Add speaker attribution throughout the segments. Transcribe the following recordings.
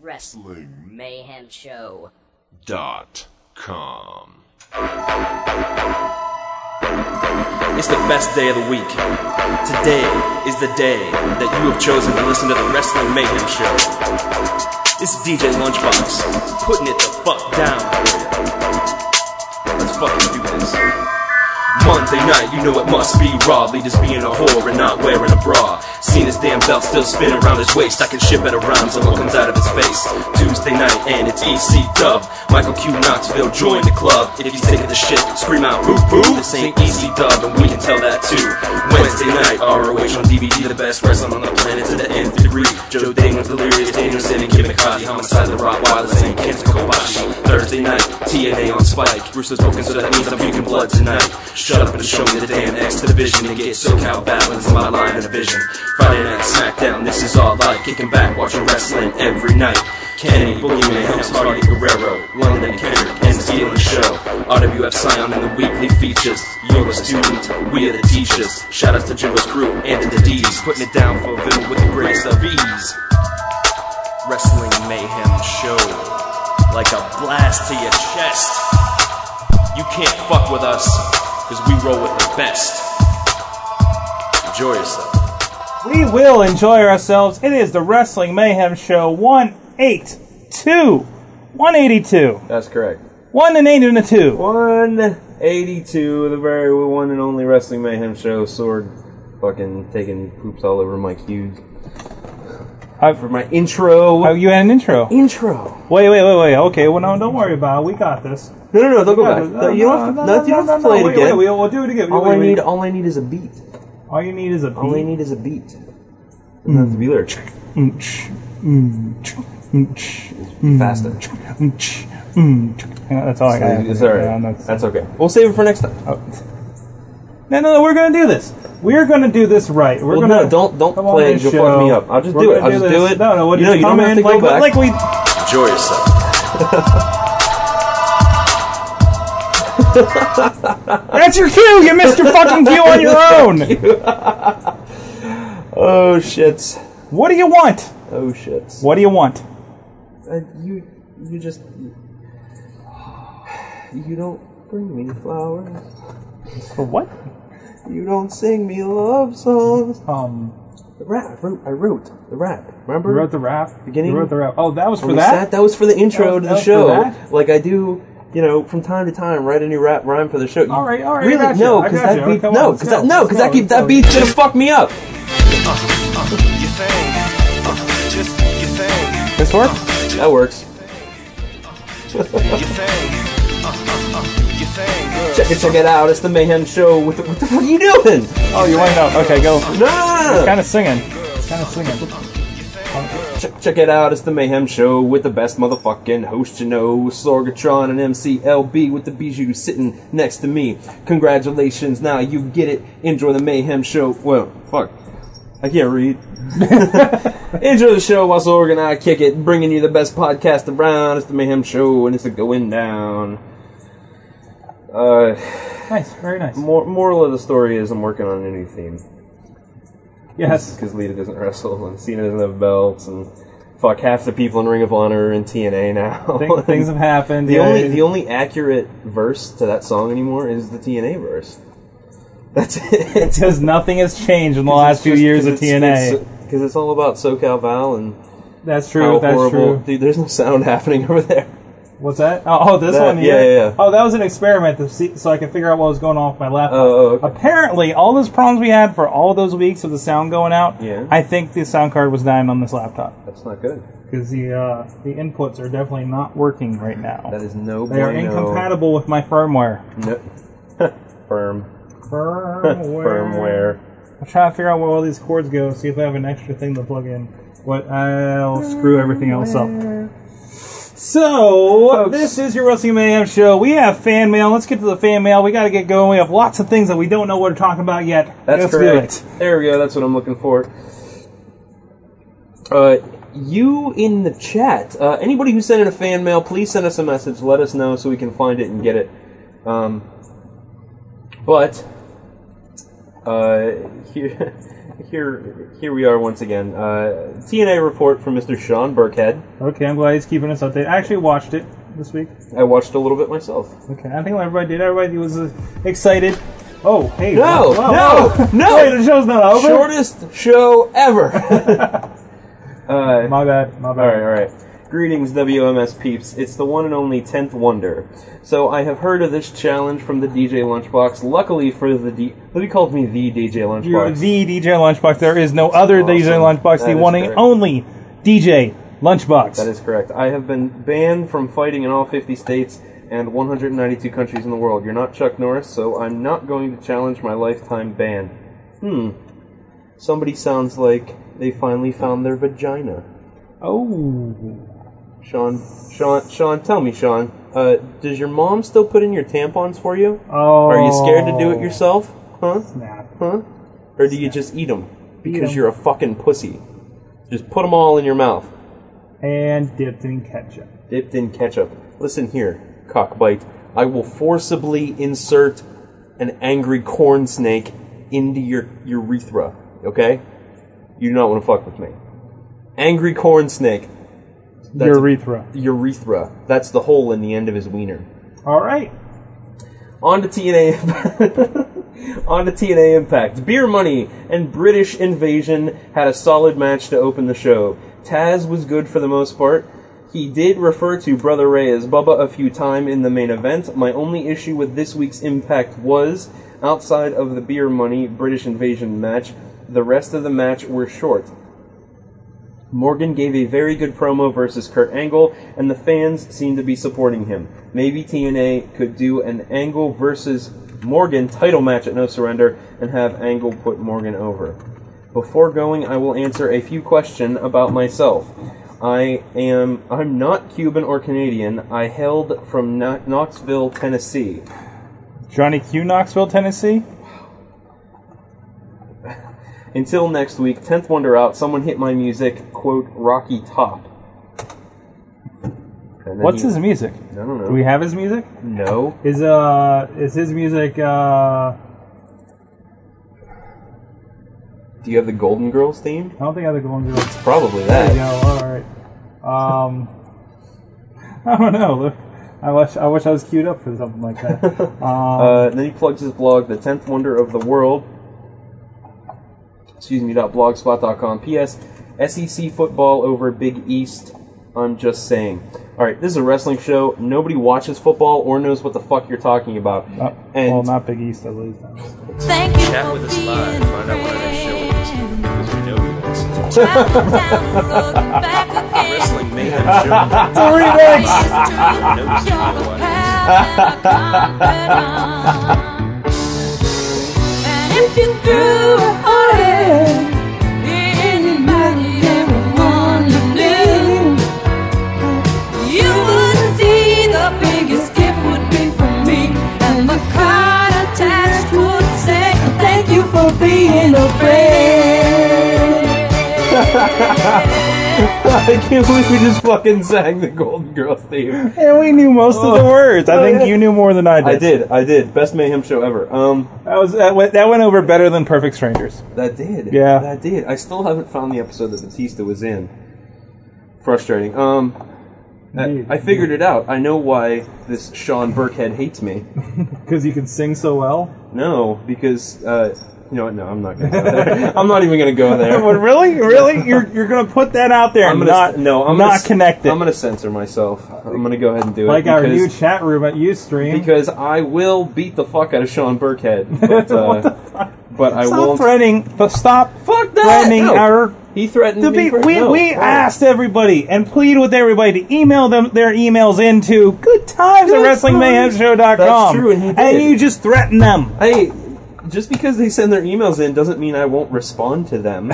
Speaker 1: Wrestling Mayhem Show.
Speaker 2: dot com.
Speaker 3: It's the best day of the week. Today is the day that you have chosen to listen to the Wrestling Mayhem Show. This is DJ Lunchbox, putting it the fuck down. Let's fucking do this. Monday night, you know it must be raw. Leaders being a whore and not wearing a bra. Seen his damn belt still spin around his waist. I can ship better rhymes than what comes out of his face. Tuesday night, and it's EC Dub. Michael Q Knoxville joined the club. If you think of the shit, scream out boo boo. This ain't EC Dub, and we can tell that too. Wednesday night, ROH on DVD, the best wrestling on the planet to the nth degree. Joe Danglin's delirious, Danielson, and Kimikaze. Homicide, the Rottweiler, same cancer, Kobashi. Thursday night, TNA on Spike. Bruce is broken, so that means I'm drinking blood tonight. Shut up and show me the damn X division and get SoCal balance in my line of vision. Friday night SmackDown, this is all I kicking back, watching wrestling every night. Kenny, Boogeyman, Helms, Hardy, Guerrero, London, Kendrick, and stealing the show. RWF Scion in the weekly features. You're a student, we are the teachers. Shout outs to Jimbo's crew and to the D's, putting it down for Ville with the grace of ease. Wrestling Mayhem Show, like a blast to your chest. You can't fuck with us because we roll with the best. Enjoy yourself.
Speaker 4: We will enjoy ourselves. It is the Wrestling Mayhem Show 182. 182.
Speaker 5: That's correct.
Speaker 4: 1 and 8 and a 2.
Speaker 5: 182, the very one and only Wrestling Mayhem show. Sword fucking taking poops all over my cues.
Speaker 4: I've-
Speaker 5: For my intro.
Speaker 4: Oh, you had an intro.
Speaker 5: Mm. intro.
Speaker 4: Wait, wait, wait, wait. Okay, well, no, don't worry about it. We got this.
Speaker 5: No, no, no, don't go
Speaker 4: No,
Speaker 5: back.
Speaker 4: no, no,
Speaker 5: No, you don't have
Speaker 4: no,
Speaker 5: to, no, you
Speaker 4: no,
Speaker 5: don't
Speaker 4: no,
Speaker 5: have to
Speaker 4: no,
Speaker 5: play
Speaker 4: wait,
Speaker 5: it again.
Speaker 4: wait, we'll, we'll do it again.
Speaker 5: all
Speaker 4: Wait,
Speaker 5: I
Speaker 4: wait.
Speaker 5: need, all I need is a beat.
Speaker 4: all you need is a beat. Hmm.
Speaker 5: All I need is a beat. Doesn't have to be lyrics.
Speaker 4: Mm-tsh, mm-tch, mm-tch,
Speaker 5: Faster.
Speaker 4: mm-tch, mm-tch. Yeah, That's all I got.
Speaker 5: It's alright.
Speaker 4: Yeah,
Speaker 5: that's,
Speaker 4: that's- Oh.
Speaker 5: okay. We'll save it for next time.
Speaker 4: No, no, no. We're gonna do this. We're gonna do this right. We're
Speaker 5: Well,
Speaker 4: gonna
Speaker 5: no, don't- don't
Speaker 4: come on
Speaker 5: play it.
Speaker 4: this
Speaker 5: You'll
Speaker 4: show.
Speaker 5: fuck me up. I'll just
Speaker 4: We're
Speaker 5: do it.
Speaker 4: gonna
Speaker 5: I'll just do
Speaker 4: this.
Speaker 5: it.
Speaker 4: No, no. We'll
Speaker 5: You know,
Speaker 4: just
Speaker 5: you
Speaker 4: come
Speaker 5: don't have
Speaker 4: in
Speaker 5: to go
Speaker 4: like,
Speaker 5: back.
Speaker 4: like we.
Speaker 3: Enjoy yourself.
Speaker 4: That's your cue. You missed your fucking cue on your own.
Speaker 5: Oh shit.
Speaker 4: What do you want?
Speaker 5: Oh shit.
Speaker 4: What do you want?
Speaker 5: Uh, you you just you don't bring me flowers.
Speaker 4: For what?
Speaker 5: You don't sing me love songs.
Speaker 4: Um,
Speaker 5: The rap I wrote, I wrote the rap. Remember?
Speaker 4: you wrote the rap.
Speaker 5: Beginning?
Speaker 4: You wrote the rap. Oh, that was for
Speaker 5: When we
Speaker 4: that.
Speaker 5: sat- that was for the intro
Speaker 4: That was-
Speaker 5: to
Speaker 4: that
Speaker 5: the
Speaker 4: was for
Speaker 5: show.
Speaker 4: that?
Speaker 5: Like I do, you know, from time to time, write a new rap rhyme for the show. You-
Speaker 4: All right, all right, I
Speaker 5: Really?
Speaker 4: gotcha,
Speaker 5: no,
Speaker 4: I
Speaker 5: because
Speaker 4: gotcha.
Speaker 5: that beat.
Speaker 4: Come on,
Speaker 5: no,
Speaker 4: let's
Speaker 5: because
Speaker 4: go,
Speaker 5: that no,
Speaker 4: let's
Speaker 5: because
Speaker 4: go,
Speaker 5: that beat.
Speaker 4: let's go.
Speaker 5: That beat's gonna fuck me up.
Speaker 6: Your thing, uh, just your thing,
Speaker 5: This work? That works.
Speaker 6: your thing, uh, uh, uh, your thing, girl.
Speaker 5: Check it, check it out. It's the Mayhem Show. With the, what the fuck are you doing?
Speaker 4: oh, you want to know? Okay, go.
Speaker 5: No, no, no, no.
Speaker 4: Kind of singing. Kind of singing.
Speaker 5: Check, check it out, it's the Mayhem Show with the best motherfucking host you know, Sorgatron and MCLB with the Bijou sitting next to me. Congratulations, now you get it. Enjoy the Mayhem Show. Well, fuck. I can't read. Enjoy the show while Sorg and I kick it, bringing you the best podcast around. It's the Mayhem Show and it's a going down. Uh,
Speaker 4: Nice. Very nice.
Speaker 5: mor- moral of the story is I'm working on a new theme.
Speaker 4: Yes.
Speaker 5: because Lita doesn't wrestle and Cena doesn't have belts and fuck half the people in Ring of Honor and TNA now.
Speaker 4: Thing- Things have happened.
Speaker 5: the
Speaker 4: yeah,
Speaker 5: only
Speaker 4: yeah.
Speaker 5: the only accurate verse to that song anymore is the TNA verse. That's it.
Speaker 4: because nothing has changed in the last few years of TNA.
Speaker 5: because it's all about SoCal Val and
Speaker 4: that's true.
Speaker 5: how
Speaker 4: that's
Speaker 5: horrible.
Speaker 4: true.
Speaker 5: Dude, there's no sound happening over there.
Speaker 4: What's that? Oh, oh, this
Speaker 5: That-
Speaker 4: one
Speaker 5: yeah,
Speaker 4: here.
Speaker 5: yeah, yeah.
Speaker 4: Oh, that was an experiment to see, so I could figure out what was going on with my laptop.
Speaker 5: Oh, oh, okay.
Speaker 4: Apparently, all those problems we had for all those weeks of the sound going out.
Speaker 5: Yeah.
Speaker 4: I think the sound card was dying on this laptop
Speaker 5: that's not good.
Speaker 4: because the uh, the inputs are definitely not working right now.
Speaker 5: That is no.
Speaker 4: they are
Speaker 5: bueno.
Speaker 4: incompatible with my firmware.
Speaker 5: No. Firm.
Speaker 4: Firmware.
Speaker 5: Firmware.
Speaker 4: I'm trying to figure out where all these cords go. See if I have an extra thing to plug in. What I'll screw everything else up. So this is your Wrestling Mayhem show. We have fan mail. Let's get to the fan mail. We got to get going. We have lots of things that we don't know what to talk about yet.
Speaker 5: That's
Speaker 4: Let's
Speaker 5: correct.
Speaker 4: do it.
Speaker 5: There we go. That's what I'm looking for. Uh, you in the chat. Uh, anybody who sent in a fan mail, please send us a message. Let us know so we can find it and get it. Um, but Uh, here, here, here we are once again. Uh, TNA report from Mr. Sean Burkhead.
Speaker 4: Okay, I'm glad he's keeping us updated. I actually watched it this week.
Speaker 5: I watched a little bit myself.
Speaker 4: Okay, I think everybody did. Everybody was uh, excited. Oh, hey.
Speaker 5: No,
Speaker 4: wow,
Speaker 5: no,
Speaker 4: wow.
Speaker 5: no.
Speaker 4: Wait, the show's not over?
Speaker 5: Shortest show ever. uh,
Speaker 4: My bad, my bad.
Speaker 5: All right, all right. Greetings, WMS peeps. It's the one and only Tenth Wonder. So I have heard of this challenge from the DJ Lunchbox. Luckily for the D, he called me the DJ
Speaker 4: You're
Speaker 5: Lunchbox.
Speaker 4: the DJ Lunchbox. There is no other DJ
Speaker 5: awesome.
Speaker 4: Lunchbox.
Speaker 5: That
Speaker 4: the
Speaker 5: is
Speaker 4: one and
Speaker 5: correct.
Speaker 4: only DJ Lunchbox.
Speaker 5: that is correct. I have been banned from fighting in all 50 states and 192 countries in the world. You're not Chuck Norris, so I'm not going to challenge my lifetime ban. Hmm. Somebody sounds like they finally found their vagina.
Speaker 4: oh.
Speaker 5: Sean, Sean, Sean, tell me, Sean, uh, does your mom still put in your tampons for you?
Speaker 4: Oh.
Speaker 5: Are you scared to do it yourself? Huh?
Speaker 4: Nah.
Speaker 5: Huh? Or do you just eat them because
Speaker 4: 'em.
Speaker 5: you're a fucking pussy? Just put them all in your mouth,
Speaker 4: And dipped in ketchup.
Speaker 5: dipped in ketchup. Listen here, cockbite. I will forcibly insert an angry corn snake into your urethra. Okay? You do not want to fuck with me. Angry corn snake. That's a-
Speaker 4: Urethra.
Speaker 5: urethra. That's the hole in the end of his wiener.
Speaker 4: All right.
Speaker 5: On to TNA. Imp- On to TNA Impact. Beer Money and British Invasion had a solid match to open the show. Taz was good for the most part. He did refer to Brother Ray as Bubba a few times in the main event. My only issue with this week's Impact was, outside of the Beer Money British Invasion match, the rest of the match were short. Morgan gave a very good promo versus Kurt Angle, and the fans seemed to be supporting him. Maybe TNA could do an Angle versus Morgan title match at No Surrender and have Angle put Morgan over. Before going, I will answer a few questions about myself. I am I'm not Cuban or Canadian. I hailed from Kno- Knoxville, Tennessee.
Speaker 4: Johnny Q, Knoxville, Tennessee.
Speaker 5: Until next week, 10th Wonder out, someone hit my music, quote, Rocky Top. And then
Speaker 4: What's
Speaker 5: he-
Speaker 4: his music?
Speaker 5: I don't know.
Speaker 4: Do we have his music?
Speaker 5: No.
Speaker 4: Is uh is his music uh
Speaker 5: Do you have the Golden Girls theme?
Speaker 4: I don't think I have the Golden Girls.
Speaker 5: Probably
Speaker 4: There
Speaker 5: that.
Speaker 4: you go. All right. Um, I don't know. I wish I wish I was queued up for something like that.
Speaker 5: Uh, then he plugs his blog, The Tenth Wonder of the World. Excuse me. dot Blogspot.com. P.S. SEC E football over Big East. I'm just saying. All right, this is a wrestling show. Nobody watches football or knows what the fuck you're talking about.
Speaker 4: Uh,
Speaker 5: and
Speaker 4: well, not Big East, at least.
Speaker 7: Thank you
Speaker 3: Chat
Speaker 7: for
Speaker 3: with us
Speaker 7: being
Speaker 3: live. Find out what our next show is.
Speaker 7: friend.
Speaker 3: Because we know you want some
Speaker 7: Travel down the road and back again.
Speaker 3: wrestling mayhem show.
Speaker 4: It's a remix.
Speaker 7: It's true,
Speaker 3: No, it's
Speaker 7: you're
Speaker 3: not
Speaker 7: the
Speaker 3: what it is.
Speaker 7: pal that I confided on. And if you threw a party, anybody, everyone you knew, you would see the biggest gift would be from me. And the card attached would say, Thank you for being a friend.
Speaker 5: I can't believe we just fucking sang the Golden Girls theme. Oh,
Speaker 4: And we knew most of the Oh, words. I think you knew more than I did.
Speaker 5: I did. I did. Best mayhem show ever. Um.
Speaker 4: That was that went, that went over better than Perfect Strangers.
Speaker 5: That did.
Speaker 4: Yeah.
Speaker 5: That did. I still haven't found the episode that Batista was in. Frustrating. Um. I,
Speaker 4: Indeed.
Speaker 5: I figured it out. I know why this Sean Burkhead hates me.
Speaker 4: Because you can sing so well.
Speaker 5: No, because uh, you know what? No, I'm not gonna. Go there. I'm not even gonna go there.
Speaker 4: Oh, really, really, you're you're gonna put that out there?
Speaker 5: I'm
Speaker 4: and
Speaker 5: gonna
Speaker 4: not
Speaker 5: no. I'm
Speaker 4: not
Speaker 5: gonna,
Speaker 4: connect it.
Speaker 5: I'm gonna censor myself. I'm gonna go ahead and do
Speaker 4: like
Speaker 5: it.
Speaker 4: our
Speaker 5: because-
Speaker 4: new chat room at UStream.
Speaker 5: because I will beat the fuck out of Sean Burkhead, but, uh,
Speaker 4: What the
Speaker 5: but I
Speaker 4: stop
Speaker 5: won't.
Speaker 4: threatening. The stop
Speaker 5: Fuck that!
Speaker 4: threatening
Speaker 5: No.
Speaker 4: our
Speaker 5: He threatened
Speaker 4: The
Speaker 5: me.
Speaker 4: pe-
Speaker 5: for-
Speaker 4: we
Speaker 5: no,
Speaker 4: we
Speaker 5: no.
Speaker 4: asked everybody and pleaded with everybody to email them their emails into good times at
Speaker 5: Good
Speaker 4: wrestlingmayhemshow.com.
Speaker 5: That's true, and he did.
Speaker 4: you just threaten them.
Speaker 5: Hey, just because they send their emails in doesn't mean I won't respond to them.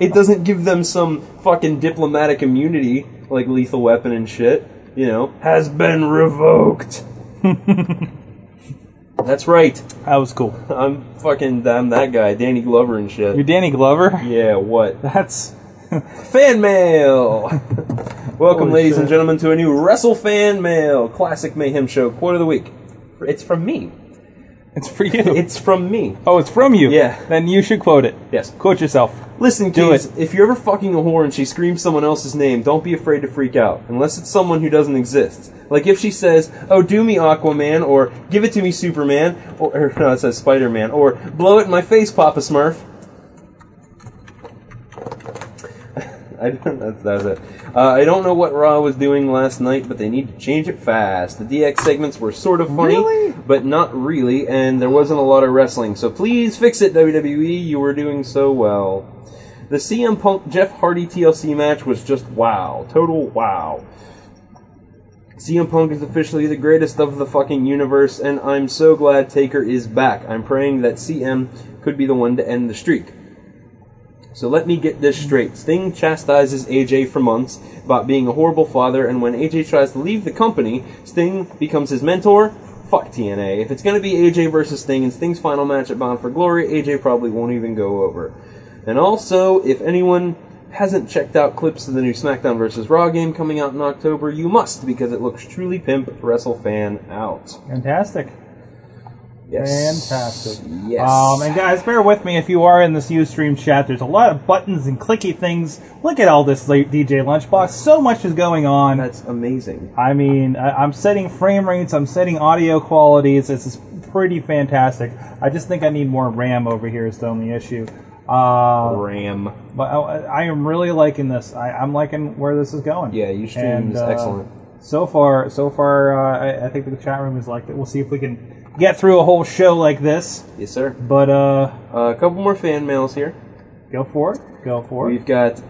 Speaker 5: it doesn't give them some fucking diplomatic immunity like Lethal Weapon and shit. You know, has been revoked. That's right.
Speaker 4: That was cool.
Speaker 5: I'm fucking I'm that guy, Danny Glover and
Speaker 4: You're
Speaker 5: shit.
Speaker 4: Danny Glover.
Speaker 5: Yeah, what?
Speaker 4: That's
Speaker 5: Fan mail. Welcome,
Speaker 4: Holy
Speaker 5: ladies
Speaker 4: shit.
Speaker 5: and gentlemen, to a new Wrestle Fan Mail Classic Mayhem Show Quote of the Week. It's from me.
Speaker 4: It's for you.
Speaker 5: It's from me.
Speaker 4: oh, it's from you.
Speaker 5: Yeah.
Speaker 4: Then you should quote it.
Speaker 5: Yes.
Speaker 4: Quote yourself.
Speaker 5: Listen,
Speaker 4: Do
Speaker 5: kids,
Speaker 4: it.
Speaker 5: if you're ever fucking a whore and she screams someone else's name, don't be afraid to freak out, unless it's someone who doesn't exist. Like if she says, "Oh, do me Aquaman," or "Give it to me Superman," or, or no, it says Spider-Man, or "Blow it in my face, Papa Smurf." I don't, that, that was it. Uh, I don't know what Raw was doing last night, but they need to change it fast. The DX segments were sort of funny,
Speaker 4: Really?
Speaker 5: but not really, and there wasn't a lot of wrestling. So please fix it, WWE. You were doing so well. The CM Punk Jeff Hardy TLC match was just wow. Total wow. CM Punk is officially the greatest of the fucking universe, and I'm so glad Taker is back. I'm praying that CM could be the one to end the streak. So let me get this straight. Sting chastises AJ for months about being a horrible father, and when AJ tries to leave the company, Sting becomes his mentor. Fuck TNA. If it's going to be AJ versus Sting and Sting's final match at Bound for Glory, AJ probably won't even go over. And also, if anyone hasn't checked out clips of the new SmackDown vs. Raw game coming out in October, you must because it looks truly pimp wrestle fan out.
Speaker 4: Fantastic.
Speaker 5: Yes.
Speaker 4: Fantastic.
Speaker 5: Yes.
Speaker 4: Um, and guys, bear with me if you are in this Ustream chat. There's a lot of buttons and clicky things. Look at all this late DJ Lunchbox. So much is going on.
Speaker 5: That's amazing.
Speaker 4: I mean, I, I'm setting frame rates, I'm setting audio qualities. This is pretty fantastic. I just think I need more RAM over here is the only issue. Uh,
Speaker 5: Ram.
Speaker 4: but I, I am really liking this. I, I'm liking where this is going.
Speaker 5: Yeah, your stream
Speaker 4: And,
Speaker 5: is
Speaker 4: uh,
Speaker 5: excellent.
Speaker 4: So far, so far, uh, I, I think the chat room has liked it. We'll see if we can get through a whole show like this.
Speaker 5: Yes, sir.
Speaker 4: But uh,
Speaker 5: Uh, a couple more fan mails here.
Speaker 4: go for it. Go for it.
Speaker 5: We've got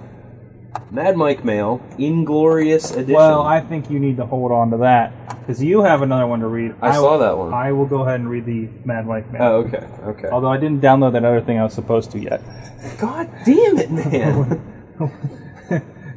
Speaker 5: Mad Mike Mail, Inglorious Edition.
Speaker 4: Well, I think you need to hold on to that because you have another one to read.
Speaker 5: I saw
Speaker 4: will-
Speaker 5: that one.
Speaker 4: I will go ahead and read the Mad Mike Man.
Speaker 5: Oh, okay, okay.
Speaker 4: Although I didn't download that other thing I was supposed to yet.
Speaker 5: God damn it, man!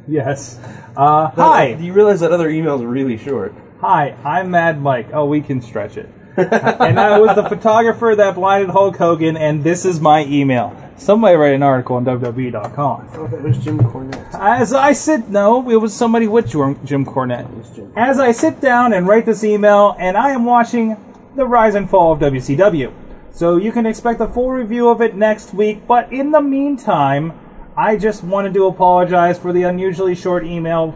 Speaker 4: Yes. Uh, hi.
Speaker 5: Do you realize that other email's really short?
Speaker 4: Hi, I'm Mad Mike. Oh, we can stretch it. and I was the photographer that blinded Hulk Hogan, and this is my email. Somebody write an article on WWE.com.
Speaker 5: Oh, that was Jim Cornette.
Speaker 4: As I sit, no, it was somebody with Jim Jim Cornette. As I sit down and write this email, and I am watching the rise and fall of WCW. So you can expect a full review of it next week, but in the meantime, I just wanted to apologize for the unusually short email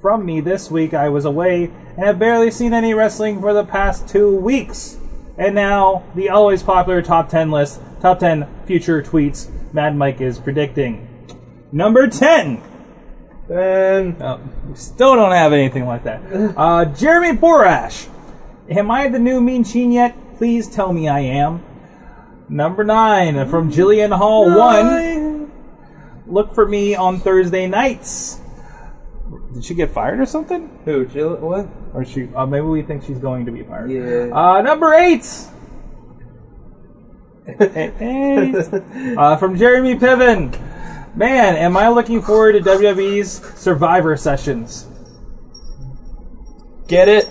Speaker 4: from me this week. I was away and have barely seen any wrestling for the past two weeks. And now, the always popular top 10 list, top 10 future tweets Mad Mike is predicting. Number 10.
Speaker 5: And
Speaker 4: Oh, we still don't have anything like that. Uh, Jeremy Borash. Am I the new Mean Sheen yet? Please tell me I am. Number 9 from Jillian Hall 1. Look for me on Thursday nights. Did she get fired or something?
Speaker 5: who? Jill? What?
Speaker 4: Or she? Uh, maybe we think she's going to be fired.
Speaker 5: Yeah.
Speaker 4: Uh, number eight. Eight. Uh, from Jeremy Piven. Man, am I looking forward to WWE's Survivor sessions?
Speaker 5: Get it?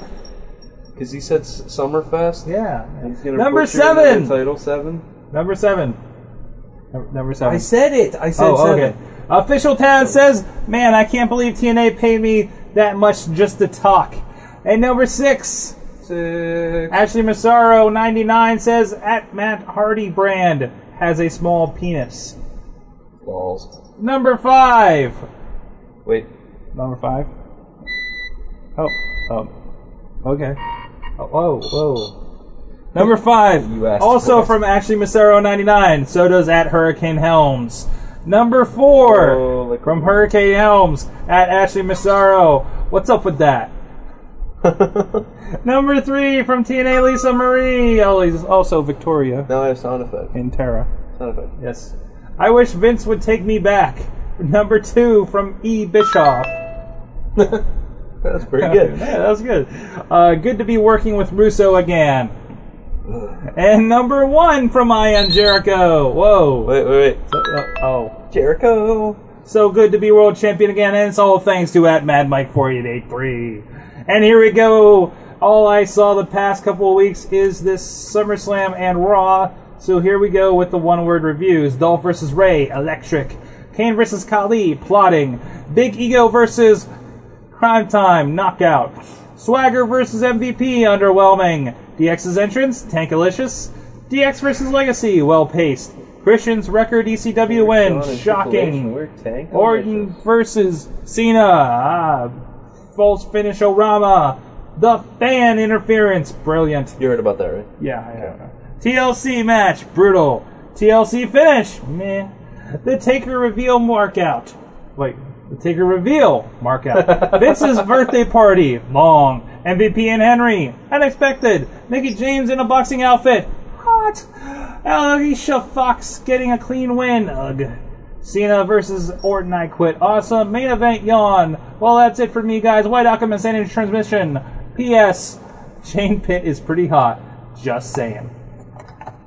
Speaker 5: Because he said S- Summerfest.
Speaker 4: Yeah.
Speaker 5: He's gonna
Speaker 4: Number
Speaker 5: butcher another
Speaker 4: seven.
Speaker 5: Title seven.
Speaker 4: Number seven. Num- Number seven.
Speaker 5: I said it. I said
Speaker 4: oh,
Speaker 5: seven.
Speaker 4: okay. Official Tad says, "Man, I can't believe TNA paid me that much just to talk." And number six.
Speaker 5: Six.
Speaker 4: Ashley Massaro, 99, says, at Matt Hardy brand has a small penis.
Speaker 5: Balls.
Speaker 4: Number five.
Speaker 5: Wait.
Speaker 4: Number five. Oh, oh. Okay. Oh, whoa, whoa. Number five.
Speaker 5: You asked
Speaker 4: also
Speaker 5: for it.
Speaker 4: from Ashley Massaro, 99. So does at Hurricane Helms. Number four.
Speaker 5: Oh, like-
Speaker 4: from Hurricane Helms at Ashley Massaro. What's up with that? Number three from TNA Lisa Marie. Oh, he's also Victoria
Speaker 5: Now I have sound effect.
Speaker 4: and Tara.
Speaker 5: Sound effect.
Speaker 4: Yes. I wish Vince would take me back. Number two from E. Bischoff.
Speaker 5: That's pretty good.
Speaker 4: Yeah, that was good. Uh, good to be working with Russo again. And number one from I Am Jericho. Whoa.
Speaker 5: wait, wait, wait.
Speaker 4: Uh, oh.
Speaker 5: Jericho.
Speaker 4: So good to be world champion again, and it's all thanks to at Mad Mike 4883. And here we go. All I saw the past couple of weeks is this SummerSlam and Raw. So here we go with the one-word reviews: Dolph versus Ray, electric. Kane versus Kali, plotting. Big Ego versus Crime Time, knockout. Swagger versus MVP, underwhelming. DX's entrance, tankalicious. DX versus Legacy, well paced. Christian's record ECW win, shocking. Orton versus Cena, ah, false finish Orama. The fan interference, brilliant.
Speaker 5: You heard about that, right?
Speaker 4: Yeah, I don't know. TLC match, brutal. TLC finish, meh. The Taker reveal markout. Wait, the Taker reveal markout. Vince's birthday party, long. MVP and Henry, unexpected. Mickey James in a boxing outfit, hot. Alicia Fox getting a clean win, ugh. Cena versus Orton, I quit. Awesome. Main event, yawn. Well, that's it for me, guys. White Alchemist Sanity Transmission. P.S. Jane Pitt is pretty hot. Just saying.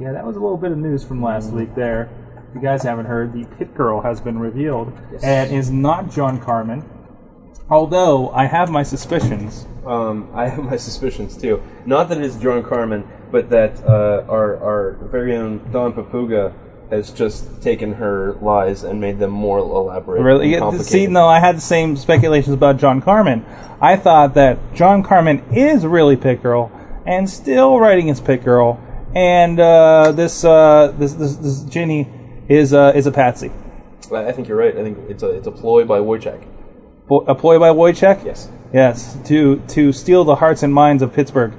Speaker 4: Yeah, that was a little bit of news from last week there. If you guys haven't heard, the Pit Girl has been revealed and is not John Carmen. Although I have my suspicions.
Speaker 5: Um, I have my suspicions too. Not that it's John Carmen, but that uh, our our very own Don Papuga has just taken her lies and made them more elaborate. and
Speaker 4: Really?
Speaker 5: complicated.
Speaker 4: See, no, I had the same speculations about John Carmen. I thought that John Carmen is really Pit Girl and still writing as Pit Girl, and uh, this, uh, this this this Jenny is uh, is a patsy.
Speaker 5: I I think you're right. I think it's a it's a ploy by Wojciech.
Speaker 4: Bo- a ploy by Wojciech.
Speaker 5: Yes.
Speaker 4: Yes, to to steal the hearts and minds of Pittsburgh.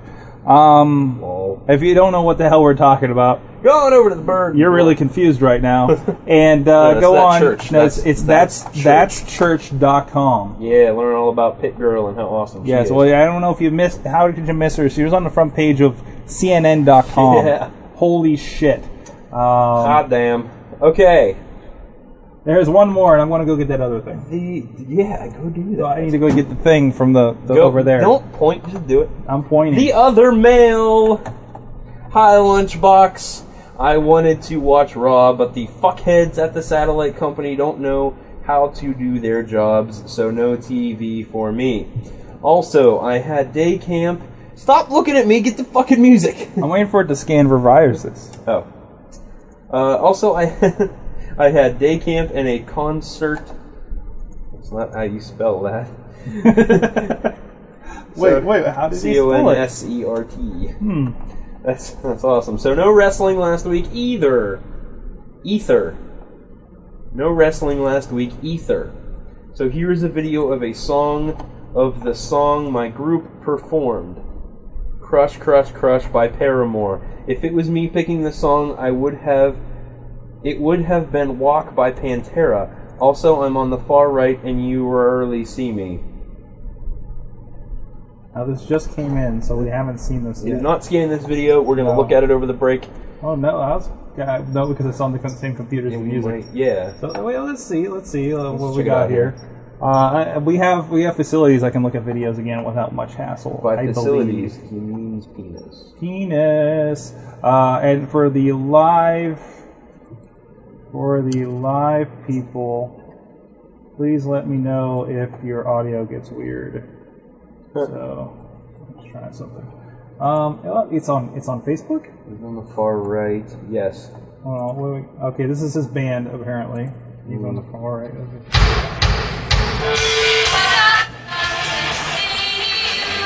Speaker 4: Um,
Speaker 5: Lol.
Speaker 4: if you don't know what the hell we're talking about,
Speaker 5: Go on over to the bird.
Speaker 4: you're really confused right now. And
Speaker 5: No,
Speaker 4: uh,
Speaker 5: that's
Speaker 4: go
Speaker 5: that
Speaker 4: on.
Speaker 5: church.
Speaker 4: No, it's,
Speaker 5: That's-
Speaker 4: it's
Speaker 5: that's
Speaker 4: that's that's church.com.
Speaker 5: Yeah, learn all about Pit Girl and how awesome she
Speaker 4: Yes,
Speaker 5: is.
Speaker 4: well, I don't know if you missed. How did you miss her? She was on the front page of CNN.com.
Speaker 5: Yeah.
Speaker 4: Holy shit! Um,
Speaker 5: God damn. Okay.
Speaker 4: there's one more, and I'm going to go get that other thing.
Speaker 5: The yeah, go do that.
Speaker 4: So I need to go get the thing from the, the
Speaker 5: Go-
Speaker 4: over there.
Speaker 5: Don't point. Just do it.
Speaker 4: I'm pointing.
Speaker 5: The other mail. Hi, Lunchbox. I wanted to watch Raw, but the fuckheads at the satellite company don't know how to do their jobs, so no TV for me. Also, I had day camp. Stop looking at me. Get the fucking music.
Speaker 4: I'm waiting for it to scan for viruses.
Speaker 5: Oh. Uh, also, I I had day camp and a concert. It's not how you spell that. So-
Speaker 4: How did
Speaker 5: C O N S E R T. Hmm. That's that's awesome. So no wrestling last week either. Ether. No wrestling last week either. So here is a video of a song of the song my group performed. Crush Crush Crush by Paramore. If it was me picking the song, I would have it would have been Walk by Pantera. Also, I'm on the far right and you rarely see me.
Speaker 4: Now this just came in, so we haven't seen this
Speaker 5: Did
Speaker 4: yet.
Speaker 5: not scan this video. We're going to look at it over the break.
Speaker 4: oh no, I was yeah, no because it's on the con- same computer as the music.
Speaker 5: Yeah.
Speaker 4: So wait, let's see, let's see uh, what we
Speaker 5: check it
Speaker 4: got
Speaker 5: out
Speaker 4: here.
Speaker 5: here.
Speaker 4: Uh, I- we have we have facilities. I can look at videos again without much hassle.
Speaker 5: By
Speaker 4: I believe.
Speaker 5: facilities, he means penis.
Speaker 4: penis. Uh, and for the live, for the live people, please let me know if your audio gets weird. so, let's try something. Um, oh, it's on it's on Facebook.
Speaker 5: He's on the far right. Yes.
Speaker 4: Oh, wait, wait. okay, this is his band apparently. He's on the far right. of it.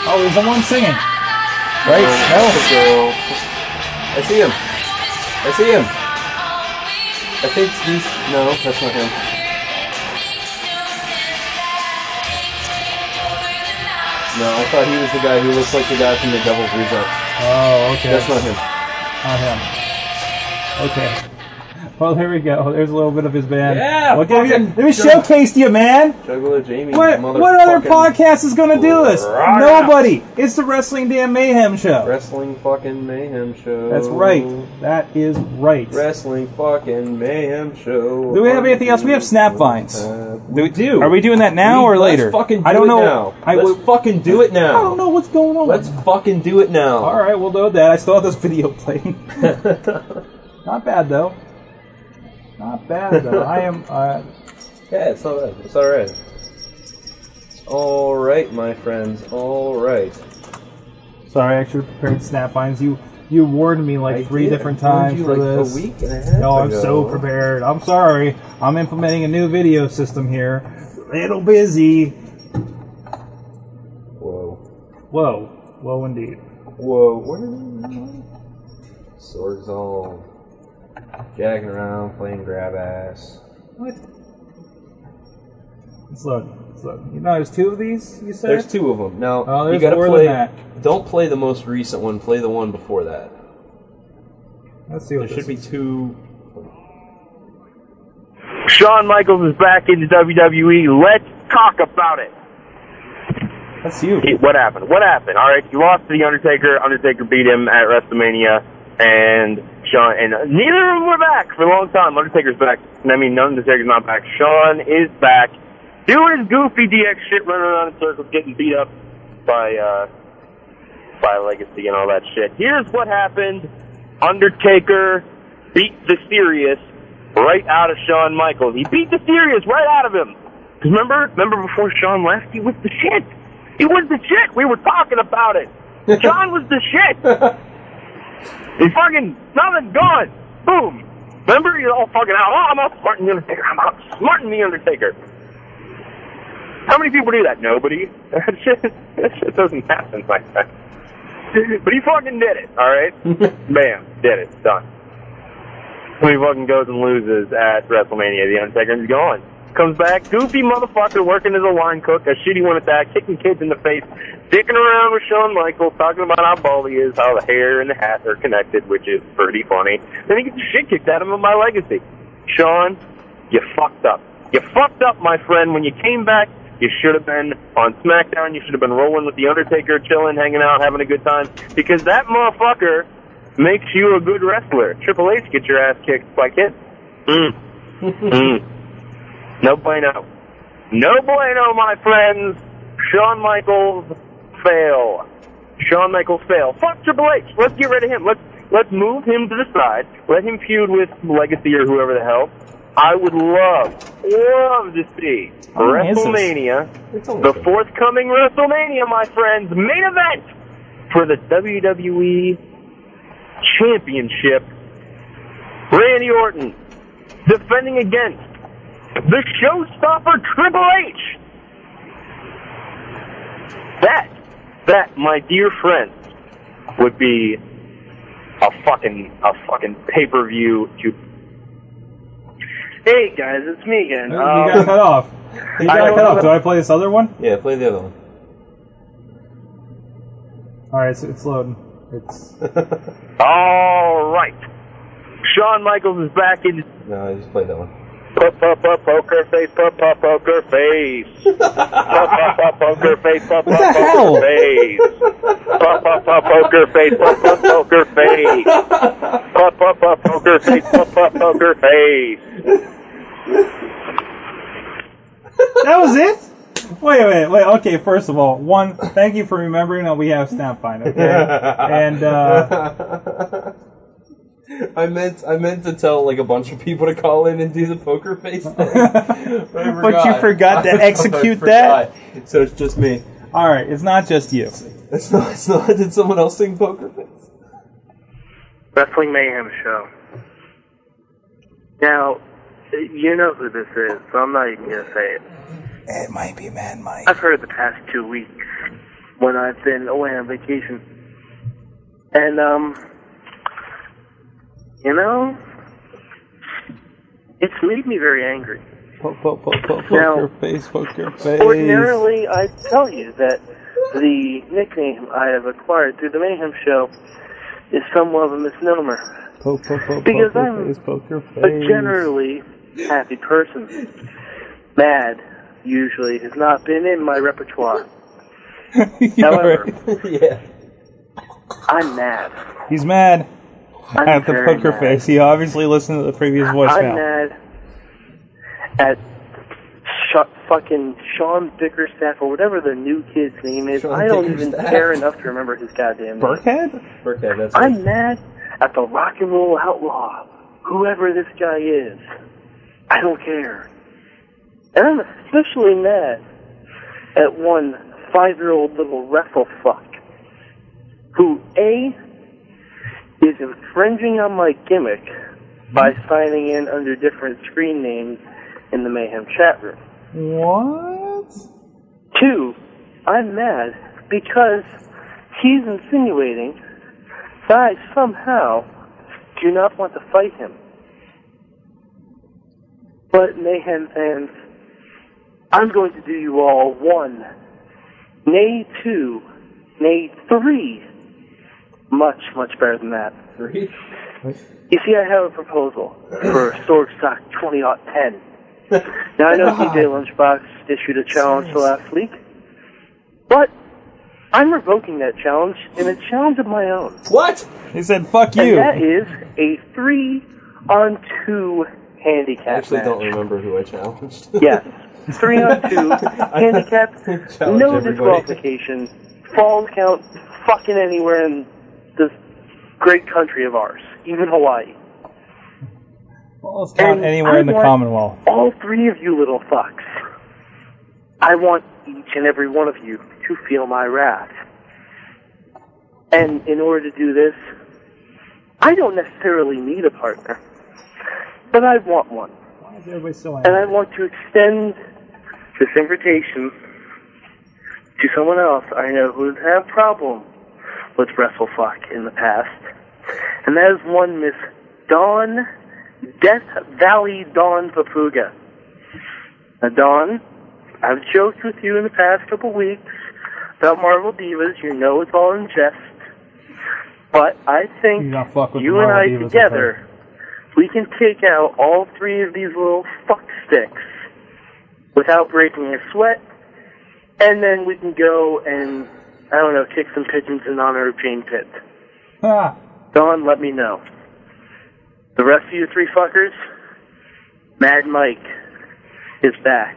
Speaker 4: Oh, he's the one singing. Right? No.
Speaker 5: Girl. I see him. I see him. I think he's. No, that's not him. No, I thought he was the guy who looks like the guy from the Devil's Rejects.
Speaker 4: Oh, okay.
Speaker 5: That's not him.
Speaker 4: on him. Okay. Well, there we go. There's a little bit of his band.
Speaker 5: Yeah,
Speaker 4: Well, give you-
Speaker 5: fucking-
Speaker 4: let me showcase you, man.
Speaker 5: Juggalo Jamie.
Speaker 4: What what other
Speaker 5: motherfucking
Speaker 4: podcast is going to do this?
Speaker 5: Right.
Speaker 4: Nobody. It's the Wrestling Damn Mayhem Show.
Speaker 5: Wrestling fucking mayhem show.
Speaker 4: That's right. That is right.
Speaker 5: Wrestling fucking mayhem show.
Speaker 4: Do we have anything else? We have snap vines.
Speaker 5: Uh,
Speaker 4: Do we do? Are we doing that now or
Speaker 5: Let's
Speaker 4: later?
Speaker 5: fucking do
Speaker 4: I don't
Speaker 5: it
Speaker 4: know.
Speaker 5: Now.
Speaker 4: I,
Speaker 5: Let's
Speaker 4: w-
Speaker 5: fucking do it now.
Speaker 4: I don't know what's going on.
Speaker 5: Let's fucking do it now.
Speaker 4: All right, we'll do that. I still have this video playing. Not bad though. Not bad though. I am. Uh,
Speaker 5: Yeah, it's not bad. It's all right. All right, my friends. All right.
Speaker 4: Sorry, I should have prepared snap lines. You you warned me like
Speaker 5: I
Speaker 4: three
Speaker 5: did.
Speaker 4: different
Speaker 5: I warned
Speaker 4: times
Speaker 5: you,
Speaker 4: for
Speaker 5: like, a
Speaker 4: this.
Speaker 5: week and a half
Speaker 4: No, I'm
Speaker 5: ago.
Speaker 4: so prepared. I'm sorry. I'm implementing a new video system here. Little busy.
Speaker 5: Whoa.
Speaker 4: Whoa. Whoa indeed.
Speaker 5: Whoa. Where? Swords all jacking around, playing grab ass.
Speaker 4: What? It's loading. It's loading. You know, there's two of these. You said
Speaker 5: There's two of them. Now
Speaker 4: Oh,
Speaker 5: you
Speaker 4: there's
Speaker 5: gotta
Speaker 4: more than
Speaker 5: play.
Speaker 4: that.
Speaker 5: Don't play the most recent one. Play the one before that.
Speaker 4: Let's see
Speaker 5: There
Speaker 4: what
Speaker 5: should
Speaker 4: this
Speaker 5: be
Speaker 4: is.
Speaker 5: two.
Speaker 3: Shawn Michaels is back into WWE. Let's talk about it.
Speaker 4: That's you.
Speaker 3: He- What happened? What happened? All right, he lost to the Undertaker. Undertaker beat him at WrestleMania, and Shawn and neither of them were back for a long time. Undertaker's back. I mean, Undertaker's not back. Shawn is back, doing his goofy DX shit, running around in circles, getting beat up by uh, by Legacy and all that shit. Here's what happened: Undertaker beat the Serious right out of Shawn Michaels. He beat the Serious right out of him. 'Cause remember, remember before Shawn left, he was the shit. He was the shit. We were talking about it. Shawn was the shit. he fucking nothing gone. Boom. Remember, you're all fucking out. Oh, I'm outsmarting the Undertaker. I'm outsmarting the Undertaker. How many people do that? Nobody. That shit, that shit doesn't happen like that. But he fucking did it, alright? Bam, did it, done. So he fucking goes and loses at WrestleMania. The Undertaker's gone. Comes back, goofy motherfucker working as a line cook, a shitty one at that, kicking kids in the face, dicking around with Shawn Michaels, talking about how bald he is, how the hair and the hat are connected, which is pretty funny. Then he gets the shit kicked out of him by Legacy. Shawn, you fucked up. You fucked up, my friend. When you came back, you should have been on SmackDown. You should have been rolling with The Undertaker, chilling, hanging out, having a good time. Because that motherfucker makes you a good wrestler. Triple H gets your ass kicked by Kid. Mm. mm. No bueno. No bueno, my friends. Shawn Michaels fail. Shawn Michaels fail. Fuck Triple H. Let's get rid of him. Let's let's move him to the side. Let him feud with Legacy or whoever the hell. I would love, love to see
Speaker 4: How long is Oh, this?
Speaker 3: WrestleMania,
Speaker 5: It's
Speaker 3: the forthcoming WrestleMania, my friends, main event for the WWE Championship. Randy Orton defending against the showstopper Triple H. That, that, my dear friends, would be a fucking, a fucking pay-per-view. To hey guys, it's me again. Um,
Speaker 4: You got cut off. You
Speaker 3: I
Speaker 4: got
Speaker 3: don't
Speaker 4: cut
Speaker 3: know.
Speaker 4: off. Do I play this other one?
Speaker 5: Yeah, play the other one.
Speaker 4: All right, so it's loading. It's
Speaker 3: all right, Shawn Michaels is back in
Speaker 5: No, just play that one.
Speaker 3: Pup, pup, pup, poker face, pup, pup, poker face. Pup, pup, pup, poker face, pup, pup,
Speaker 4: What the hell?
Speaker 3: poker face. Pup, pup, pup, poker face, pup, pup, poker face. Pup, pup, pup, poker face, pup, pup, poker face.
Speaker 4: that was it. Wait a minute. Wait. Okay. First of all, one, thank you for remembering that we have Snapvine. Okay, and uh,
Speaker 5: I meant I meant to tell like a bunch of people to call in and do the poker face thing. but
Speaker 4: But you forgot to execute that?
Speaker 5: So it's just me.
Speaker 4: all right, it's not just you.
Speaker 5: It's not. It's not. Did someone else sing poker face?
Speaker 8: Wrestling Mayhem Show. Now, you know who this is, so I'm not even going to say it.
Speaker 4: It might be Mad Mike.
Speaker 8: I've heard the past two weeks when I've been away on vacation. And, um, you know, it's made me very angry.
Speaker 5: Po- po- po- po-
Speaker 8: Now-
Speaker 5: poker face. Poker face.
Speaker 8: Ordinarily, I tell you that the nickname I have acquired through the Mayhem Show is somewhat of a misnomer.
Speaker 5: Po- po- po-
Speaker 8: Because
Speaker 5: poker
Speaker 8: I'm
Speaker 5: face. Poker face.
Speaker 8: a generally happy person. Mad usually has not been in my repertoire. However,
Speaker 5: yeah.
Speaker 8: I'm mad.
Speaker 4: He's mad
Speaker 8: I'm
Speaker 4: at the
Speaker 8: very
Speaker 4: poker
Speaker 8: mad.
Speaker 4: face. He obviously listened to the previous
Speaker 8: I'm
Speaker 4: voicemail.
Speaker 8: mad at sh- fucking Sean Bickerstaff or whatever the new kid's name is.
Speaker 5: Sean
Speaker 8: I don't even
Speaker 5: Bickerstaff.
Speaker 8: care enough to remember his goddamn name.
Speaker 4: Burkhead?
Speaker 5: Okay, that's it.
Speaker 8: I'm mad at the rock and roll outlaw, whoever this guy is. I don't care. And I'm especially mad at one five year old little wrestle fuck who, A, is infringing on my gimmick by signing in under different screen names in the Mayhem chat room.
Speaker 4: What?
Speaker 8: Two, I'm mad because he's insinuating that I somehow do not want to fight him. But Mayhem fans, I'm going to do you all one, nay two, nay three, much, much better than that.
Speaker 5: Three.
Speaker 8: You see, I have a proposal for Sorg Stock 20 10. Now, I know DJ Lunchbox issued a challenge last week, but I'm revoking that challenge in a challenge of my own.
Speaker 5: What?
Speaker 4: He said, "Fuck
Speaker 8: And
Speaker 4: you."
Speaker 8: that is a three on two handicap.
Speaker 5: I actually
Speaker 8: match.
Speaker 5: don't remember who I challenged.
Speaker 8: Yes. Three on two, handicap,
Speaker 5: Challenge
Speaker 8: no
Speaker 5: everybody.
Speaker 8: disqualification, falls count fucking anywhere in this great country of ours, even Hawaii.
Speaker 4: Well, it's not
Speaker 8: And
Speaker 4: anywhere
Speaker 8: I
Speaker 4: in the
Speaker 8: want-
Speaker 4: Commonwealth.
Speaker 8: All three of you little fucks, I want each and every one of you to feel my wrath. And in order to do this, I don't necessarily need a partner, but I want one.
Speaker 4: Why is everybody so
Speaker 8: And
Speaker 4: angry?
Speaker 8: I want to extend this invitation to someone else I know who has had a problem with WrestleFuck in the past. And that is one Miss Dawn Death Valley Dawn Papuga. Now Dawn, I've joked with you in the past couple weeks about Marvel Divas. You know it's all in jest. But I think
Speaker 4: You don't fuck with
Speaker 8: you
Speaker 4: the
Speaker 8: and I
Speaker 4: Marvel Divas,
Speaker 8: together we can take out all three of these little fuck sticks without breaking a sweat, and then we can go and, I don't know, kick some pigeons in honor of Jane Pitt.
Speaker 4: Ah,
Speaker 8: Don, let me know. The rest of you three fuckers, Mad Mike is back,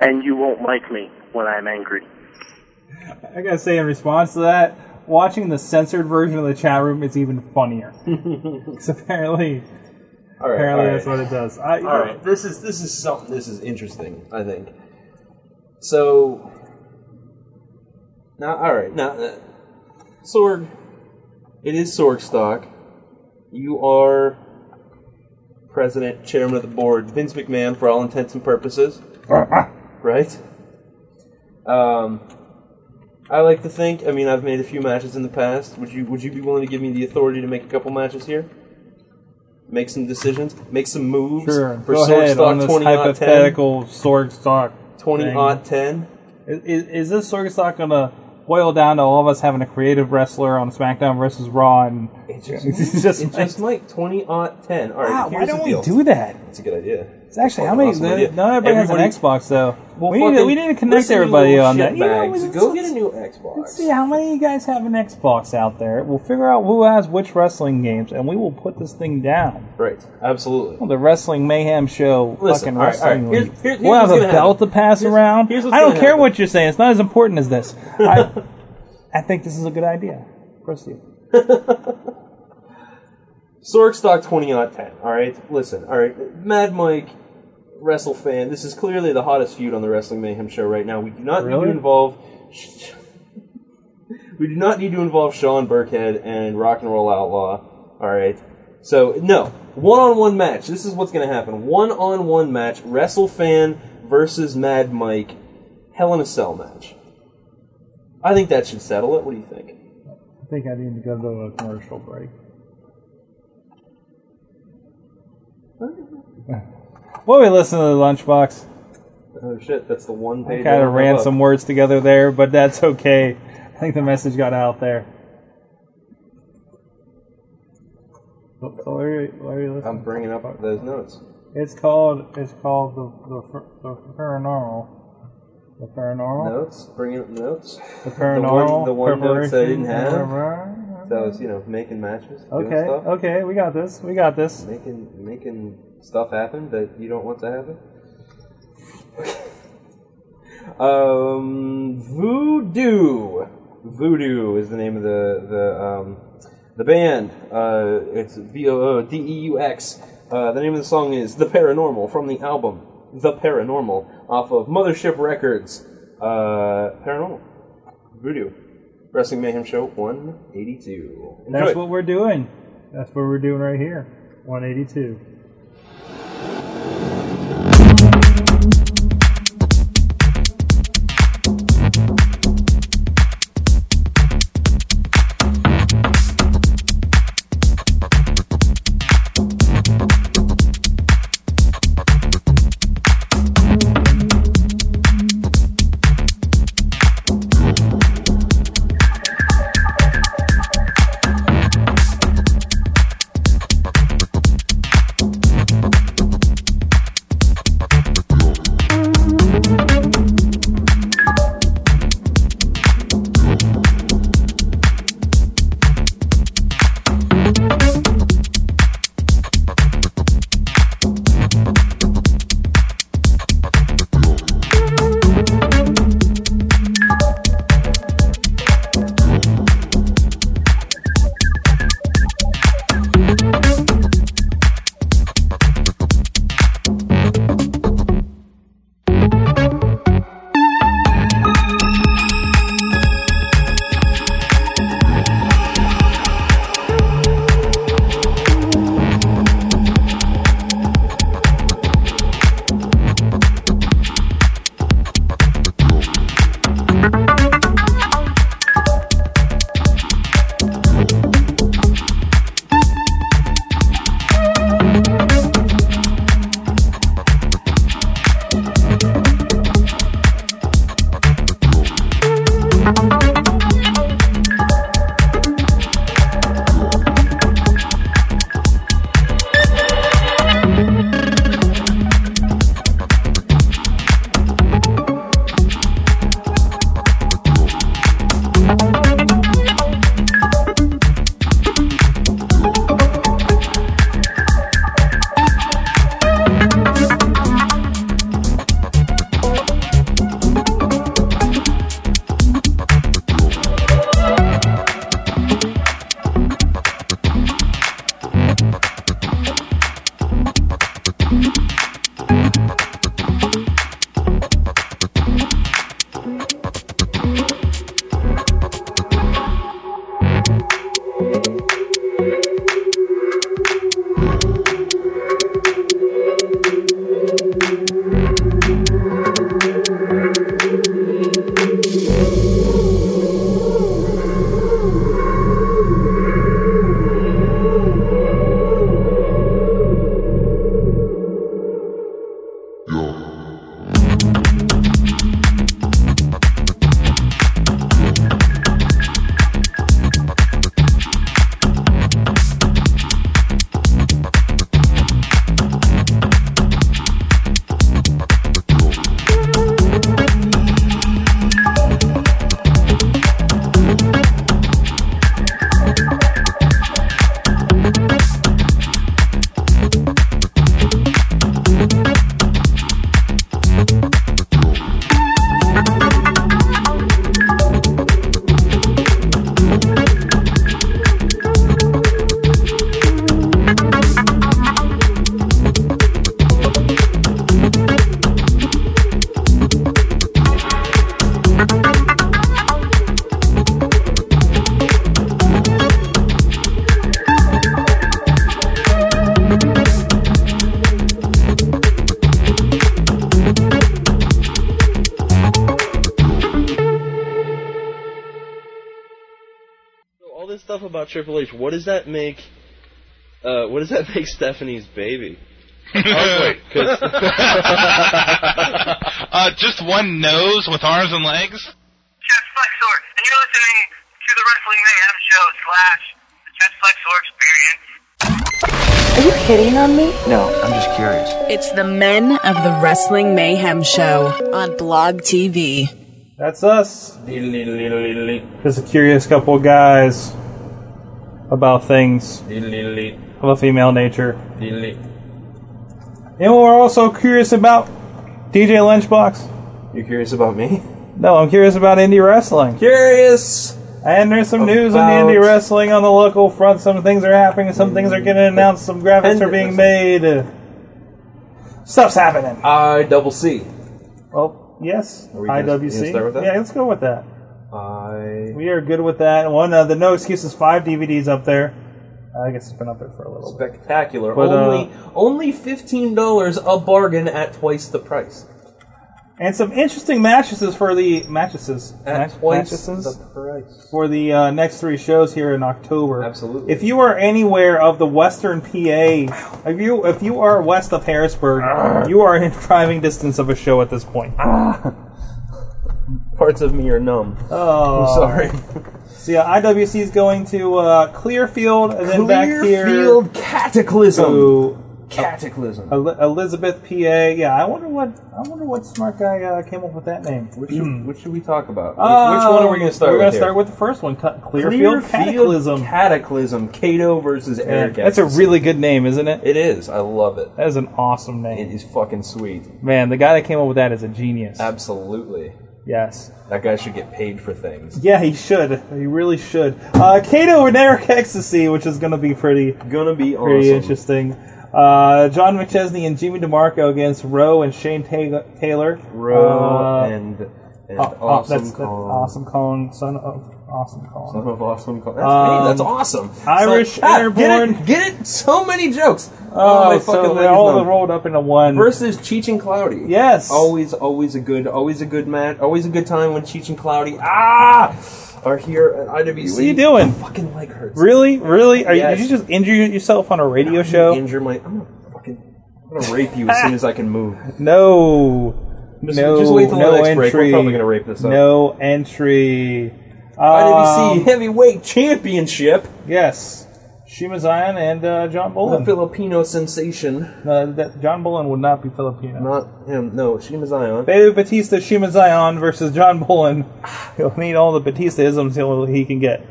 Speaker 8: and you won't like me when I'm angry.
Speaker 4: I gotta say, in response to that, watching the censored version of the chat room is even funnier. Because apparently,
Speaker 5: All right,
Speaker 4: apparently
Speaker 5: all right.
Speaker 4: that's what it does. I,
Speaker 5: All right, this is this is something. This is interesting. I think. So now, all right, now uh, Sorg, it is Sorg stock. You are president, chairman of the board, Vince McMahon for all intents and purposes, right? Um, I like to think. I mean, I've made a few matches in the past. Would you Would you be willing to give me the authority to make a couple matches here? Make some decisions, make some moves
Speaker 4: Sure,
Speaker 5: for
Speaker 4: go
Speaker 5: Sorg
Speaker 4: ahead
Speaker 5: stock
Speaker 4: on this
Speaker 5: 20 odd 10.
Speaker 4: hypothetical Sorg stock.
Speaker 5: 20
Speaker 4: thing.
Speaker 5: odd 10.
Speaker 4: Is, is- is this Sorg stock gonna boil down to all of us having a creative wrestler on SmackDown versus Raw? And
Speaker 5: It just,
Speaker 4: It's just
Speaker 5: it just might. 20 odd 10. All right,
Speaker 4: Ah,
Speaker 5: here's
Speaker 4: why don't
Speaker 5: the
Speaker 4: we
Speaker 5: deal.
Speaker 4: do that?
Speaker 5: That's a good idea.
Speaker 4: It's actually how many?
Speaker 5: Awesome idea.
Speaker 4: not everybody has an Xbox, though. we, need to, we need to connect
Speaker 5: listen, you
Speaker 4: everybody
Speaker 5: little
Speaker 4: on that. You know,
Speaker 5: shitbags.
Speaker 4: let's-
Speaker 5: Go
Speaker 4: let's-
Speaker 5: get a new Xbox.
Speaker 4: Let's see how many of you guys have an Xbox out there. We'll figure out who has which wrestling games, and we will put this thing down.
Speaker 5: Right, absolutely.
Speaker 4: The Wrestling Mayhem Show,
Speaker 5: Listen,
Speaker 4: fucking
Speaker 5: all right,
Speaker 4: wrestling.
Speaker 5: all right. Here's-
Speaker 4: league.
Speaker 5: here's- here's
Speaker 4: we'll have
Speaker 5: what's
Speaker 4: a
Speaker 5: gonna
Speaker 4: belt
Speaker 5: happen.
Speaker 4: to pass
Speaker 5: Here's-
Speaker 4: around.
Speaker 5: here's what's
Speaker 4: I don't
Speaker 5: gonna
Speaker 4: care
Speaker 5: happen.
Speaker 4: what you're saying. It's not as important as this. I, I think this is a good idea. Proceed.
Speaker 5: Sorg stock 20 odd 10. All right, listen. All right, Mad Mike, wrestle fan. This is clearly the hottest feud on the Wrestling Mayhem show right now. We do not need
Speaker 4: Really?
Speaker 5: to involve. We do not need to involve Sean Burkhead and Rock and Roll Outlaw. All right. So no one on one match. This is what's going to happen. One on one match. Wrestle fan versus Mad Mike. Hell in a Cell match. I think that should settle it. What do you think?
Speaker 4: I think I need to go to a commercial break. Well, we listen to the lunchbox.
Speaker 5: Oh shit! That's the one
Speaker 4: I
Speaker 5: page.
Speaker 4: kind
Speaker 5: don't
Speaker 4: of
Speaker 5: have
Speaker 4: ran
Speaker 5: up.
Speaker 4: some words together there, but that's okay. I think the message got out there. So why are you- why are you listening?
Speaker 5: I'm bringing up those notes.
Speaker 4: It's called it's called the the, fir- the paranormal, the paranormal,
Speaker 5: Notes. Bringing up notes.
Speaker 4: the paranormal.
Speaker 5: the one notes that I didn't have.
Speaker 4: preparation, blah, blah,
Speaker 5: So I was, you know, making matches.
Speaker 4: blah.
Speaker 5: Doing
Speaker 4: Okay,
Speaker 5: stuff.
Speaker 4: okay, we got this. We got this.
Speaker 5: making making stuff happen that you don't want to happen. um, Voodoo, Voodoo is the name of the the um, the band. Uh, it's V O O D E U X. Uh, the name of the song is "The Paranormal" from the album "The Paranormal" off of Mothership Records. Uh, Paranormal, Voodoo, Wrestling Mayhem Show one eighty two.
Speaker 4: That's what we're doing. That's what we're doing right here. 182.
Speaker 9: So all this stuff about Triple H, what does that make? Uh, what does that make Stephanie's baby? Wait, 'cause-
Speaker 10: uh, just one nose with arms and legs?
Speaker 11: Chess Flex Org. And you're listening to the Wrestling Mayhem Show slash the Chess Flex Org Experience.
Speaker 12: Are you kidding on me?
Speaker 13: No, I'm just curious.
Speaker 12: It's the men of the Wrestling Mayhem Show on Blog TV.
Speaker 4: That's us. Just a curious couple of guys about things of a female nature. And we're also curious about DJ Lunchbox.
Speaker 5: You curious about me?
Speaker 4: No, I'm curious about indie wrestling.
Speaker 5: Curious.
Speaker 4: And there's some news on
Speaker 5: about-
Speaker 4: the indie wrestling on the local front. Some things are happening. Some things are getting
Speaker 5: Mm-hmm.
Speaker 4: announced. Some graphics are being made. Stuff's happening.
Speaker 5: I double C.
Speaker 4: Well, yes.
Speaker 5: Are we gonna-
Speaker 4: IWC.
Speaker 5: gonna start with that?
Speaker 4: Yeah, let's go with that.
Speaker 5: I.
Speaker 4: We are good with that. One, uh, the No Excuses Five DVDs up there. I guess it's been up there for a little bit.
Speaker 5: Spectacular.
Speaker 4: But, uh,
Speaker 5: only only fifteen dollars a bargain at twice the price.
Speaker 4: And some interesting mattresses for the mattresses.
Speaker 5: At
Speaker 4: Ma-
Speaker 5: twice
Speaker 4: mattresses?
Speaker 5: the price.
Speaker 4: for the uh, next three shows here in October.
Speaker 5: Absolutely.
Speaker 4: If you are anywhere of the Western PA, if you if you are west of Harrisburg, you are in driving distance of a show at this point.
Speaker 5: Parts of me are numb.
Speaker 4: Oh,
Speaker 5: I'm sorry.
Speaker 4: So yeah, IWC is going to uh, Clearfield and then back here. Uh,
Speaker 5: Clearfield Cataclysm.
Speaker 4: to
Speaker 5: Cataclysm.
Speaker 4: El- Elizabeth, PA. Yeah, I wonder what I wonder what smart guy uh, came up with that name.
Speaker 5: Which should, which should we talk about? Which,
Speaker 4: Um,
Speaker 5: which one are we going to start
Speaker 4: hmm. We're
Speaker 5: with?
Speaker 4: gonna start with the first one, Cut-
Speaker 5: here?
Speaker 4: Clearfield, Cataclysm.
Speaker 5: Cataclysm. Kato versus Eric.
Speaker 4: Yeah, that's a
Speaker 5: Axelson.
Speaker 4: really good name, isn't it?
Speaker 5: It is. I love it.
Speaker 4: That is an awesome name.
Speaker 5: It is fucking sweet.
Speaker 4: Man, the guy that came up with that is a genius.
Speaker 5: Absolutely.
Speaker 4: Yes.
Speaker 5: That guy should get paid for things.
Speaker 4: Yeah, he should. He really should. Uh, Kato and Eric Ecstasy, which is going to be pretty,
Speaker 5: gonna
Speaker 4: pretty
Speaker 5: be awesome.
Speaker 4: interesting. Uh, John McChesney and Jimmy DeMarco against Rowe and Shane Ta- Taylor.
Speaker 5: Row
Speaker 4: Uh,
Speaker 5: and and
Speaker 4: oh, oh,
Speaker 5: awesome
Speaker 4: that's, that's
Speaker 5: Kong.
Speaker 4: awesome Kong, son of awesome Kong.
Speaker 5: Son of awesome Kong. That's,
Speaker 4: Um,
Speaker 5: hey, that's awesome. It's
Speaker 4: Irish
Speaker 5: ah,
Speaker 4: Airborne.
Speaker 5: Get it, get it? So many jokes. Oh,
Speaker 4: Oh,
Speaker 5: my
Speaker 4: so
Speaker 5: fucking
Speaker 4: they're
Speaker 5: legs
Speaker 4: all
Speaker 5: numb.
Speaker 4: rolled up into one.
Speaker 5: versus Oh, Cheech and Cloudy.
Speaker 4: Yes.
Speaker 5: Always, always a good, always a good match. Always a good time when Cheech and Cloudy ah are here at IWC.
Speaker 4: What are you doing?
Speaker 5: Fucking leg hurts.
Speaker 4: Really, really? Are you,
Speaker 5: Yes.
Speaker 4: did you just injure yourself on a radio show?
Speaker 5: Injure my. I'm gonna fucking. I'm gonna rape you as soon as I can move.
Speaker 4: No.
Speaker 5: Just-
Speaker 4: no,
Speaker 5: just wait till the
Speaker 4: no
Speaker 5: next break. We're
Speaker 4: entry.
Speaker 5: probably gonna rape this up.
Speaker 4: No entry.
Speaker 5: IWC
Speaker 4: Um,
Speaker 5: Heavyweight Championship.
Speaker 4: Yes. Shima Zion and uh, John
Speaker 5: The
Speaker 4: Bolin.
Speaker 5: Filipino sensation.
Speaker 4: Uh, that John Bolin would not be Filipino.
Speaker 5: Not him. No, Shima Zion.
Speaker 4: David Batista, Shima Zion versus John Bolin. He'll need all the Batistaisms he'll, he can get.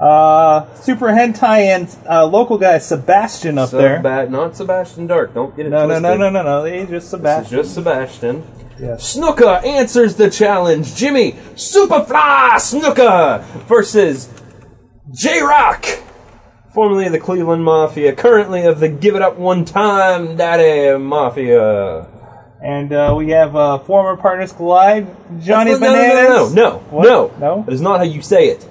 Speaker 4: Uh, Super Hentai and uh, local guy Sebastian up there.
Speaker 5: Seba- not Sebastian Dark. Don't get it
Speaker 4: No, no,
Speaker 5: twisted.
Speaker 4: no, no, no, no. He's just
Speaker 5: This is
Speaker 4: Sebastian.
Speaker 5: just Sebastian.
Speaker 4: Yes.
Speaker 5: Snooker answers the challenge. Jimmy Superfly Snooker versus J Rock, formerly of the Cleveland Mafia, currently of the Give It Up One Time Daddy Mafia.
Speaker 4: And uh, we have uh, former partners collide, Johnny
Speaker 5: That's not- no,
Speaker 4: Bananas.
Speaker 5: No, no, no, no, no. That is not how you say it.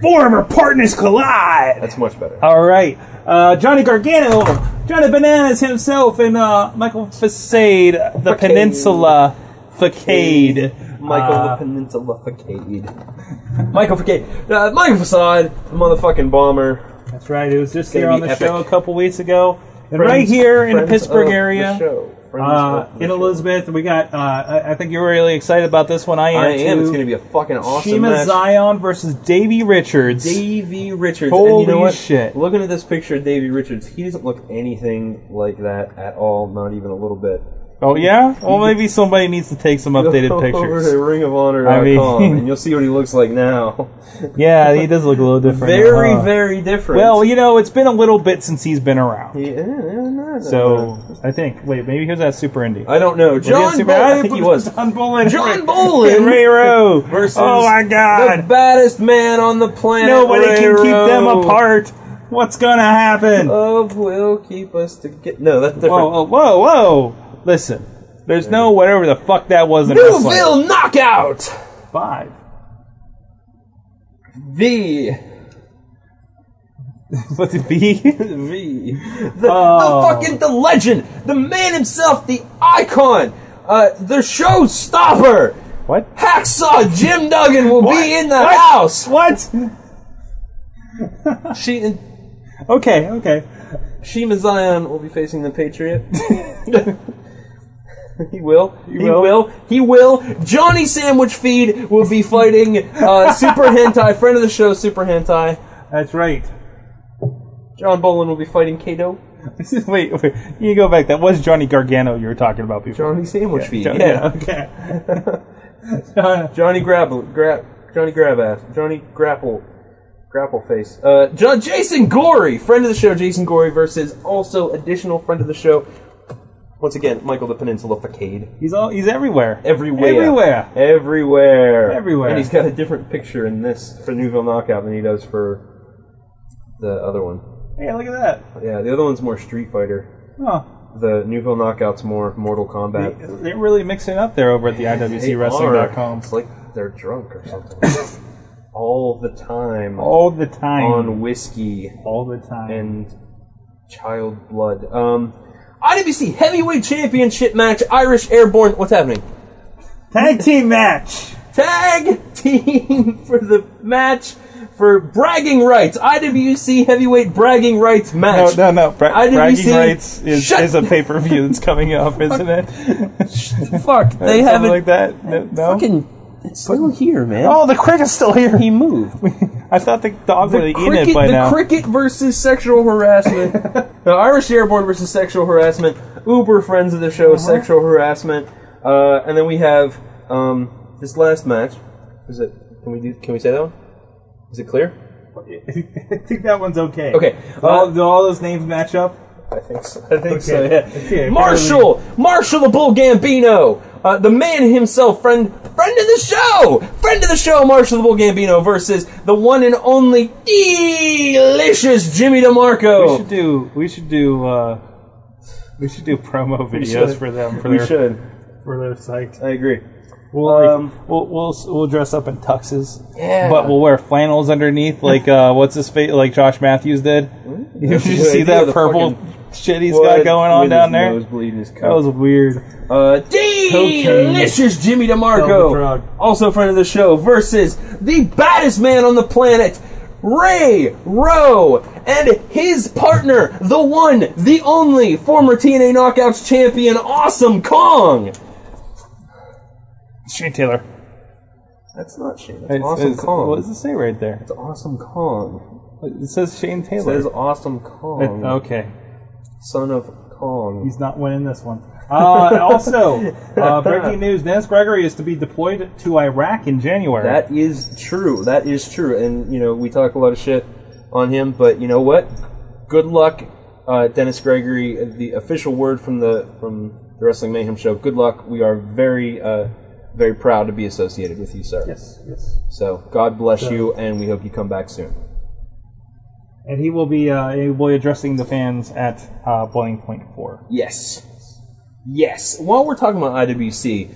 Speaker 4: Former partners collide.
Speaker 5: That's much better.
Speaker 4: All right, uh, Johnny Gargano, Johnny Bananas himself, and uh, Michael Facade, the
Speaker 5: Facade.
Speaker 4: Peninsula Facade.
Speaker 5: Michael
Speaker 4: Uh,
Speaker 5: the Peninsula Facade. Michael Facade. Uh, Michael Facade, the motherfucking bomber.
Speaker 4: That's right. It was just
Speaker 5: Gonna
Speaker 4: here on
Speaker 5: be
Speaker 4: the
Speaker 5: epic.
Speaker 4: show a couple weeks ago, and
Speaker 5: Friends-
Speaker 4: right here in the
Speaker 5: friends
Speaker 4: Pittsburgh
Speaker 5: of the
Speaker 4: area,
Speaker 5: show. Friends
Speaker 4: uh,
Speaker 5: of the
Speaker 4: in Elizabeth. We got. Uh, I, I think you're really excited about this one. I am.
Speaker 5: I am.
Speaker 4: Too.
Speaker 5: It's going to be a fucking awesome
Speaker 4: Shima
Speaker 5: match.
Speaker 4: Zion versus Davey Richards.
Speaker 5: Davey Richards. and
Speaker 4: Holy
Speaker 5: you know what?
Speaker 4: shit!
Speaker 5: Looking at this picture of Davey Richards, he doesn't look anything like that at all, not even a little bit.
Speaker 4: Oh yeah. Well, maybe somebody needs to take some updated
Speaker 5: Go over
Speaker 4: pictures.
Speaker 5: to ringofhonor.com
Speaker 4: I mean-
Speaker 5: and you'll see what he looks like now.
Speaker 4: Yeah, he does look a little different.
Speaker 5: very,
Speaker 4: huh?
Speaker 5: very different.
Speaker 4: Well, you know, it's been a little bit since he's been around.
Speaker 5: Yeah, yeah, no,
Speaker 4: So I think. Wait, maybe he was at Super Indie.
Speaker 5: I don't know.
Speaker 4: Was he at
Speaker 5: Uh, John
Speaker 4: Super-
Speaker 5: Bolin.
Speaker 4: I think he was. John Bolin.
Speaker 5: John Bolin
Speaker 4: Ray Rowe
Speaker 5: versus
Speaker 4: Oh my
Speaker 5: the
Speaker 4: God!
Speaker 5: baddest man on the planet.
Speaker 4: Nobody
Speaker 5: Ray
Speaker 4: can keep them
Speaker 5: Rowe.
Speaker 4: apart. What's gonna happen?
Speaker 5: Love will keep us together. No, that's different.
Speaker 4: Whoa, whoa, whoa, whoa! Listen, there's no whatever the fuck that was in wrestling.
Speaker 5: Newville knockout.
Speaker 4: Five.
Speaker 5: V.
Speaker 4: What's it be?
Speaker 5: V. The,
Speaker 4: Oh.
Speaker 5: the fucking the legend, the man himself, the icon, uh, the showstopper.
Speaker 4: What?
Speaker 5: Hacksaw Jim Duggan will be in the house.
Speaker 4: What?
Speaker 5: She
Speaker 4: Okay, okay.
Speaker 5: Shima Zion will be facing the Patriot. he will. He, will.
Speaker 4: will.
Speaker 5: He will. Johnny Sandwich Feed will be fighting uh, Super Hentai, friend of the show, Super Hentai.
Speaker 4: That's right.
Speaker 5: John Bolin will be fighting Kato.
Speaker 4: wait, wait, you go back. That was Johnny Gargano you were talking about before.
Speaker 5: Johnny Sandwich Feed.
Speaker 4: Johnny-
Speaker 5: yeah.
Speaker 4: Okay.
Speaker 5: Johnny Grapple, grab, Johnny Grab Ass, Johnny Grapple, Grapple Face. Uh, John, Jason Gory, friend of the show, Jason Gory versus also additional friend of the show. Once again, Michael the Peninsula Facade.
Speaker 4: He's all. He's everywhere.
Speaker 5: Everywhere.
Speaker 4: Everywhere.
Speaker 5: Everywhere.
Speaker 4: Everywhere.
Speaker 5: And he's got a different picture in this for Newville Knockout than he does for the other one.
Speaker 4: Hey, look at that.
Speaker 5: Yeah, the other one's more Street Fighter.
Speaker 4: Oh,
Speaker 5: The Newville Knockout's more Mortal Kombat.
Speaker 4: they're really mixing up there over at the
Speaker 5: They are.
Speaker 4: IWCWrestling.com
Speaker 5: It's like they're drunk or something. All the time.
Speaker 4: all the time.
Speaker 5: on whiskey
Speaker 4: all the time.
Speaker 5: and child blood. Um, IWC Heavyweight Championship match, Irish Airborne. What's happening?
Speaker 4: Tag team match.
Speaker 5: Tag team for the match for bragging rights. IWC Heavyweight Bragging Rights
Speaker 4: No,
Speaker 5: match.
Speaker 4: no, no. Bra-
Speaker 5: IWC
Speaker 4: bragging rights is,
Speaker 5: Shut-
Speaker 4: is a pay per view that's coming up, isn't it?
Speaker 5: Fuck, they
Speaker 4: Something
Speaker 5: haven't.
Speaker 4: like that. No, no?
Speaker 5: Fucking, it's still here, man.
Speaker 4: Oh, the cricket's still here.
Speaker 5: He moved.
Speaker 4: I thought the dog would
Speaker 5: The,
Speaker 4: have eaten
Speaker 5: cricket,
Speaker 4: it by
Speaker 5: the
Speaker 4: now.
Speaker 5: cricket versus sexual harassment. the Irish Airborne versus sexual harassment. Uber friends of the show,
Speaker 4: Uh-huh.
Speaker 5: sexual harassment. Uh, and then we have um, this last match. Is it? Can we do? Can we say that one? Is it clear?
Speaker 4: I think that one's okay.
Speaker 5: Okay.
Speaker 4: all,
Speaker 5: Uh,
Speaker 4: do all those names match up?
Speaker 5: I think so. I think so.
Speaker 4: Okay.
Speaker 5: Yeah.
Speaker 4: Okay,
Speaker 5: Marshall, Marshall the Bull Gambino, uh, the man himself, friend, friend of the show, friend of the show, Marshall the Bull Gambino versus the one and only delicious Jimmy DeMarco.
Speaker 4: We should do. We should do. Uh, we should do promo videos
Speaker 5: should.
Speaker 4: for them for
Speaker 5: we
Speaker 4: their
Speaker 5: should.
Speaker 4: for their site.
Speaker 5: I agree.
Speaker 4: We'll, like,
Speaker 5: Um,
Speaker 4: we'll we'll we'll dress up in tuxes.
Speaker 5: Yeah.
Speaker 4: But we'll wear flannels underneath, like uh, what's his face, like Josh Matthews did.
Speaker 5: Hmm?
Speaker 4: Did you see that purple shit he's got going on down there? That was weird.
Speaker 5: Uh, delicious Jimmy
Speaker 4: Tell the drug.
Speaker 5: DeMarco, also friend of the show, versus the baddest man on the planet, Ray Rowe, and his partner, the one, the only, former TNA Knockouts champion, Awesome Kong.
Speaker 4: Shane Taylor.
Speaker 5: That's not shit. That's
Speaker 4: It's-
Speaker 5: Awesome
Speaker 4: it's-
Speaker 5: Kong.
Speaker 4: What does it say right there?
Speaker 5: It's Awesome Kong. uh,
Speaker 4: It says Shane
Speaker 5: It
Speaker 4: Taylor.
Speaker 5: says Awesome
Speaker 4: It-
Speaker 5: Kong,
Speaker 4: okay.
Speaker 5: son of Kong.
Speaker 4: Oh, He's not winning this one. Uh, also, uh, breaking news: Dennis Gregory is to be deployed to Iraq in January.
Speaker 5: That is true. That is true. And you know, we talk a lot of shit on him, but you know what? Good luck, uh, Dennis Gregory. The official word from the from the Wrestling Mayhem show. Good luck. We are very uh, very proud to be associated with you, sir.
Speaker 4: yes, yes.
Speaker 5: So God bless you, and we hope you come back soon.
Speaker 4: And he will be uh, he will be addressing the fans at uh, Boiling Point Four.
Speaker 5: Yes. Yes. While we're talking about IWC,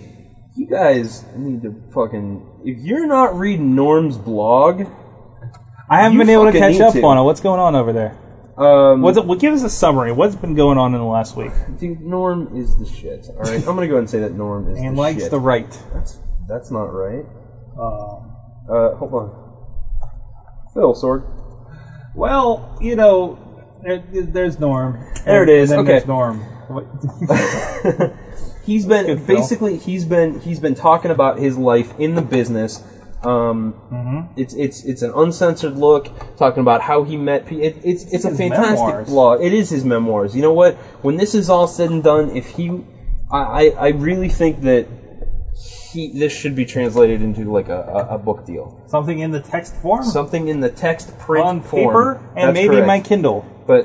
Speaker 5: you guys need to fucking. If you're not reading Norm's blog,
Speaker 4: I haven't
Speaker 5: you
Speaker 4: been able to
Speaker 5: fucking
Speaker 4: catch
Speaker 5: need
Speaker 4: up
Speaker 5: to.
Speaker 4: on it. What's going on over there?
Speaker 5: Um,
Speaker 4: What's it, well, give us a summary. What's been going on in the last week?
Speaker 5: Dude, Norm is the shit. All right, I'm gonna go ahead and say that Norm is.
Speaker 4: And
Speaker 5: the
Speaker 4: likes
Speaker 5: shit.
Speaker 4: the right.
Speaker 5: That's that's not right.
Speaker 4: Um,
Speaker 5: uh, hold on, Phil Sorg.
Speaker 4: Well, you know, there, there's Norm.
Speaker 5: There it is.
Speaker 4: And then
Speaker 5: Okay.
Speaker 4: there's Norm. What-
Speaker 5: he's been basically he's been he's been talking about his life in the business. Um,
Speaker 4: Mm-hmm.
Speaker 5: It's it's it's an uncensored look talking about how he met. pe- It, it's it's, a
Speaker 4: his
Speaker 5: fantastic
Speaker 4: memoirs.
Speaker 5: blog. It is his memoirs. You know what? When this is all said and done, if he, I I, I really think that he this should be translated into like a, a, a book deal.
Speaker 4: Something in the text form.
Speaker 5: Something in the text print
Speaker 4: on
Speaker 5: form.
Speaker 4: paper, and
Speaker 5: That's
Speaker 4: maybe
Speaker 5: correct.
Speaker 4: my Kindle.
Speaker 5: But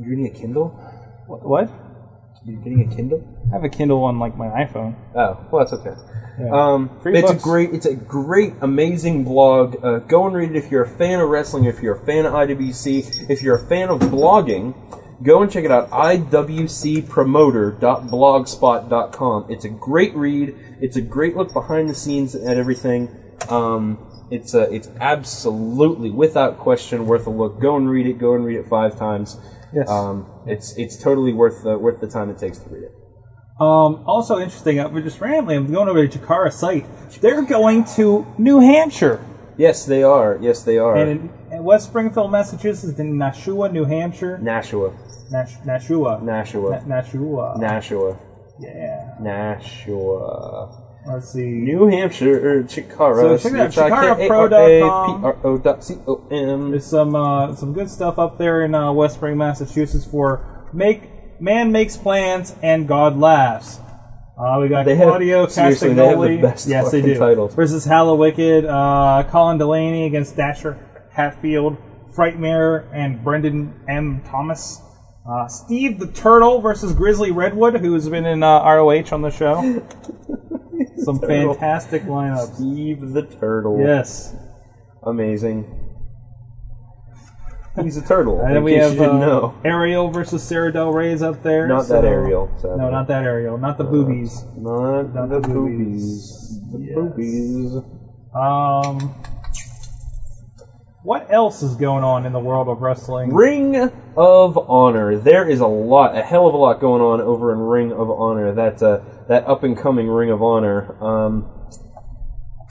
Speaker 5: you need a Kindle. What?
Speaker 4: what?
Speaker 5: You're getting a Kindle?
Speaker 4: I have a Kindle on like my iPhone.
Speaker 5: Oh, well, that's okay.
Speaker 4: Yeah.
Speaker 5: Um,
Speaker 4: Free
Speaker 5: it's a
Speaker 4: books.
Speaker 5: great, it's a great, amazing blog. Uh, go and read it if you're a fan of wrestling, if you're a fan of IWC, if you're a fan of blogging. Go and check it out. IWCpromoter.blogspot.com. It's a great read. It's a great look behind the scenes at everything. Um, it's uh, it's absolutely without question worth a look. Go and read it. Go and read it five times.
Speaker 4: Yes.
Speaker 5: Um, it's it's totally worth the worth the time it takes to read it.
Speaker 4: Um, also interesting, uh, just randomly, I'm going over to Jakara site. They're going to New Hampshire.
Speaker 5: Yes, they are. Yes, they are.
Speaker 4: And in, in West Springfield, Massachusetts, in Nashua, New Hampshire.
Speaker 5: Nashua.
Speaker 4: Nash, Nashua.
Speaker 5: Nashua.
Speaker 4: Na- Nashua.
Speaker 5: Nashua.
Speaker 4: Yeah.
Speaker 5: Nashua.
Speaker 4: Let's see.
Speaker 5: New Hampshire, er, Chikara.
Speaker 4: So check it out,
Speaker 5: chikarapro.com.
Speaker 4: There's some uh, some good stuff up there in uh, West Spring, Massachusetts for make man makes plans and God laughs. Uh, we got
Speaker 5: They have-
Speaker 4: Claudio
Speaker 5: seriously, they have the
Speaker 4: Castagnoli.
Speaker 5: best
Speaker 4: yes, they
Speaker 5: fucking
Speaker 4: do.
Speaker 5: titles.
Speaker 4: Versus Hallow Wicked, uh, Colin Delaney against Dasher Hatfield, Frightmare, and Brendan M. Thomas. Uh, Steve the Turtle versus Grizzly Redwood, who's been in uh, ROH on the show. Some
Speaker 5: Turtle.
Speaker 4: fantastic lineups.
Speaker 5: Steve the Turtle.
Speaker 4: Yes.
Speaker 5: Amazing. He's a turtle.
Speaker 4: And
Speaker 5: in
Speaker 4: then we
Speaker 5: case
Speaker 4: have
Speaker 5: you didn't
Speaker 4: uh,
Speaker 5: know.
Speaker 4: Ariel versus Sarah Del Rey's up there.
Speaker 5: Not
Speaker 4: so-
Speaker 5: that Ariel, sadly. Uh,
Speaker 4: No, not that Ariel. Not the boobies.
Speaker 5: Not, the, boobies. The boobies.
Speaker 4: Um, what else is going on in the world of wrestling?
Speaker 5: Ring of Honor. There is a lot, a hell of a lot going on over in Ring of Honor. That uh, that up and coming Ring of Honor. Um,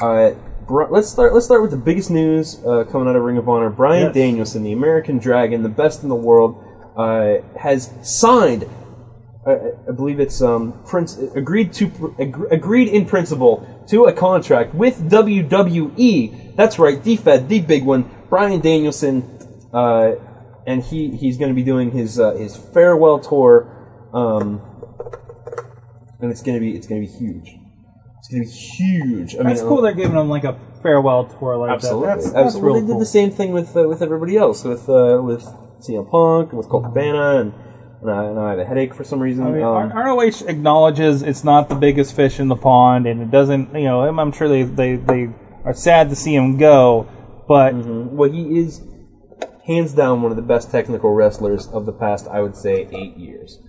Speaker 5: uh, Bri- let's start. Let's start with the biggest news uh, coming out of Ring of Honor. Brian
Speaker 4: Yes.
Speaker 5: Danielson, the American Dragon, the best in the world, uh, has signed. I, I- I believe it's um, prince agreed to agre- agreed in principle to a contract with WWE. That's right, DFED, the big one. Brian Danielson, uh, and he he's going to be doing his uh, his farewell tour, um, and it's going to be it's going to be huge. It's going to be huge. I mean,
Speaker 4: that's cool. They're giving them like a farewell tour like
Speaker 5: Absolutely,
Speaker 4: that. That's, that's
Speaker 5: absolutely.
Speaker 4: really
Speaker 5: They
Speaker 4: cool.
Speaker 5: did the same thing with uh, with everybody else, with uh, with CM Punk, and with Colt Cabana, and and I, and I have a headache for some reason.
Speaker 4: I mean,
Speaker 5: um,
Speaker 4: R- ROH acknowledges it's not the biggest fish in the pond, and it doesn't. You know, I'm, I'm sure they, they they are sad to see him go, but
Speaker 5: well, he is hands down one of the best technical wrestlers of the past, I would say, eight years.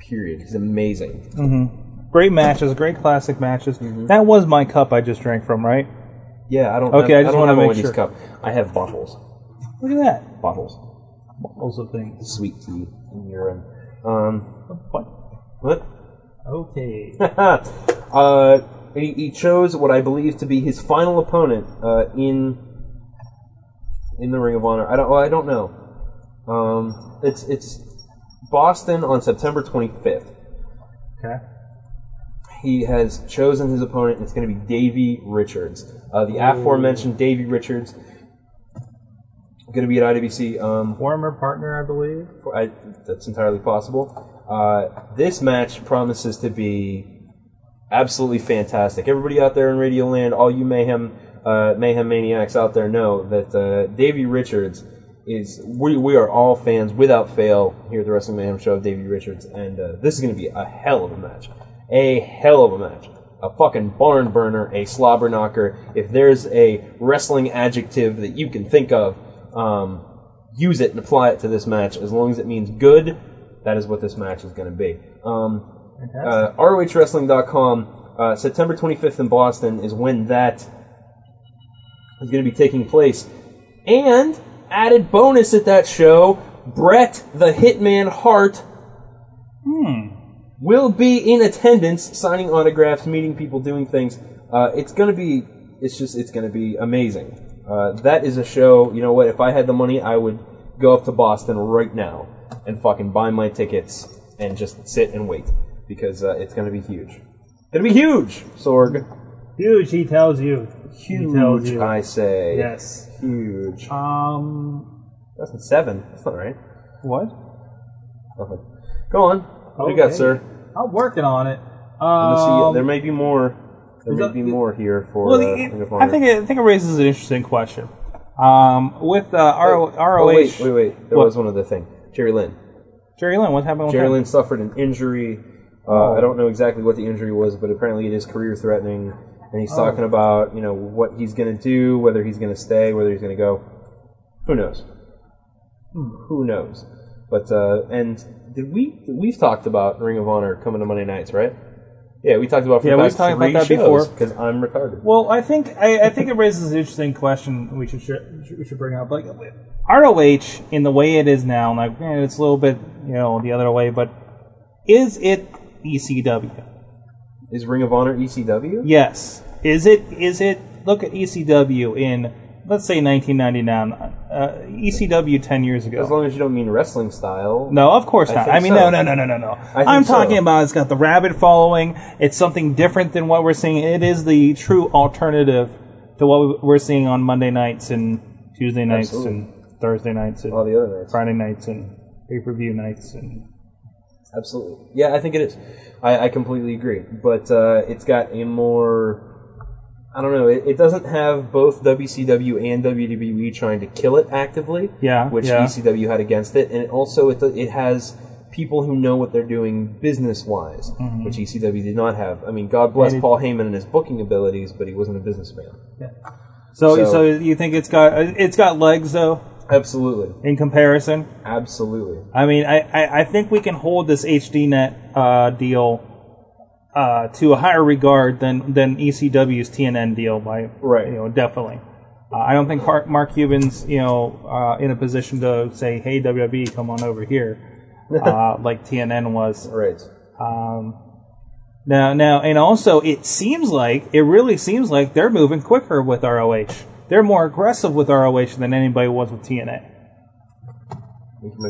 Speaker 5: Period. He's amazing.
Speaker 4: hmm Great matches, great classic matches.
Speaker 5: Mm-hmm.
Speaker 4: That was my cup I just drank from, right?
Speaker 5: Yeah, I don't.
Speaker 4: Okay,
Speaker 5: have,
Speaker 4: I just
Speaker 5: don't
Speaker 4: want
Speaker 5: have
Speaker 4: to
Speaker 5: a
Speaker 4: make
Speaker 5: Wendy's
Speaker 4: sure.
Speaker 5: cup. I have bottles.
Speaker 4: Look at that.
Speaker 5: Bottles.
Speaker 4: Bottles of things.
Speaker 5: Sweet tea and urine. Um,
Speaker 4: what?
Speaker 5: What?
Speaker 4: Okay.
Speaker 5: uh, he, he chose what I believe to be his final opponent uh, in in the Ring of Honor. I don't. Well, I don't know. Um, it's it's Boston on September 25th.
Speaker 4: Okay.
Speaker 5: He has chosen his opponent. and It's going to be Davey Richards, uh, the aforementioned Davey Richards. Going to be at IWC. Um,
Speaker 4: Former partner, I believe.
Speaker 5: I, that's entirely possible. Uh, this match promises to be absolutely fantastic. Everybody out there in Radio Land, all you mayhem uh, mayhem maniacs out there, know that uh, Davey Richards is. We, we are all fans without fail here at the Wrestling Mayhem Show of Davey Richards, and uh, this is going to be a hell of a match. A hell of a match. A fucking barn burner, a slobber knocker. If there's a wrestling adjective that you can think of, um, use it and apply it to this match as long as it means good That is what this match is going to be. Um, uh, ROHWrestling.com, uh, September 25th in Boston is when that is going to be taking place. And added bonus at that show, Brett the Hitman Hart will be in attendance, signing autographs, meeting people, doing things. Uh, it's gonna be, it's just, it's gonna be amazing. Uh, that is a show. You know what? If I had the money, I would go up to Boston right now and fucking buy my tickets and just sit and wait because uh, it's gonna be huge. Gonna be huge, Sorg.
Speaker 4: Huge, he tells you.
Speaker 5: Huge,
Speaker 4: He tells you.
Speaker 5: I say.
Speaker 4: Yes. Uh,
Speaker 5: Huge.
Speaker 4: Um,
Speaker 5: that's in seven. That's not right.
Speaker 4: What?
Speaker 5: Nothing. Go on. What do you got,
Speaker 4: Okay.
Speaker 5: sir?
Speaker 4: I'm working on it.
Speaker 5: Let me see.
Speaker 4: Um,
Speaker 5: There may be more. There may be more here for.
Speaker 4: well,
Speaker 5: uh,
Speaker 4: it-
Speaker 5: Ring of
Speaker 4: I think
Speaker 5: Honor.
Speaker 4: it, I think it raises an interesting question. Um, with uh, RO, ROH,
Speaker 5: Oh, wait, wait, wait. There
Speaker 4: What?
Speaker 5: was one other thing. Jerry Lynn.
Speaker 4: Jerry Lynn, what happened? With
Speaker 5: Jerry
Speaker 4: him?
Speaker 5: Lynn suffered an injury. Uh,
Speaker 4: Oh.
Speaker 5: I don't know exactly what the injury was, but apparently it is career threatening. And he's
Speaker 4: Oh.
Speaker 5: talking about you know what he's going to do, whether he's going to stay, whether he's going to go. Who knows?
Speaker 4: Hmm.
Speaker 5: Who knows? But uh, and did we we've talked about Ring of Honor coming to Monday nights, right? Yeah, we talked about for
Speaker 4: Yeah,
Speaker 5: about
Speaker 4: we've talked about
Speaker 5: three
Speaker 4: that before.
Speaker 5: because I'm retarded.
Speaker 4: Well, I think I, I think it raises an interesting question we should sh- we should bring up. Like ROH in the way it is now, like eh, it's a little bit you know the other way, but is it E ECW?
Speaker 5: Is Ring of Honor E ECW?
Speaker 4: Yes. Is it? Is it? Look at ECW in let's say 1999. Uh, ECW 10 years ago.
Speaker 5: As long as you don't mean wrestling style.
Speaker 4: No, of course
Speaker 5: I
Speaker 4: not.
Speaker 5: think
Speaker 4: I mean,
Speaker 5: so.
Speaker 4: no, no, no, no, no, no.
Speaker 5: I think
Speaker 4: I'm
Speaker 5: so.
Speaker 4: talking about it's got the rabid following. It's something different than what we're seeing. It is the true alternative to what we're seeing on Monday nights and Tuesday nights
Speaker 5: Absolutely.
Speaker 4: and Thursday nights and
Speaker 5: all the other nights,
Speaker 4: Friday nights and pay per view nights and
Speaker 5: Absolutely. Yeah, I think it is. I, I completely agree. But uh, it's got a more. I don't know. It, it doesn't have both WCW and WWE trying to kill it actively.
Speaker 4: Yeah,
Speaker 5: Which
Speaker 4: yeah.
Speaker 5: ECW had against it, and it also it, it has people who know what they're doing business wise,
Speaker 4: Mhm.
Speaker 5: which ECW did not have. I mean, God bless
Speaker 4: And it-
Speaker 5: Paul Heyman and his booking abilities, but he wasn't a businessman.
Speaker 4: So, so,
Speaker 5: So-
Speaker 4: you think it's got it's got legs though?
Speaker 5: Absolutely.
Speaker 4: In comparison,
Speaker 5: absolutely.
Speaker 4: I mean, I, I, I think we can hold this HDNet uh, deal uh, to a higher regard than than E ECW's TNN deal by right. You know, definitely. Uh, I don't think Mark, Mark Cuban's you know uh, in a position to say, "Hey WWE, come on over here," uh, like TNN was.
Speaker 5: Right.
Speaker 4: Um, now, now, and also, it seems like it really seems like they're moving quicker with ROH. They're more aggressive with ROH than anybody was with TNA.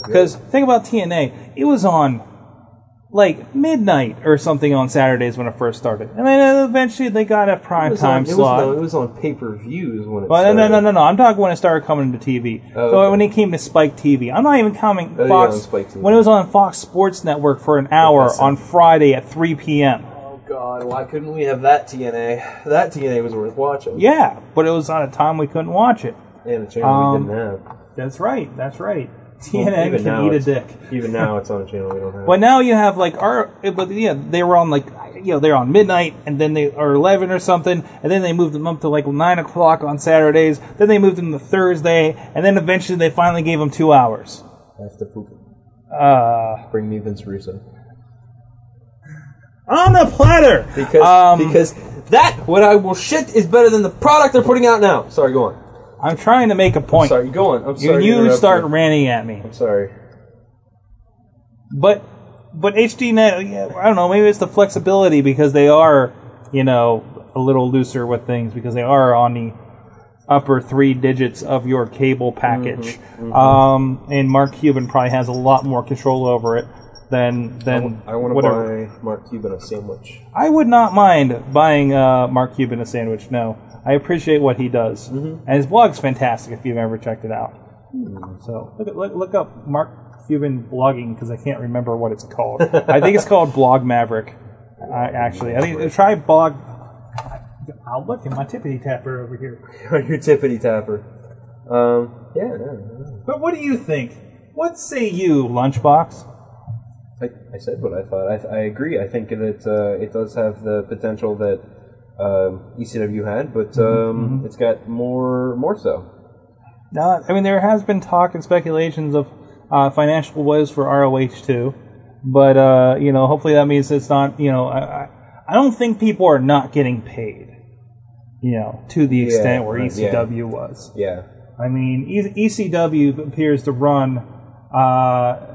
Speaker 4: Because think about TNA, it was on like midnight or something on Saturdays when it first started, and then eventually they got a
Speaker 5: It
Speaker 4: prime
Speaker 5: was
Speaker 4: time
Speaker 5: on, it was
Speaker 4: slot.
Speaker 5: on- It was on pay per views when it
Speaker 4: Well, no,
Speaker 5: started.
Speaker 4: no, no, no, no. I'm talking when it started coming to TV.
Speaker 5: Oh,
Speaker 4: so
Speaker 5: okay.
Speaker 4: when it came to Spike TV, I'm not even counting
Speaker 5: Oh, yeah,
Speaker 4: Fox.
Speaker 5: on Spike TV.
Speaker 4: When it was on Fox Sports Network for an hour on Friday at 3 p.m.
Speaker 5: Oh, God, why couldn't we have that TNA? That TNA was worth watching.
Speaker 4: Yeah, but it was on a time we couldn't watch it.
Speaker 5: And a channel
Speaker 4: Um,
Speaker 5: we didn't have.
Speaker 4: That's right. That's right.
Speaker 5: Well,
Speaker 4: TNN
Speaker 5: even now
Speaker 4: can eat a
Speaker 5: it's-
Speaker 4: dick.
Speaker 5: Even now, it's on a channel we don't have.
Speaker 4: Well, now you have like our, but yeah, they were on like, you know, they're on midnight and then they are eleven or something, and then they moved them up to like nine o'clock on Saturdays. Then they moved them to Thursday, and then eventually they finally gave them two hours.
Speaker 5: I have to poop.
Speaker 4: Uh,
Speaker 5: Bring me Vince Russo.
Speaker 4: on the platter
Speaker 5: because
Speaker 4: Um,
Speaker 5: because that what I will shit is better than the product they're putting out now. Sorry, go on.
Speaker 4: I'm trying to make a point.
Speaker 5: sorry, go on. I'm
Speaker 4: You-
Speaker 5: sorry. to
Speaker 4: you
Speaker 5: interrupt
Speaker 4: start ranting at me.
Speaker 5: I'm sorry.
Speaker 4: But but HDNet, yeah, I don't know. Maybe it's the flexibility because they are, you know, a little looser with things because they are on the upper three digits of your cable package.
Speaker 5: Mhm, mhm.
Speaker 4: Um, and Mark Cuban probably has a lot more control over it than than
Speaker 5: I want
Speaker 4: whatever.
Speaker 5: to buy Mark Cuban a sandwich.
Speaker 4: I would not mind buying uh, Mark Cuban a sandwich. No, I appreciate what he does, and his blog's fantastic. If you've ever checked it out, so look, look, look up Mark Cuban blogging because I can't remember what it's called. I think it's called Blog Maverick. I, actually, I think try blog. I'll look at my tippity tapper over here.
Speaker 5: Your tippity tapper. Um, yeah, yeah, yeah.
Speaker 4: But what do you think? What say you, Lunchbox?
Speaker 5: I, I said what I thought. I, I agree. I think that uh, it does have the potential that um ECW had,
Speaker 4: Mm-hmm,
Speaker 5: but um, it's got more more so.
Speaker 4: No, I mean there has been talk and speculations of uh, financial woes for ROH too. But uh, you know, hopefully that means it's not. You know, I, I- I don't think people are not getting paid. You know, to the extent where ECW was.
Speaker 5: Yeah.
Speaker 4: I mean, E- ECW appears to run, uh,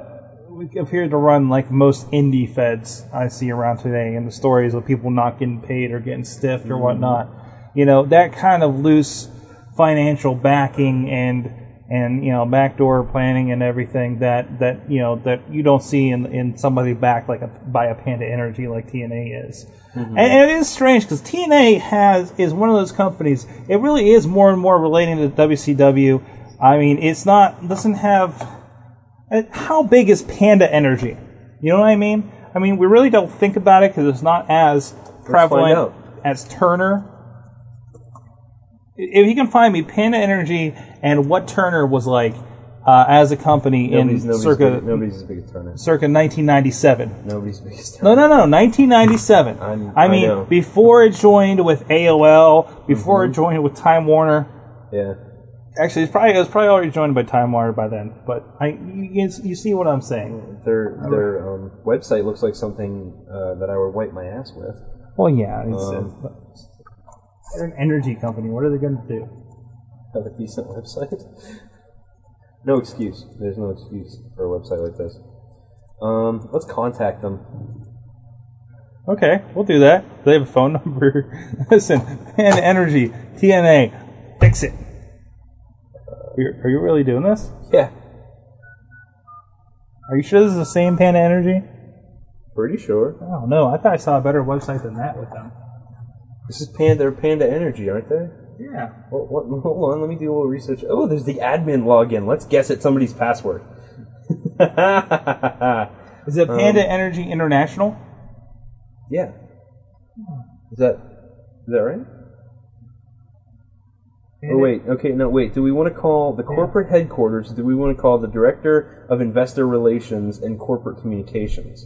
Speaker 4: appear to run like most indie feds I see around today, and the stories of people not getting paid or getting stiffed or
Speaker 5: Mhm.
Speaker 4: whatnot. You know, that kind of loose financial backing and and you know backdoor planning and everything that that you know that you don't see in in somebody backed like a, by a Panda Energy like TNA is. And, and it is strange because TNA has is one of those companies. It really is more and more relating to WCW. I mean, it's not doesn't have. uh, How big is Panda Energy? You know what I mean? I mean, we really don't think about it because it's not as
Speaker 5: find
Speaker 4: prevalent
Speaker 5: out.
Speaker 4: as Turner. I- If you can find me Panda Energy and what Turner was like uh, as a company
Speaker 5: Nobody's,
Speaker 4: in
Speaker 5: nobody's,
Speaker 4: circa
Speaker 5: big, nobody's as big as Turner.
Speaker 4: circa 1997.
Speaker 5: Nobody's big as Turner.
Speaker 4: No, no, no. 1997. I
Speaker 5: I
Speaker 4: mean,
Speaker 5: know. Mm-hmm.
Speaker 4: before it joined with AOL, before it joined with Time Warner.
Speaker 5: Yeah.
Speaker 4: Actually, it's probably it was probably already joined by Time Warner by then. But I, you, you you see what I'm
Speaker 5: Mm.
Speaker 4: saying?
Speaker 5: Their their um, website looks like something uh, that I would wipe my ass with.
Speaker 4: Well, yeah, it's,
Speaker 5: Um,
Speaker 4: it's- they're an energy company. What are they going to do?
Speaker 5: have a decent website. No excuse. There's no excuse for a website like this. Um, let's contact them.
Speaker 4: Okay, we'll do that. They have a phone number. Listen, Pan Energy, TNA, fix it. Are you, are you really doing this?
Speaker 5: Yeah.
Speaker 4: Are you sure this is the same Pan Energy?
Speaker 5: Pretty sure.
Speaker 4: I don't know. I thought I saw a better website than that with them.
Speaker 5: This is Panda or Panda Energy, aren't they?
Speaker 4: Yeah.
Speaker 5: What, what, hold on, let me do a little research. Oh, there's the admin login. Let's guess at somebody's password.
Speaker 4: Is it Panda Energy International?
Speaker 5: Yeah. Is that is that right? Oh wait, okay, no, wait. Do we want to call the corporate headquarters? Do we want to call the director of investor relations and corporate communications?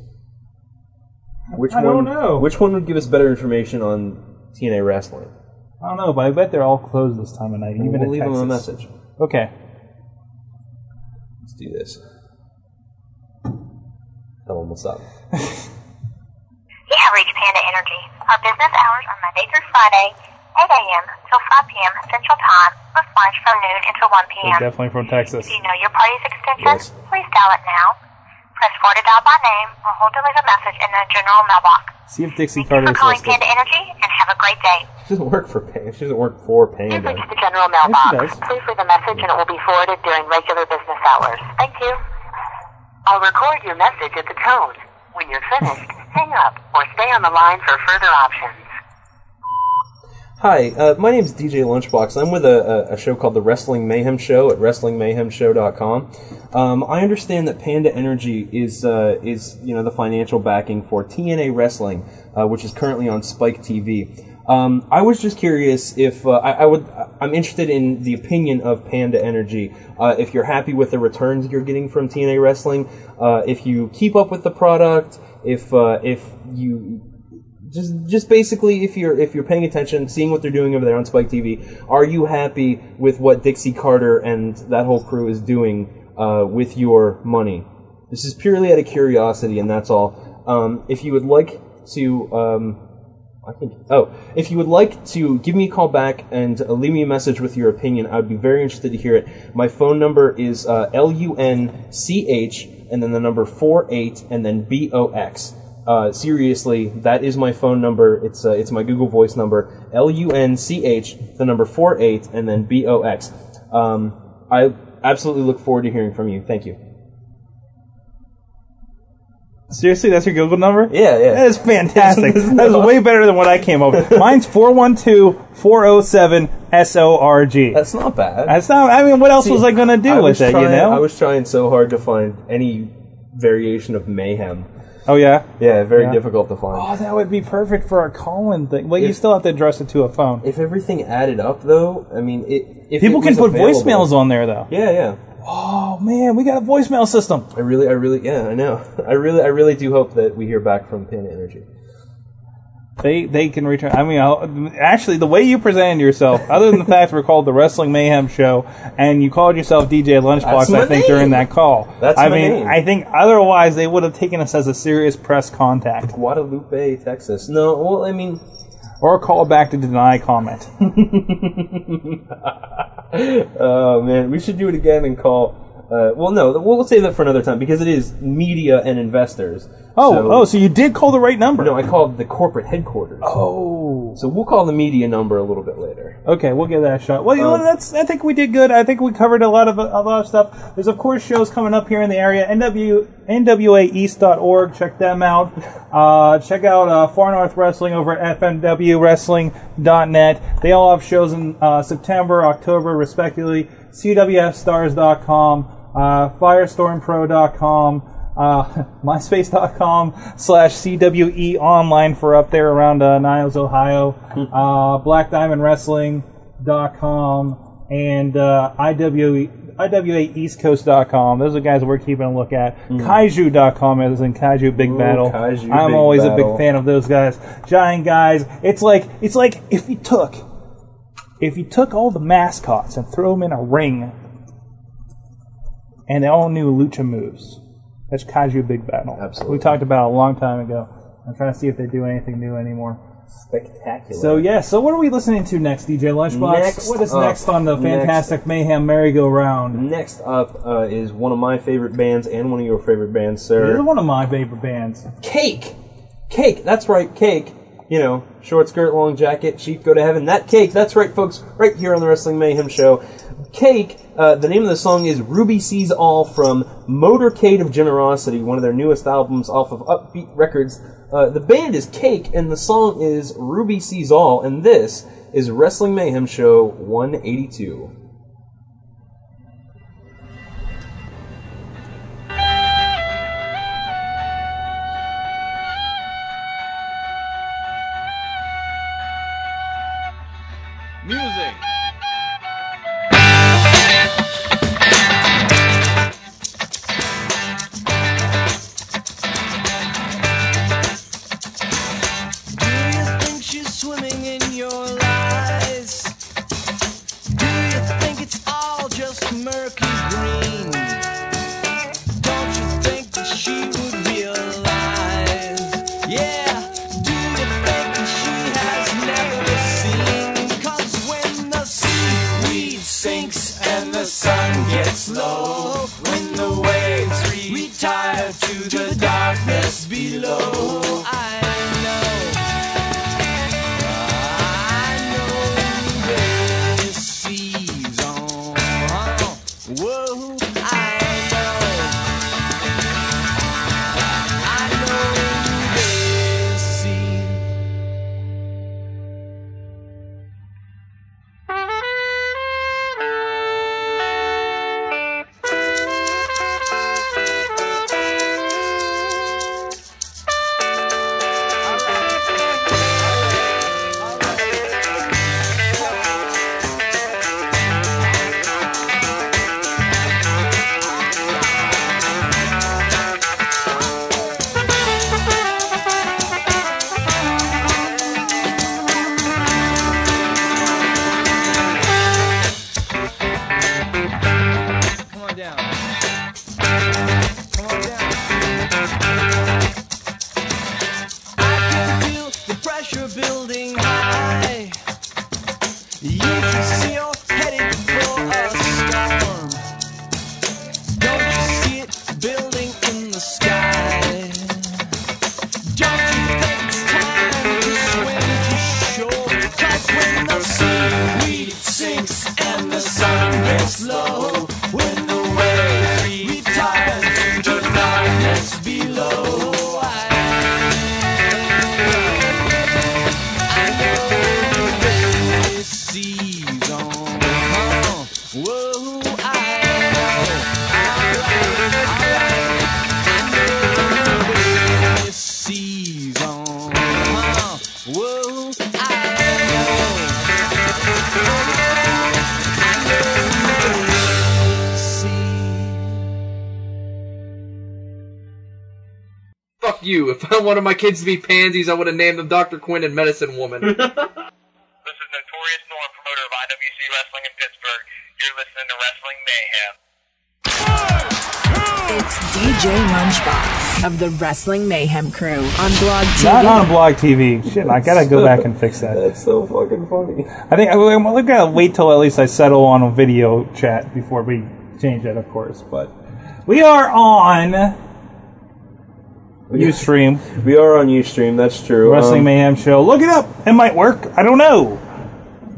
Speaker 5: Which
Speaker 4: I
Speaker 5: one?
Speaker 4: don't know.
Speaker 5: Which one would give us better information on TNA wrestling?
Speaker 4: I don't know, but I bet they're all closed this time of night. Even
Speaker 5: we'll
Speaker 4: in
Speaker 5: leave them a
Speaker 4: Texas.
Speaker 5: message.
Speaker 4: Okay.
Speaker 5: Let's do this. Tell them what's up.
Speaker 13: Yeah, reach Panda Energy. Our business hours are Monday through Friday, 8 a.m. till 5 p.m. Central Time, with lunch from noon until 1
Speaker 4: They're
Speaker 13: p.m.
Speaker 4: definitely from Texas.
Speaker 13: If you know your party's extension, please dial it now. Press 4 to dial by name or hold to leave a message in the general mailbox.
Speaker 4: See if Dixie
Speaker 13: Thank you
Speaker 4: Carter
Speaker 13: for
Speaker 4: is
Speaker 13: calling
Speaker 4: listed.
Speaker 13: Panda Energy and have a great day.
Speaker 5: She doesn't work for Panda. She doesn't work for Panda.
Speaker 13: The general mailbox.
Speaker 5: does.
Speaker 13: Please leave a message and it will be forwarded during regular business hours. Thank you. I'll record your message at the tone. When you're finished, hang up or stay on the line for further options.
Speaker 5: Hi, uh, my name's DJ Lunchbox. I'm with a, a, a show called The Wrestling Mayhem Show at WrestlingMayhemShow.com. Um, I understand that Panda Energy is uh, is you know the financial backing for TNA Wrestling, uh, which is currently on Spike TV. Um, I was just curious if uh, I, I would. I'm interested in the opinion of Panda Energy. Uh, if you're happy with the returns you're getting from TNA Wrestling, uh, if you keep up with the product, if uh, if you just just basically if you're if you're paying attention, seeing what they're doing over there on Spike TV, are you happy with what Dixie Carter and that whole crew is doing uh, with your money? This is purely out of curiosity, and that's all. Um, if you would like to, um, I think. Oh, if you would like to give me a call back and uh, leave me a message with your opinion, I would be very interested to hear it. My phone number is uh, L U N C H and then the number four eight and then B O X. Uh, seriously, that is my phone number. It's uh, it's my Google Voice number. L U N C H, the number four eight, and then B O X. Um, I absolutely look forward to hearing from you. Thank you.
Speaker 4: Seriously, that's your Google number?
Speaker 5: Yeah, yeah.
Speaker 4: That is fantastic. that is way better than what I came up with. Mine's 412-407-SORG.
Speaker 5: That's not bad.
Speaker 4: That's not, I mean, what else
Speaker 5: See,
Speaker 4: was I going to
Speaker 5: I
Speaker 4: do with
Speaker 5: was
Speaker 4: it, you
Speaker 5: trying-
Speaker 4: know?
Speaker 5: I was trying so hard to find any variation of mayhem.
Speaker 4: oh, yeah?
Speaker 5: Yeah, very
Speaker 4: Yeah.
Speaker 5: difficult to find.
Speaker 4: Oh, that would be perfect for a call-in thing. Well, you still have to address it to a phone.
Speaker 5: If everything added up, though, I mean, it. If
Speaker 4: People
Speaker 5: it
Speaker 4: can
Speaker 5: was
Speaker 4: put
Speaker 5: available-
Speaker 4: voicemails on there, though.
Speaker 5: Yeah, yeah.
Speaker 4: Oh, man, we got a voicemail system.
Speaker 5: I really, I really, yeah, I know. I really, I really do hope that we hear back from Panda Energy.
Speaker 4: They they can return. I mean, I'll, actually, the way you presented yourself, other than the fact we're called the Wrestling Mayhem Show, and you called yourself DJ Lunchbox,
Speaker 5: That's my
Speaker 4: I think
Speaker 5: name.
Speaker 4: during that call.
Speaker 5: That's
Speaker 4: I
Speaker 5: my
Speaker 4: mean,
Speaker 5: name.
Speaker 4: I think otherwise they would have taken us as a serious press contact.
Speaker 5: Guadalupe, Texas. No, well, I mean,
Speaker 4: Or a call back to deny comment.
Speaker 5: oh man, we should do it again and call. Uh, well, no, we'll we'll save that for another time because it is media and investors.
Speaker 4: Oh, oh, so you did call the right number?
Speaker 5: No, I called the corporate headquarters.
Speaker 4: Oh,
Speaker 5: so we'll call the media number a little bit later.
Speaker 4: Okay, we'll give that a shot. Well, you know,
Speaker 5: Um,
Speaker 4: what, that's. I think we did good. I think we covered a lot of a lot of stuff. There's of course shows coming up here in the area. NW NWAEast.org. Check them out. Uh, check out uh, Far North Wrestling over at FNWWrestling.net. They all have shows in uh, September, October, respectively. CWFstars.com, uh, FirestormPro.com. Uh, myspace.com slash CWE online for up there around uh, Niles, Ohio.
Speaker 5: Hmm.
Speaker 4: Uh, Black Diamond Wrestling com and uh, IWE, IWAEastCoast.com. Those are the guys we're keeping a look at. Kaiju.com is in Kaiju Big
Speaker 5: Hmm. Ooh,
Speaker 4: Battle.
Speaker 5: Kaiju
Speaker 4: I'm
Speaker 5: Big
Speaker 4: always a
Speaker 5: Battle.
Speaker 4: big fan of those guys. Giant guys. It's like it's like if you took if you took all the mascots and threw them in a ring and they all knew lucha moves. That's Kaiju Big Battle. Absolutely. We talked about it a long time ago. I'm trying to see if they do anything new anymore.
Speaker 5: Spectacular.
Speaker 4: So yeah, so what are we listening to next, DJ Lunchbox?
Speaker 5: Next
Speaker 4: what is
Speaker 5: up,
Speaker 4: next on the
Speaker 5: next- Mm-hmm.
Speaker 4: Fantastic Mayhem merry-go-round?
Speaker 5: Next up uh, is one of my favorite bands and one of your favorite bands,
Speaker 4: This is
Speaker 5: sir.
Speaker 4: one of my favorite bands.
Speaker 5: Cake, cake. That's right, cake. You know, short skirt, long jacket, sheep go to heaven. That cake. That's right, folks. Right here on the Wrestling Mayhem Show. Cake. Uh, the name of the song is Ruby Sees All from Motorcade of Generosity, one of their newest albums off of Upbeat Records. Uh, the band is Cake, and the song is Ruby Sees All, and this is Wrestling Mayhem Show 182.
Speaker 14: Music.
Speaker 3: Do you think she's swimming in your lies? Do you think it's all just murky green? Don't you think that she would realize? Yeah. Do you think that she has never seen? 'Cause when the seaweed sinks and the sun gets low, when the waves retire to the darkness below, I know. I know this season. Whoa, I know. I know this season. the pressure building high. You can see you're headed for a storm. Don't you see it building in the sky? Don't you think it's time to swim to shore? 'Cause when the seaweed sinks and the sun gets low, when the waves retire to the darkness below, I know this season.
Speaker 15: Fuck you. If I wanted my kids to be pansies, I would have named them Dr. Quinn and Medicine Woman.
Speaker 7: It's DJ Lunchbox of the Wrestling Mayhem crew on Blog TV.
Speaker 4: Not on Blog TV. Shit, I gotta go back and fix that. That's
Speaker 3: so fucking funny.
Speaker 4: I think I, I gotta wait till at least I settle on a video chat before we change that, of course. But we are on Ustream.
Speaker 3: We are on Ustream. That's true.
Speaker 4: Wrestling
Speaker 3: Um,
Speaker 4: Mayhem Show. Look it up. It might work. I don't know.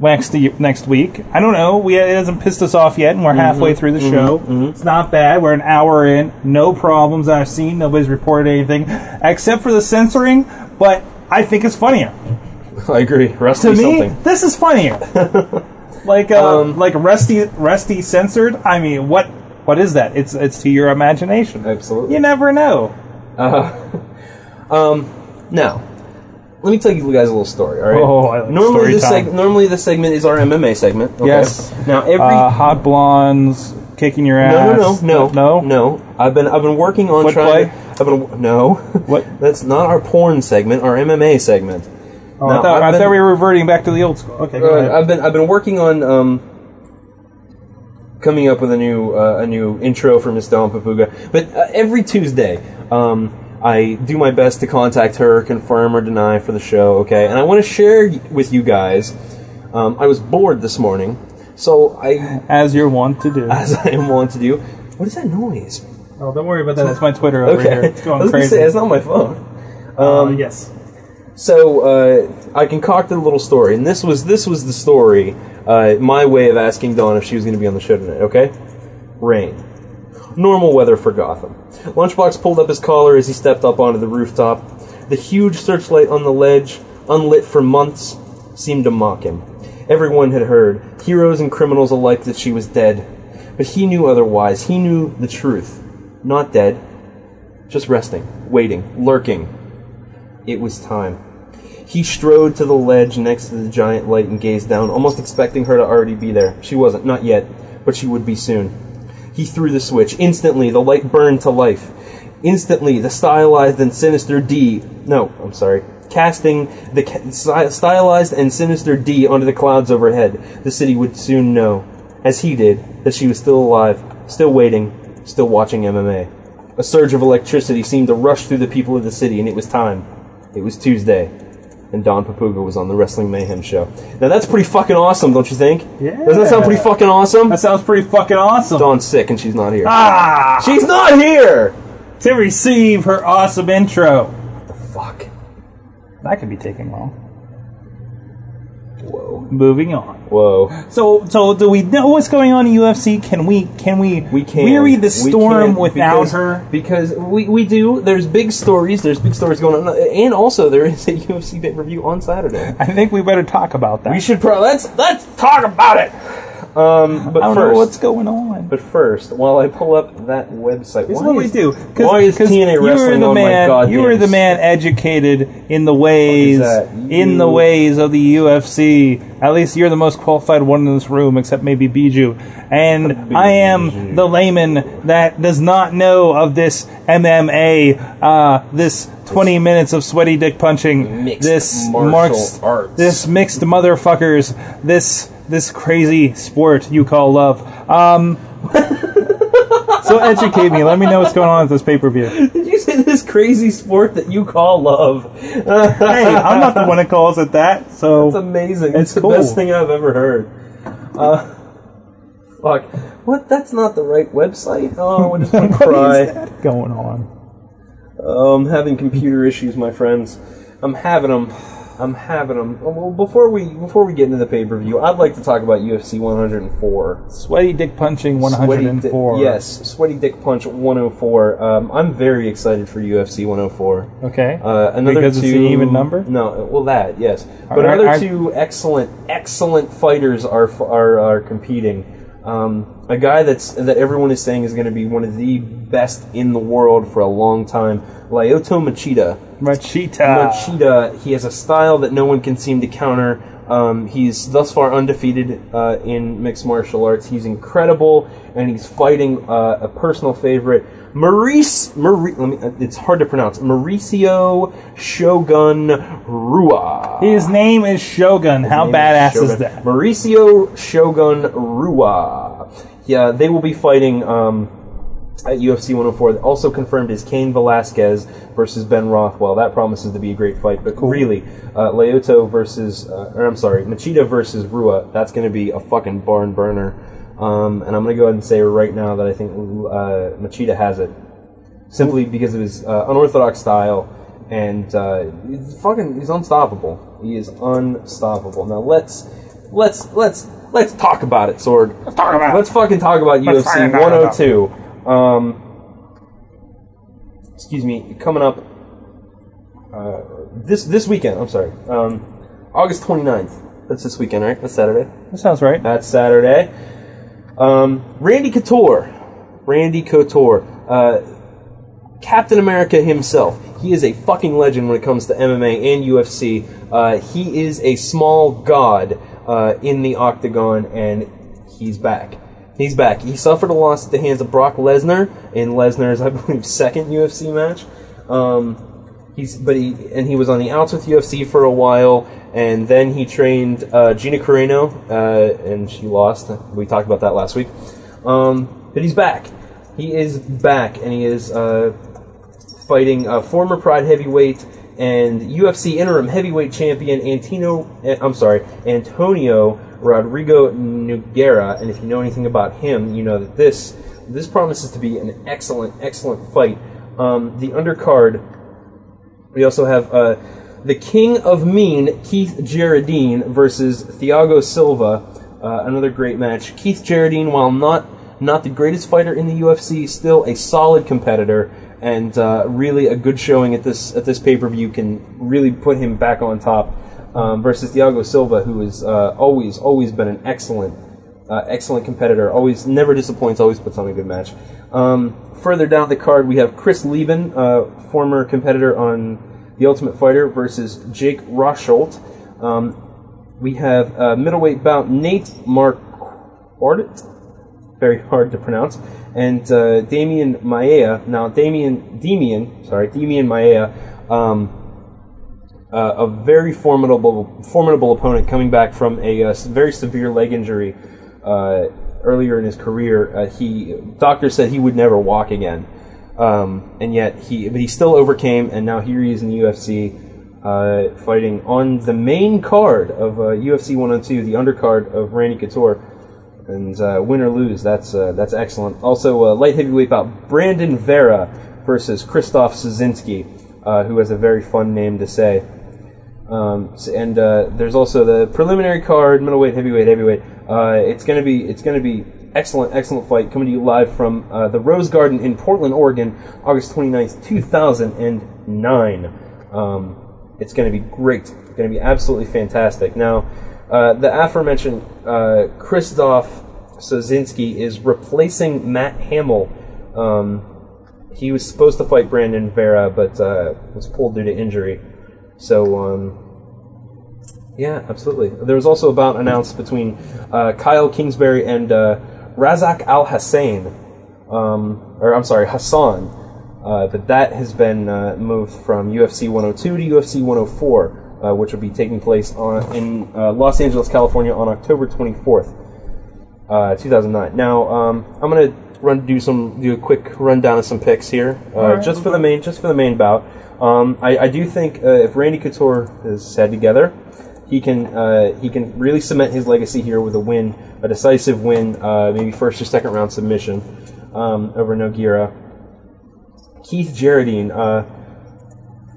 Speaker 4: Next the- next week. I don't know. We it hasn't pissed us off yet, and we're halfway
Speaker 3: Mhm,
Speaker 4: through the
Speaker 3: mhm,
Speaker 4: show. It's not bad. We're an hour in. No problems I've seen. Nobody's reported anything except for the censoring. But I think it's funnier.
Speaker 3: I agree. Rusty
Speaker 4: to me,
Speaker 3: something. Um,
Speaker 4: this is funnier. like uh, like rusty rusty censored. I mean, what what is that? It's it's to your imagination.
Speaker 3: Absolutely.
Speaker 4: You never know.
Speaker 3: Uh, um, now, let me tell you guys a little story. All right.
Speaker 4: Oh, I like
Speaker 3: normally
Speaker 4: story
Speaker 3: this
Speaker 4: time.
Speaker 3: seg- normally this segment is our MMA segment. okay?
Speaker 4: Yes.
Speaker 3: Now every
Speaker 4: Uh, hot blondes kicking your ass.
Speaker 3: No, no, no, no, no, no. I've been I've been working on
Speaker 4: Foot
Speaker 3: trying.
Speaker 4: play?
Speaker 3: I've been no. What? That's not our porn segment. Our MMA segment.
Speaker 4: Oh, I,
Speaker 3: Now, I've
Speaker 4: thought, I
Speaker 3: been-
Speaker 4: thought we were reverting back to the old school. Okay, go
Speaker 3: Uh,
Speaker 4: ahead.
Speaker 3: I've been I've been working on um, coming up with a new uh, a new intro for Miss Dawn Papuga. But uh, every Tuesday, um, I do my best to contact her, confirm or deny for the show. Okay, and I want to share y- with you guys. Um, I was bored this morning, so I
Speaker 4: as you're wont to do.
Speaker 3: As I am wont to do. What is that noise?
Speaker 4: Oh, don't worry about that. That's my Twitter over
Speaker 3: okay.
Speaker 4: here. It's
Speaker 3: I
Speaker 4: going
Speaker 3: was gonna
Speaker 4: crazy.
Speaker 3: say, it's not my phone.
Speaker 4: Uh, yes.
Speaker 3: So uh, I concocted a little story, and this was this was the story. Uh, my way of asking Dawn if she was going to be on the show tonight. Okay, rain, normal weather for Gotham. Lunchbox pulled up his collar as he stepped up onto the rooftop. The huge searchlight on the ledge, unlit for months, seemed to mock him. Everyone had heard, heroes and criminals alike, that she was dead, but he knew otherwise. He knew the truth. Not dead, just resting, waiting, lurking. It was time. He strode to the ledge next to the giant light and gazed down, almost expecting her to already be there. She wasn't, not yet, but she would be soon. He threw the switch. Instantly, the light burned to life. Instantly, the stylized and sinister D. No, I'm sorry. Casting the ca- sty- stylized and sinister D onto the clouds overhead, the city would soon know, as he did, that she was still alive, still waiting, still watching MMA. A surge of electricity seemed to rush through the people of the city, and it was time. It was Tuesday, and Don Papuga was on the Wrestling Mayhem show. Now that's pretty fucking awesome, don't you think?
Speaker 4: Yeah.
Speaker 3: Doesn't that sound pretty fucking awesome? That
Speaker 4: sounds pretty fucking awesome.
Speaker 3: Dawn's sick and she's not here.
Speaker 4: Ah!
Speaker 3: She's not here!
Speaker 4: To receive her awesome intro.
Speaker 3: fuck?
Speaker 4: That could be taken long.
Speaker 3: Whoa.
Speaker 4: Moving on.
Speaker 3: Whoa.
Speaker 4: So, so do we know what's going on in UFC? Can we, can we, we
Speaker 3: can.
Speaker 4: weary the
Speaker 3: We
Speaker 4: storm
Speaker 3: can,
Speaker 4: without
Speaker 3: because-
Speaker 4: her?
Speaker 3: Because we, we do. There's big stories. There's big stories going on. And also, there is a UFC pay per view on Saturday.
Speaker 4: I think we better talk about that.
Speaker 3: We should probably. Let's, let's talk about it! Um, but
Speaker 4: I don't know
Speaker 3: first,
Speaker 4: what's going on?
Speaker 3: But first, while I pull up that website,
Speaker 4: Here's
Speaker 3: why
Speaker 4: what we
Speaker 3: is-
Speaker 4: do.
Speaker 3: Why is TNA
Speaker 4: you were
Speaker 3: wrestling
Speaker 4: the
Speaker 3: on
Speaker 4: man,
Speaker 3: my
Speaker 4: You were
Speaker 3: goddamn
Speaker 4: the man educated in the ways
Speaker 3: that?
Speaker 4: in the
Speaker 3: You-
Speaker 4: ways of the UFC. At least you're the most qualified one in this room, except maybe Biju. And I am the layman that does not know of this MMA, uh, this 20 minutes of sweaty dick punching,
Speaker 3: Mixed
Speaker 4: this
Speaker 3: martial
Speaker 4: mixed-
Speaker 3: arts.
Speaker 4: this mixed motherfuckers, this this crazy sport you call love. Um, so educate me. Let me know what's going on at this pay per view.
Speaker 3: Did you say this crazy sport that you call love? hey,
Speaker 4: Hey, I'm not the one that calls it that. So
Speaker 3: That's amazing.
Speaker 4: It's
Speaker 3: It's, the
Speaker 4: cool.
Speaker 3: best thing I've ever heard. Uh, fuck. What? That's not the right website. Oh, I just want to
Speaker 4: what is
Speaker 3: cry.
Speaker 4: that going on?
Speaker 3: Oh, I'm having computer issues, my friends. I'm having them. I'm having them. Well, before we before we get into the pay per view, I'd like to talk about UFC 104.
Speaker 4: Sweaty dick punching
Speaker 3: Sweaty Dick-
Speaker 4: 104.
Speaker 3: yes, Sweaty Dick Punch 104. Um, I'm very excited for UFC 104.
Speaker 4: Okay.
Speaker 3: Uh, another
Speaker 4: because
Speaker 3: two,
Speaker 4: it's an even number.
Speaker 3: No, well that yes,
Speaker 4: All
Speaker 3: but
Speaker 4: right,
Speaker 3: another
Speaker 4: I-
Speaker 3: two excellent, excellent fighters are f- are, are competing. Um, a guy that's that everyone is saying is going to be one of the best in the world for a long time, Lyoto Machida.
Speaker 4: Machida.
Speaker 3: Machida. He has a style that no one can seem to counter. Um, he's thus far undefeated uh, in mixed martial arts. He's incredible, and he's fighting uh, a personal favorite. Maurice, Marie, let me, uh, it's hard to pronounce. Mauricio Shogun Rua.
Speaker 4: His name is Shogun. How badass is that?
Speaker 3: Mauricio Shogun Rua. Yeah, they will be fighting um, at UFC 104. Also confirmed is Kane Velasquez versus Ben Rothwell. That promises to be a great fight. But really, uh, Leoto versus, uh, or I'm sorry, Machida versus Rua. That's going to be a fucking barn burner. Um, and I'm going to go ahead and say right now that I think uh, Machida has it, simply because of his uh, unorthodox style and uh, he's fucking he's unstoppable. He is unstoppable. Now let's let's let's let's talk about it, Sword. Let's
Speaker 4: talk about it.
Speaker 3: Let's fucking talk about
Speaker 4: Let's
Speaker 3: UFC
Speaker 4: find out about
Speaker 3: 102. Um, excuse me, coming up uh, this this weekend. I'm sorry, um, August 29th. That's this weekend, right? That's Saturday.
Speaker 4: That sounds right.
Speaker 3: That's Saturday. Um, Randy Couture. Randy Couture. Uh, Captain America himself. He is a fucking legend when it comes to MMA and UFC. Uh, he is a small god uh, in the octagon, and he's back. He's back. He suffered a loss at the hands of Brock Lesnar in Lesnar's, I believe, second UFC match. Um, he's but he and he was on the outs with UFC for a while, and then he trained uh, Gina Carano, uh, and she lost. We talked about that last week. Um, but he's back. He is back, and he is uh, fighting a former Pride heavyweight and UFC interim heavyweight champion Antino. eh, I'm sorry, Antonio Rodrigo Nogueira. And if you know anything about him, you know that this this promises to be an excellent, excellent fight. Um, the undercard we also have uh, the King of Mean, Keith Gerardine, versus Thiago Silva. Uh, another great match. Keith Gerardine, while not not the greatest fighter in the UFC, still a solid competitor, and uh, really a good showing at this at this pay per view can really put him back on top. Um, versus Thiago Silva, who has uh, always always been an excellent uh, excellent competitor. Always never disappoints. Always puts on a good match. Um, further down the card, we have Chris Lieben, uh, former competitor on The Ultimate Fighter, versus Jake Rosholt. Um, we have uh, middleweight bout Nate Marquardt, very hard to pronounce, and uh, Damien Maia. Now, Damien, Damien, sorry, Damien Maia. Um, uh, a very formidable formidable opponent coming back from a uh, s- very severe leg injury uh, earlier in his career. Uh, he doctors said he would never walk again, um, and yet he but he still overcame, and now here he is in the UFC. Uh, fighting on the main card of uh, UFC 102, the undercard of Randy Couture, and uh, win or lose, that's uh, that's excellent. Also, uh, light heavyweight bout Brandon Vera versus Christoph Szynski, uh, who has a very fun name to say. Um, s- and uh, there's also the preliminary card, middleweight, heavyweight, heavyweight. Uh, it's gonna be it's gonna be excellent, excellent fight coming to you live from uh, the Rose Garden in Portland, Oregon, August 29th, 2009. Um, it's gonna be great. It's gonna be absolutely fantastic. Now, uh, the aforementioned uh, Christoph Sozinski is replacing Matt Hamill. Um, he was supposed to fight Brandon Vera, but uh, was pulled due to injury. So, um, yeah, absolutely. There was also a bout announced between uh, Kyle Kingsbury and uh, Razak Al Hussein, um, or I'm sorry, Hassan. Uh, but that has been uh, moved from UFC 102 to UFC 104, uh, which will be taking place on, in uh, Los Angeles, California, on October 24th uh, 2009. Now, um, I'm gonna run do some do a quick rundown of some picks here, uh,
Speaker 4: All right.
Speaker 3: just for the main just for the main bout. Um, I, I do think uh, if Randy Couture is had together, he can uh, he can really cement his legacy here with a win, a decisive win, uh, maybe first or second round submission um, over Nogueira. Keith Geraldine, uh,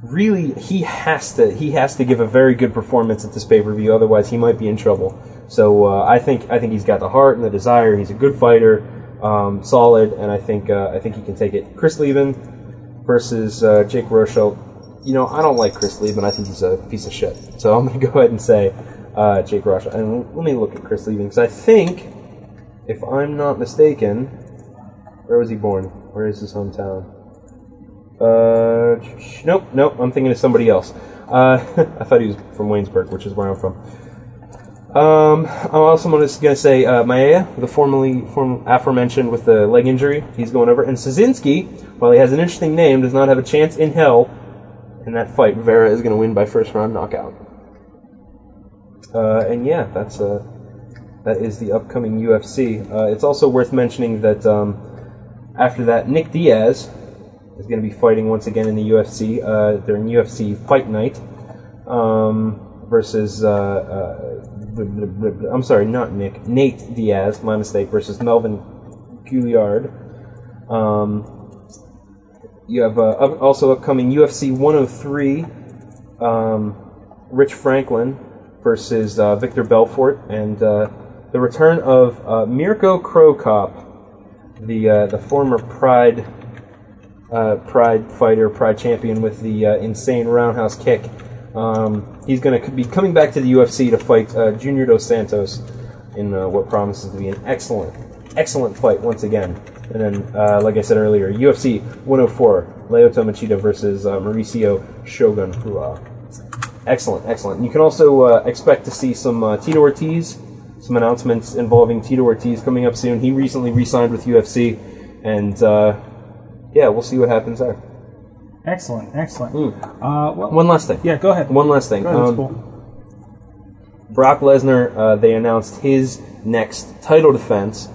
Speaker 3: really he has to he has to give a very good performance at this pay per view. Otherwise, he might be in trouble. So uh, I think I think he's got the heart and the desire. He's a good fighter, um, solid, and I think uh, I think he can take it. Chris Leben versus uh, Jake Rochelle. You know, I don't like Chris Leben. I think he's a piece of shit. So I'm going to go ahead and say uh, Jake Rochelle. And let me look at Chris Leben because I think, if I'm not mistaken, where was he born? Where is his hometown? Uh, sh- nope, nope. I'm thinking of somebody else. Uh, I thought he was from Waynesburg, which is where I'm from.
Speaker 5: Um, I'm also gonna, gonna say uh, Maya, the formerly form, aforementioned with the leg injury, he's going over. And Szczynski, while he has an interesting name, does not have a chance in hell in that fight. Vera is gonna win by first round knockout. Uh, and yeah, that's uh, that is the upcoming UFC. Uh, it's also worth mentioning that um, after that, Nick Diaz is going to be fighting once again in the UFC uh, during UFC Fight Night um, versus. Uh, uh, blah, blah, blah, blah. I'm sorry, not Nick. Nate Diaz, my mistake, versus Melvin Gouliard. Um, you have uh, up, also upcoming UFC 103, um, Rich Franklin versus uh, Victor Belfort, and uh, the return of uh, Mirko Krokop, the uh, the former Pride uh, Pride fighter, Pride champion with the uh, insane roundhouse kick. Um, he's going to be coming back to the UFC to fight uh, Junior Dos Santos in uh, what promises to be an excellent, excellent fight once again. And then, uh, like I said earlier, UFC 104, Lyoto oh Machida versus uh, Mauricio Shogun Hua. Excellent, excellent. You can also uh, expect to see some uh, Tito Ortiz, some announcements involving Tito Ortiz coming up soon. He recently re-signed with UFC, and uh, yeah, we'll see what happens there.
Speaker 4: Excellent, excellent.
Speaker 3: hmm.
Speaker 4: Uh, well,
Speaker 5: One last thing.
Speaker 4: Yeah, go ahead.
Speaker 5: One last thing.
Speaker 4: Go ahead, it's
Speaker 5: Um,
Speaker 4: cool.
Speaker 5: Brock Lesnar, uh, they announced his next title defense.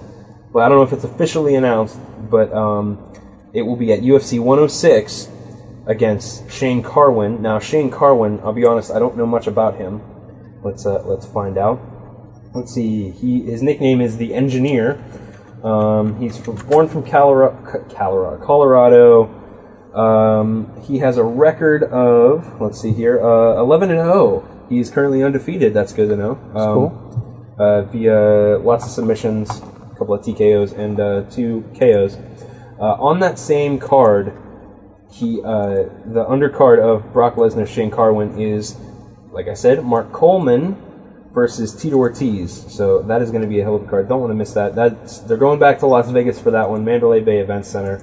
Speaker 5: Well, I don't know if it's officially announced, but um, it will be at UFC 106 against Shane Carwin. Now, Shane Carwin, I'll be honest, I don't know much about him. Let's uh, let's find out. Let's see. He his nickname is the Engineer. Um, he's from, born from Colorado, Colorado, Colorado. Um, he has a record of let's see here, uh, eleven and zero. He's currently undefeated. That's good to know. Um,
Speaker 4: cool.
Speaker 5: Uh, via lots of submissions, a couple of TKOs and uh, two KOs. Uh, on that same card, he uh, the undercard of Brock Lesnar Shane Carwin is, like I said, Mark Coleman versus Tito Ortiz. So that is going to be a hell of a card. Don't want to miss that. That's they're going back to Las Vegas for that one, Mandalay Bay Event Center,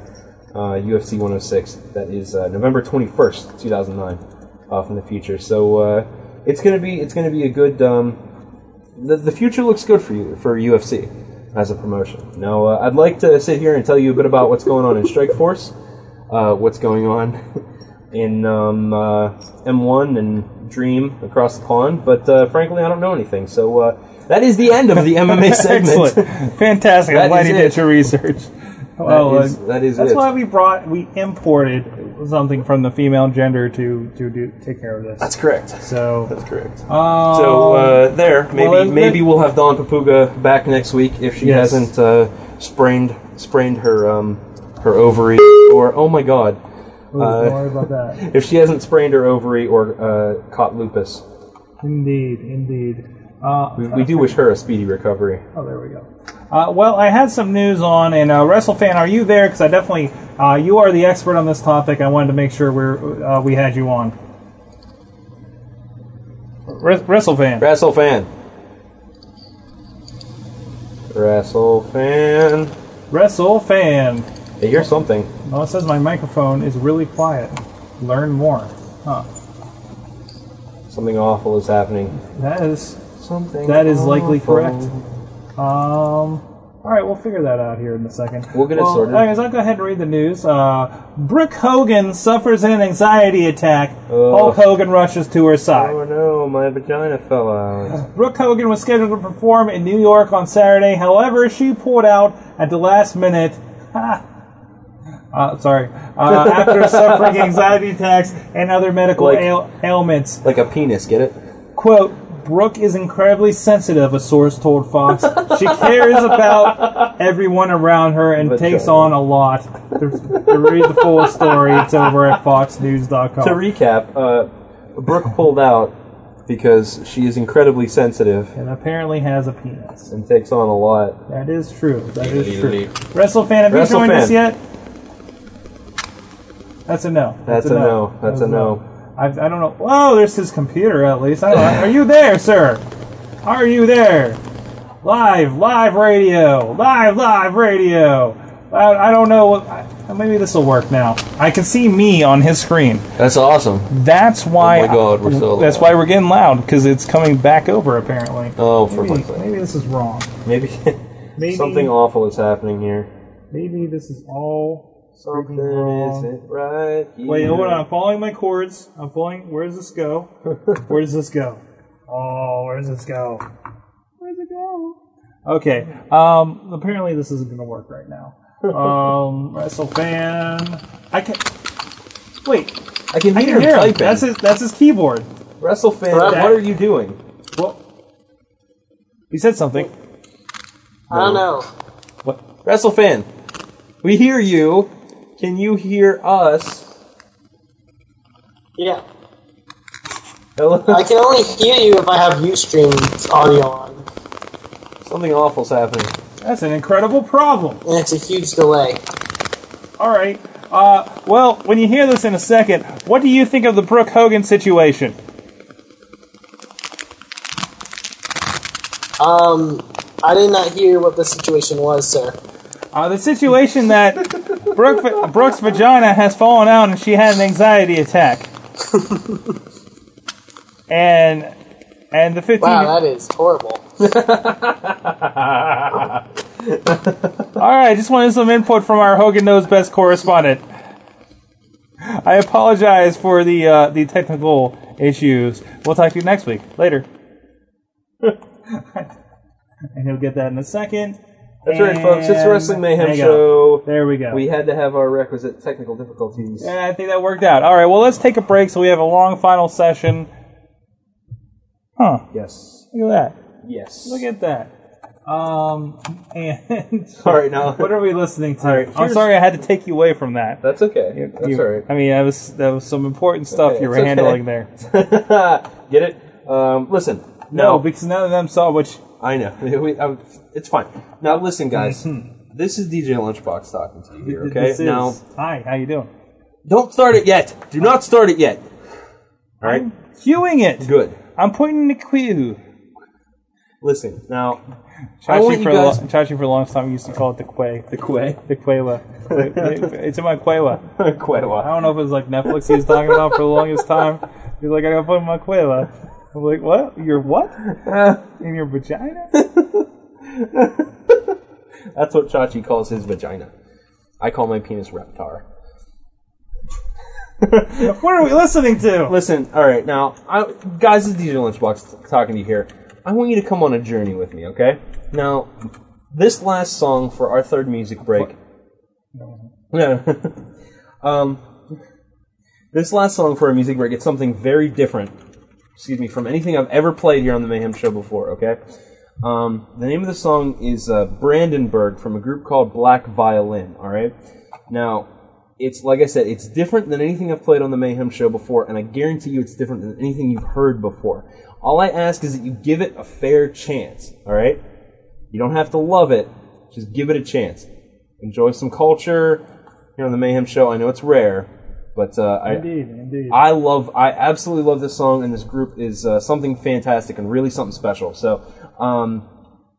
Speaker 5: uh, UFC 106. That is uh, November 21st, 2009, off in the future. So uh, it's going to be it's going to be a good. Um, the, the future looks good for you for UFC as a promotion. Now, uh, I'd like to sit here and tell you a bit about what's going on in Strike Force, uh, what's going on in um, uh, M1 and Dream across the pond, but uh, frankly, I don't know anything. So uh, that is the end of the MMA segment.
Speaker 4: Excellent. Fantastic.
Speaker 5: That
Speaker 4: I'm glad
Speaker 5: is
Speaker 4: you
Speaker 5: it.
Speaker 4: did your research. Well, uh,
Speaker 5: is- that is
Speaker 4: that's
Speaker 5: it.
Speaker 4: why we brought we imported something from the female gender to to do, take care of this. That's
Speaker 5: correct.
Speaker 4: So
Speaker 5: that's correct.
Speaker 4: Uh,
Speaker 5: So uh, there,
Speaker 4: well,
Speaker 5: maybe
Speaker 4: isn't it-
Speaker 5: maybe we'll have Dawn Papuga back next week if she
Speaker 4: Yes.
Speaker 5: hasn't uh, sprained sprained her um, her ovary or oh my god, uh,
Speaker 4: Ooh, don't worry about that.
Speaker 5: if she hasn't sprained her ovary or uh, caught lupus.
Speaker 4: Indeed, indeed. Uh,
Speaker 5: We, we do wish her a speedy recovery.
Speaker 4: Oh, there we go. Uh, well, I had some news on, and uh, WrestleFan, are you there? Because I definitely, uh, you are the expert on this topic. I wanted to make sure we're uh, we had you on. Wres- WrestleFan.
Speaker 5: Wrestle fan. Wrestle fan.
Speaker 4: Wrestle fan.
Speaker 5: I hear something.
Speaker 4: Well, it says my microphone is really quiet. Learn more. Huh.
Speaker 5: Something awful is happening.
Speaker 4: That is
Speaker 5: something.
Speaker 4: That is likely
Speaker 5: awful.
Speaker 4: correct. Um. All right, we'll figure that out here in a second.
Speaker 5: We'll get it
Speaker 4: well,
Speaker 5: sorted.
Speaker 4: Anyways, I'll go ahead and read the news. Uh, Brooke Hogan suffers an anxiety attack. Hulk Hogan rushes to her side.
Speaker 5: Oh no, my vagina fell out.
Speaker 4: Brooke Hogan was scheduled to perform in New York on Saturday. However, she pulled out at the last minute. Ah. uh, sorry. Uh, after suffering anxiety attacks and other medical
Speaker 5: Like-
Speaker 4: ail- ailments.
Speaker 5: Like a penis, get it?
Speaker 4: Quote, Brooke is incredibly sensitive, a source told Fox. She cares about everyone around her and takes on a lot. To, to read the full story, it's over at foxnews.com.
Speaker 5: To recap, uh, Brooke pulled out because she is incredibly sensitive
Speaker 4: and apparently has a penis.
Speaker 5: and takes on a lot.
Speaker 4: That is true. That is true. WrestleFan, have you
Speaker 5: Wrestle
Speaker 4: joined
Speaker 5: fan.
Speaker 4: us yet? That's a no.
Speaker 5: That's a no. That's a no.
Speaker 4: I, I don't know. Whoa, there's his computer at least. I don't know. Are you there, sir? Are you there? Live, live radio, live, live radio. I, I don't know. What, I, Oh, Maybe this will work now. I can see me on his screen.
Speaker 5: That's awesome.
Speaker 4: That's why.
Speaker 5: Oh my God, we're so
Speaker 4: That's why we're getting loud because it's coming back over apparently.
Speaker 5: Oh, for
Speaker 4: maybe,
Speaker 5: fuck's sake.
Speaker 4: maybe this is wrong.
Speaker 5: Maybe,
Speaker 4: Maybe-
Speaker 5: something awful is happening here.
Speaker 4: Maybe this is all
Speaker 5: something
Speaker 4: wrong.
Speaker 5: isn't right.
Speaker 4: Wait,
Speaker 5: here.
Speaker 4: hold on. I'm following my chords. I'm following. Where does this go? Where does this go? Oh, where does this go? Where's it go? Okay. Um. Apparently, this isn't gonna work right now. Um. WrestleFan. I can. Wait.
Speaker 5: I can
Speaker 4: I
Speaker 5: hear him typing.
Speaker 4: That's his. That's his keyboard.
Speaker 5: WrestleFan,
Speaker 4: Well,
Speaker 5: what are you doing?
Speaker 4: Well, he said something.
Speaker 5: I don't know. What? WrestleFan, we hear you. Can you hear us?
Speaker 16: Yeah.
Speaker 5: Hello?
Speaker 16: I can only hear you if I have Ustream's audio on.
Speaker 5: Something awful's happening.
Speaker 4: That's an incredible problem.
Speaker 16: And it's a huge delay.
Speaker 4: All right. Uh, well, when you hear this in a second, what do you think of the Brooke Hogan situation?
Speaker 16: Um, I did not hear what the situation was, sir.
Speaker 4: Uh, the situation that Brooke, Brooke's vagina has fallen out and she had an anxiety attack. and and the 15
Speaker 16: Wow, Ah, that is horrible.
Speaker 4: All right, just wanted some input from our Hogan Knows Best correspondent. I apologize for the uh, the technical issues. We'll talk to you next week. Later. and he'll get that in a second.
Speaker 5: That's right, folks. It's the Wrestling
Speaker 4: And-
Speaker 5: Mayhem
Speaker 4: there you
Speaker 5: Show.
Speaker 4: go. There we go.
Speaker 5: We had to have our requisite technical difficulties.
Speaker 4: Yeah, I think that worked out. All right, well, let's take a break so we have a long final session. Huh.
Speaker 5: Yes.
Speaker 4: Look at that.
Speaker 5: Yes.
Speaker 4: Look at that. Um, and
Speaker 5: All right, now-
Speaker 4: what are we listening to?
Speaker 5: All right,
Speaker 4: I'm
Speaker 5: here's-
Speaker 4: sorry I had to take you away from that.
Speaker 5: That's okay. That's
Speaker 4: You-
Speaker 5: all right.
Speaker 4: I mean, that was that was some important stuff
Speaker 5: Okay,
Speaker 4: you were
Speaker 5: it's okay.
Speaker 4: handling there.
Speaker 5: Get it? Um, listen.
Speaker 4: No, because none of them saw which.
Speaker 5: I know. We- I- it's fine. Now, listen, guys. this is DJ Lunchbox talking to you here, okay?
Speaker 4: Mm-hmm. This is-
Speaker 5: now,
Speaker 4: hi, how you doing?
Speaker 5: don't start it yet. Do not start it yet. All right?
Speaker 4: Cueing it.
Speaker 5: Good.
Speaker 4: I'm pointing the cue.
Speaker 5: Listen, now. I want
Speaker 4: Chachi
Speaker 5: you
Speaker 4: for,
Speaker 5: guys-
Speaker 4: a lo- Chachi for a long time used to call it the quay. The
Speaker 5: quay?
Speaker 4: The quayla. it's in my quayla.
Speaker 5: quayla.
Speaker 4: I don't know if it was like Netflix he was talking about for the longest time. He's like, I gotta put in my quayla. I'm like, what? Your what? in your vagina?
Speaker 5: That's what Chachi calls his vagina. I call my penis Reptar.
Speaker 4: what are we listening to?
Speaker 5: Listen, all right, now, I, guys, this is DJ Lunchbox talking to you here. I want you to come on a journey with me, okay? Now, this last song for our third music break. Yeah. um, this last song for our music break, it's something very different. Excuse me, from anything I've ever played here on the Mayhem Show before. Okay. Um, the name of the song is uh, Brandenburg from a group called Black Violin. All right. Now, it's like I said, it's different than anything I've played on the Mayhem Show before, and I guarantee you, it's different than anything you've heard before. All I ask is that you give it a fair chance. All right. You don't have to love it. Just give it a chance. Enjoy some culture here on the Mayhem Show. I know it's rare, but uh, I,
Speaker 4: Indeed, indeed.
Speaker 5: I love, I absolutely love this song, and this group is uh, something fantastic and really something special. So, um,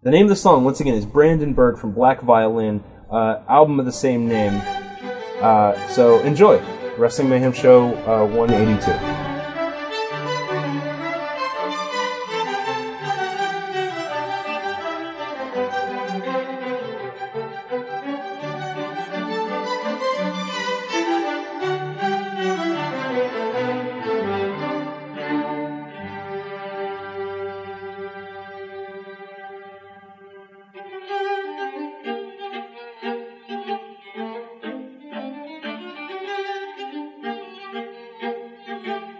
Speaker 5: the name of the song, once again, is Brandenburg from Black Violin, uh, album of the same name. Uh, so, enjoy Wrestling Mayhem Show uh, 182.
Speaker 7: Thank you.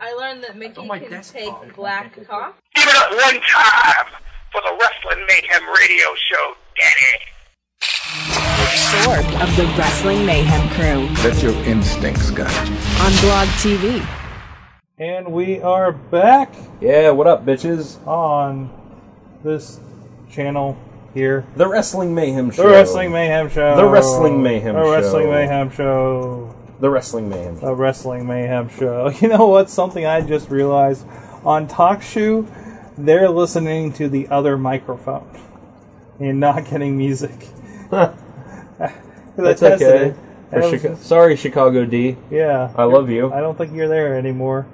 Speaker 17: I learned that Mickey can take black coffee.
Speaker 11: Give it up one time for the Wrestling Mayhem radio show, Daddy.
Speaker 12: Sorb of the Wrestling Mayhem Crew
Speaker 18: Let your instincts guide.
Speaker 12: on Blog TV.
Speaker 4: And we are back.
Speaker 5: Yeah, what up, bitches?
Speaker 4: On this channel here,
Speaker 5: the Wrestling Mayhem Show.
Speaker 4: The Wrestling Mayhem Show.
Speaker 5: The Wrestling Mayhem
Speaker 4: The
Speaker 5: Show.
Speaker 4: Wrestling Mayhem Show.
Speaker 5: The Wrestling Mayhem.
Speaker 4: The Wrestling Mayhem Show. You know what? Something I just realized on Talk Shoe, they're listening to the other microphone and not getting music. I
Speaker 5: That's
Speaker 4: tested
Speaker 5: okay.
Speaker 4: it.
Speaker 5: For
Speaker 4: I was
Speaker 5: Chica-
Speaker 4: just-
Speaker 5: Sorry, Chicago D.
Speaker 4: Yeah.
Speaker 5: I love you.
Speaker 4: I don't think you're there anymore.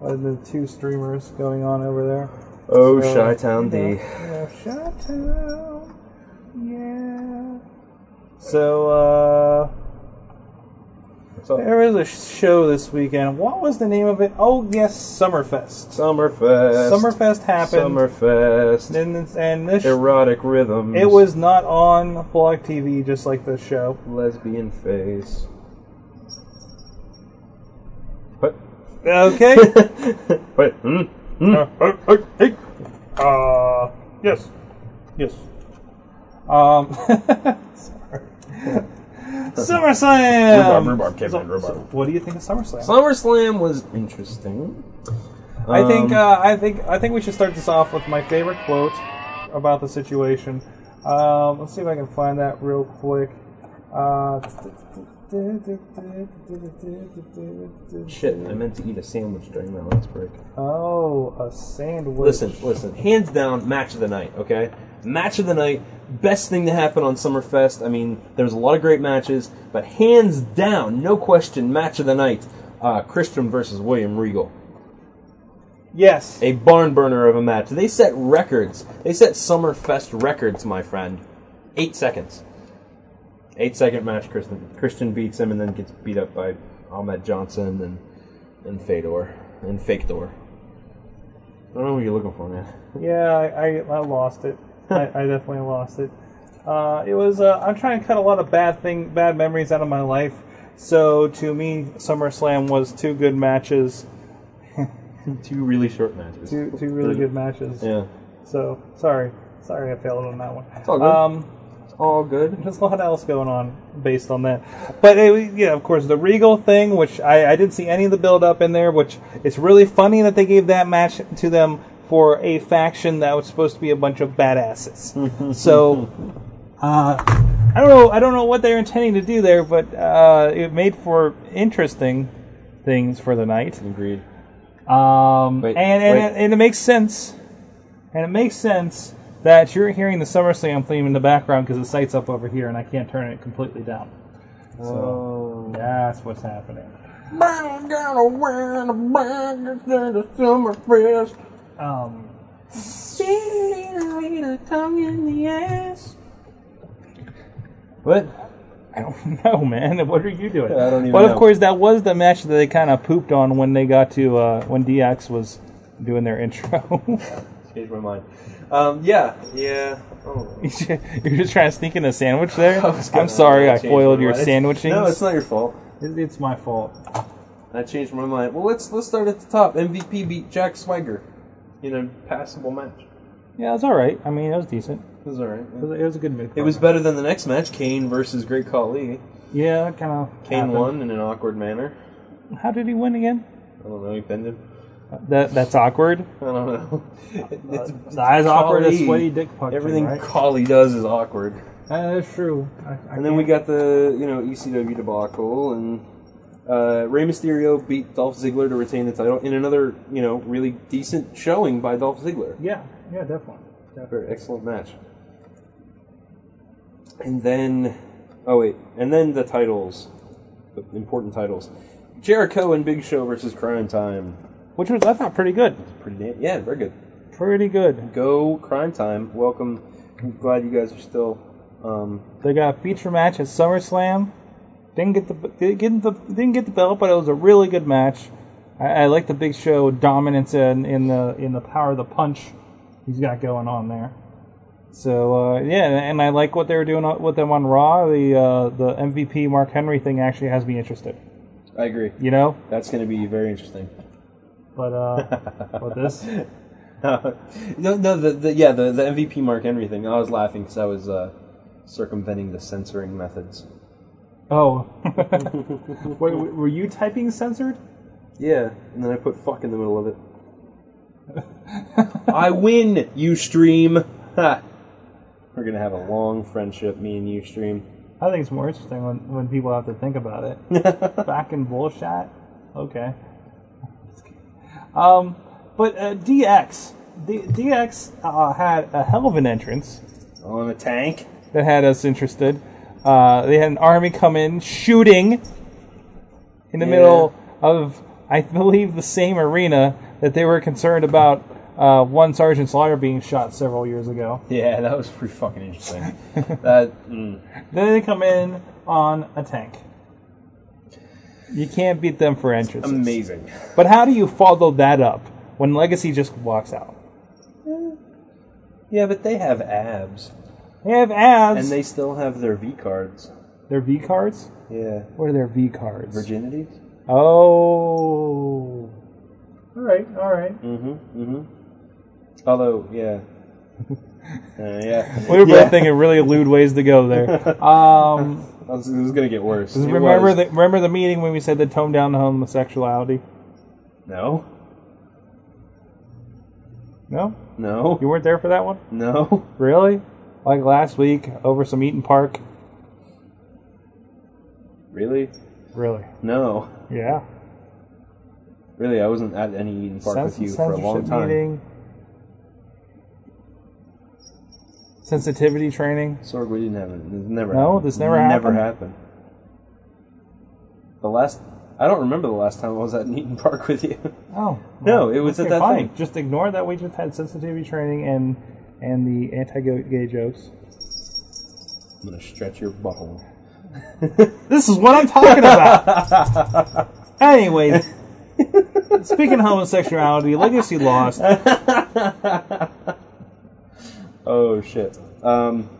Speaker 4: Uh, the two streamers going on over there.
Speaker 5: Oh,
Speaker 4: So,
Speaker 5: Chi-Town
Speaker 4: you know,
Speaker 5: D.
Speaker 4: yeah, Chi-Town. So, uh. There was a show this weekend. What was the name of it? Oh, yes, Summerfest.
Speaker 5: Summerfest.
Speaker 4: Summerfest happened.
Speaker 5: Summerfest.
Speaker 4: And, this- and this.
Speaker 5: Erotic rhythms.
Speaker 4: It was not on Blog TV, just like this show.
Speaker 5: Lesbian face. What?
Speaker 4: Okay.
Speaker 5: Wait. Hmm? Hmm?
Speaker 4: Uh, yes. Yes. Um, sorry. SummerSlam!
Speaker 5: Rhubarb, rhubarb, came in, rhubarb.
Speaker 4: What do you think of SummerSlam?
Speaker 5: SummerSlam was interesting.
Speaker 4: I think
Speaker 5: Um,
Speaker 4: uh, I think I think we should start this off with my favorite quote about the situation. Um, let's see if I can find that real quick. Uh,
Speaker 5: Shit, I meant to eat a sandwich during my last break.
Speaker 4: oh, a sandwich.
Speaker 5: Listen, listen. Hands down, match of the night, okay? Match of the night, best thing to happen on Summerfest. I mean, there's a lot of great matches, but hands down, no question, match of the night, uh, Christian versus William Regal.
Speaker 4: Yes.
Speaker 5: A barn burner of a match. They set records. They set Summerfest records, my friend. Eight seconds. Eight second match, Christian. Christian beats him and then gets beat up by Ahmed Johnson and, and Fedor. And Fake Door. I don't know what you're looking for, man.
Speaker 4: Yeah, I, I, I lost it. I, I definitely lost it. Uh, it was. Uh, I'm trying to cut a lot of bad thing, bad memories out of my life. So to me, SummerSlam was two good matches.
Speaker 5: two really short matches.
Speaker 4: Two two really good matches.
Speaker 5: Mm. Yeah.
Speaker 4: So sorry, sorry, I failed on that one.
Speaker 5: It's all good.
Speaker 4: Um,
Speaker 5: all good.
Speaker 4: There's a lot else going on based on that, but it, yeah, of course, the Regal thing, which I, I didn't see any of the build up in there. Which it's really funny that they gave that match to them for a faction that was supposed to be a bunch of badasses. so uh, I don't know. I don't know what they're intending to do there, but uh, it made for interesting things for the night.
Speaker 5: Agreed.
Speaker 4: Um, and and,
Speaker 5: wait.
Speaker 4: and it makes sense. And it makes sense that you're hearing the SummerSlam theme in the background because the site's up over here, and I can't turn it completely down.
Speaker 5: uh,
Speaker 4: So that's what's happening.
Speaker 5: Burn down a wine, a burn down the Summerfest.
Speaker 4: Um,
Speaker 5: What?
Speaker 4: I don't know, man. What are you doing?
Speaker 5: I don't even
Speaker 4: but of
Speaker 5: know.
Speaker 4: course, that was the match that they kind of pooped on when they got to uh, when DX was doing their intro.
Speaker 5: Changed my mind. Um, yeah, yeah. Oh.
Speaker 4: You're just trying to sneak in a sandwich there.
Speaker 5: gonna-
Speaker 4: I'm sorry, I
Speaker 5: changed
Speaker 4: foiled
Speaker 5: my
Speaker 4: your
Speaker 5: mind. It's-
Speaker 4: sandwiching.
Speaker 5: No, it's not your fault.
Speaker 4: It's my fault.
Speaker 5: I changed my mind. Well, let's let's start at the top. MVP beat Jack Swagger in a passable match.
Speaker 4: Yeah, it's all right. I mean, it was decent.
Speaker 5: It was all right.
Speaker 4: It was, it was a good mid.
Speaker 5: It was better than the next match, Kane versus Great Khali.
Speaker 4: Yeah, that kind of.
Speaker 5: Kane won in an awkward manner.
Speaker 4: How did he win again?
Speaker 5: I don't know. He pinned him.
Speaker 4: That that's awkward.
Speaker 5: I don't know. It's,
Speaker 4: It's as Uh, awkward as
Speaker 5: Khali.
Speaker 4: sweaty dick punching.
Speaker 5: Everything
Speaker 4: right?
Speaker 5: Khali does is awkward.
Speaker 4: That is true. I, I
Speaker 5: and then we got the you know ECW debacle, and uh, Rey Mysterio beat Dolph Ziggler to retain the title in another you know really decent showing by Dolph Ziggler.
Speaker 4: Yeah, yeah, definitely.
Speaker 5: Very excellent match. And then, oh wait, and then the titles, the important titles: Jericho and Big Show versus Crime Time.
Speaker 4: Which was I thought pretty good.
Speaker 5: Pretty damn, yeah, very good.
Speaker 4: Pretty good.
Speaker 5: Go Crime Time! Welcome. I'm glad you guys are still. Um,
Speaker 4: They got a feature match at SummerSlam. Didn't get the didn't get the didn't get the belt, but it was a really good match. I, I like the Big Show dominance in, in the in the power of the punch he's got going on there. So uh, yeah, and I like what they were doing uh, with them on Raw. The uh, the MVP Mark Henry thing actually has me interested.
Speaker 5: I agree.
Speaker 4: You know,
Speaker 5: That's going to be very interesting.
Speaker 4: But uh, what this?
Speaker 5: no, no, the, the yeah, the, the MVP Mark Henry thing. I was laughing because I was uh, circumventing the censoring methods.
Speaker 4: Oh, Wait, w- were you typing censored?
Speaker 5: Yeah, and then I put fuck in the middle of it. I win, you stream. Ha. We're gonna have a long friendship, me and you stream.
Speaker 4: I think it's more interesting when, when people have to think about it. Back in bullshit. Okay. Um, but uh, DX, D- DX uh, had a hell of an entrance.
Speaker 5: On Oh, a tank
Speaker 4: that had us interested. Uh, they had an army come in shooting in the
Speaker 5: Yeah.
Speaker 4: middle of, I believe, the same arena that they were concerned about uh, one Sergeant Slaughter being shot several years ago.
Speaker 5: Yeah, that was pretty fucking interesting. that mm.
Speaker 4: Then they come in on a tank. You can't beat them for entrances.
Speaker 5: Amazing.
Speaker 4: But how do you follow that up when Legacy just walks out?
Speaker 5: Yeah, but they have abs.
Speaker 4: They have abs.
Speaker 5: And they still have their V cards.
Speaker 4: Their V cards?
Speaker 5: Yeah.
Speaker 4: What are their V cards?
Speaker 5: Virginities?
Speaker 4: Oh. All right, all right.
Speaker 5: Mm-hmm. Mm-hmm. Although, yeah. Uh, yeah.
Speaker 4: We were
Speaker 5: Yeah.
Speaker 4: both thinking really lewd ways to go there. Um,
Speaker 5: I was- it was gonna get worse.
Speaker 4: Does
Speaker 5: It
Speaker 4: remember
Speaker 5: was.
Speaker 4: the remember the meeting when we said to tone down the homosexuality?
Speaker 5: No.
Speaker 4: No.
Speaker 5: No.
Speaker 4: You weren't there for that one.
Speaker 5: No.
Speaker 4: Really? Like last week over some Eaton Park.
Speaker 5: Really?
Speaker 4: Really?
Speaker 5: No.
Speaker 4: Yeah.
Speaker 5: Really, I wasn't at any Eaton Park with you for a long
Speaker 4: Censorship
Speaker 5: time.
Speaker 4: meeting. Sensitivity training.
Speaker 5: Sorg, we didn't have it. This never.
Speaker 4: No,
Speaker 5: happened.
Speaker 4: this never
Speaker 5: Never
Speaker 4: happened?
Speaker 5: happened. The last. I don't remember the last time I was at an Eaton Park with you.
Speaker 4: Oh.
Speaker 5: No, it was
Speaker 4: okay,
Speaker 5: at that
Speaker 4: fine.
Speaker 5: thing.
Speaker 4: Just ignore that we just had sensitivity training and and the anti-gay jokes.
Speaker 5: I'm gonna stretch your butthole.
Speaker 4: This is what I'm talking about. anyway, speaking of homosexuality, Legacy lost.
Speaker 5: Oh shit. Um.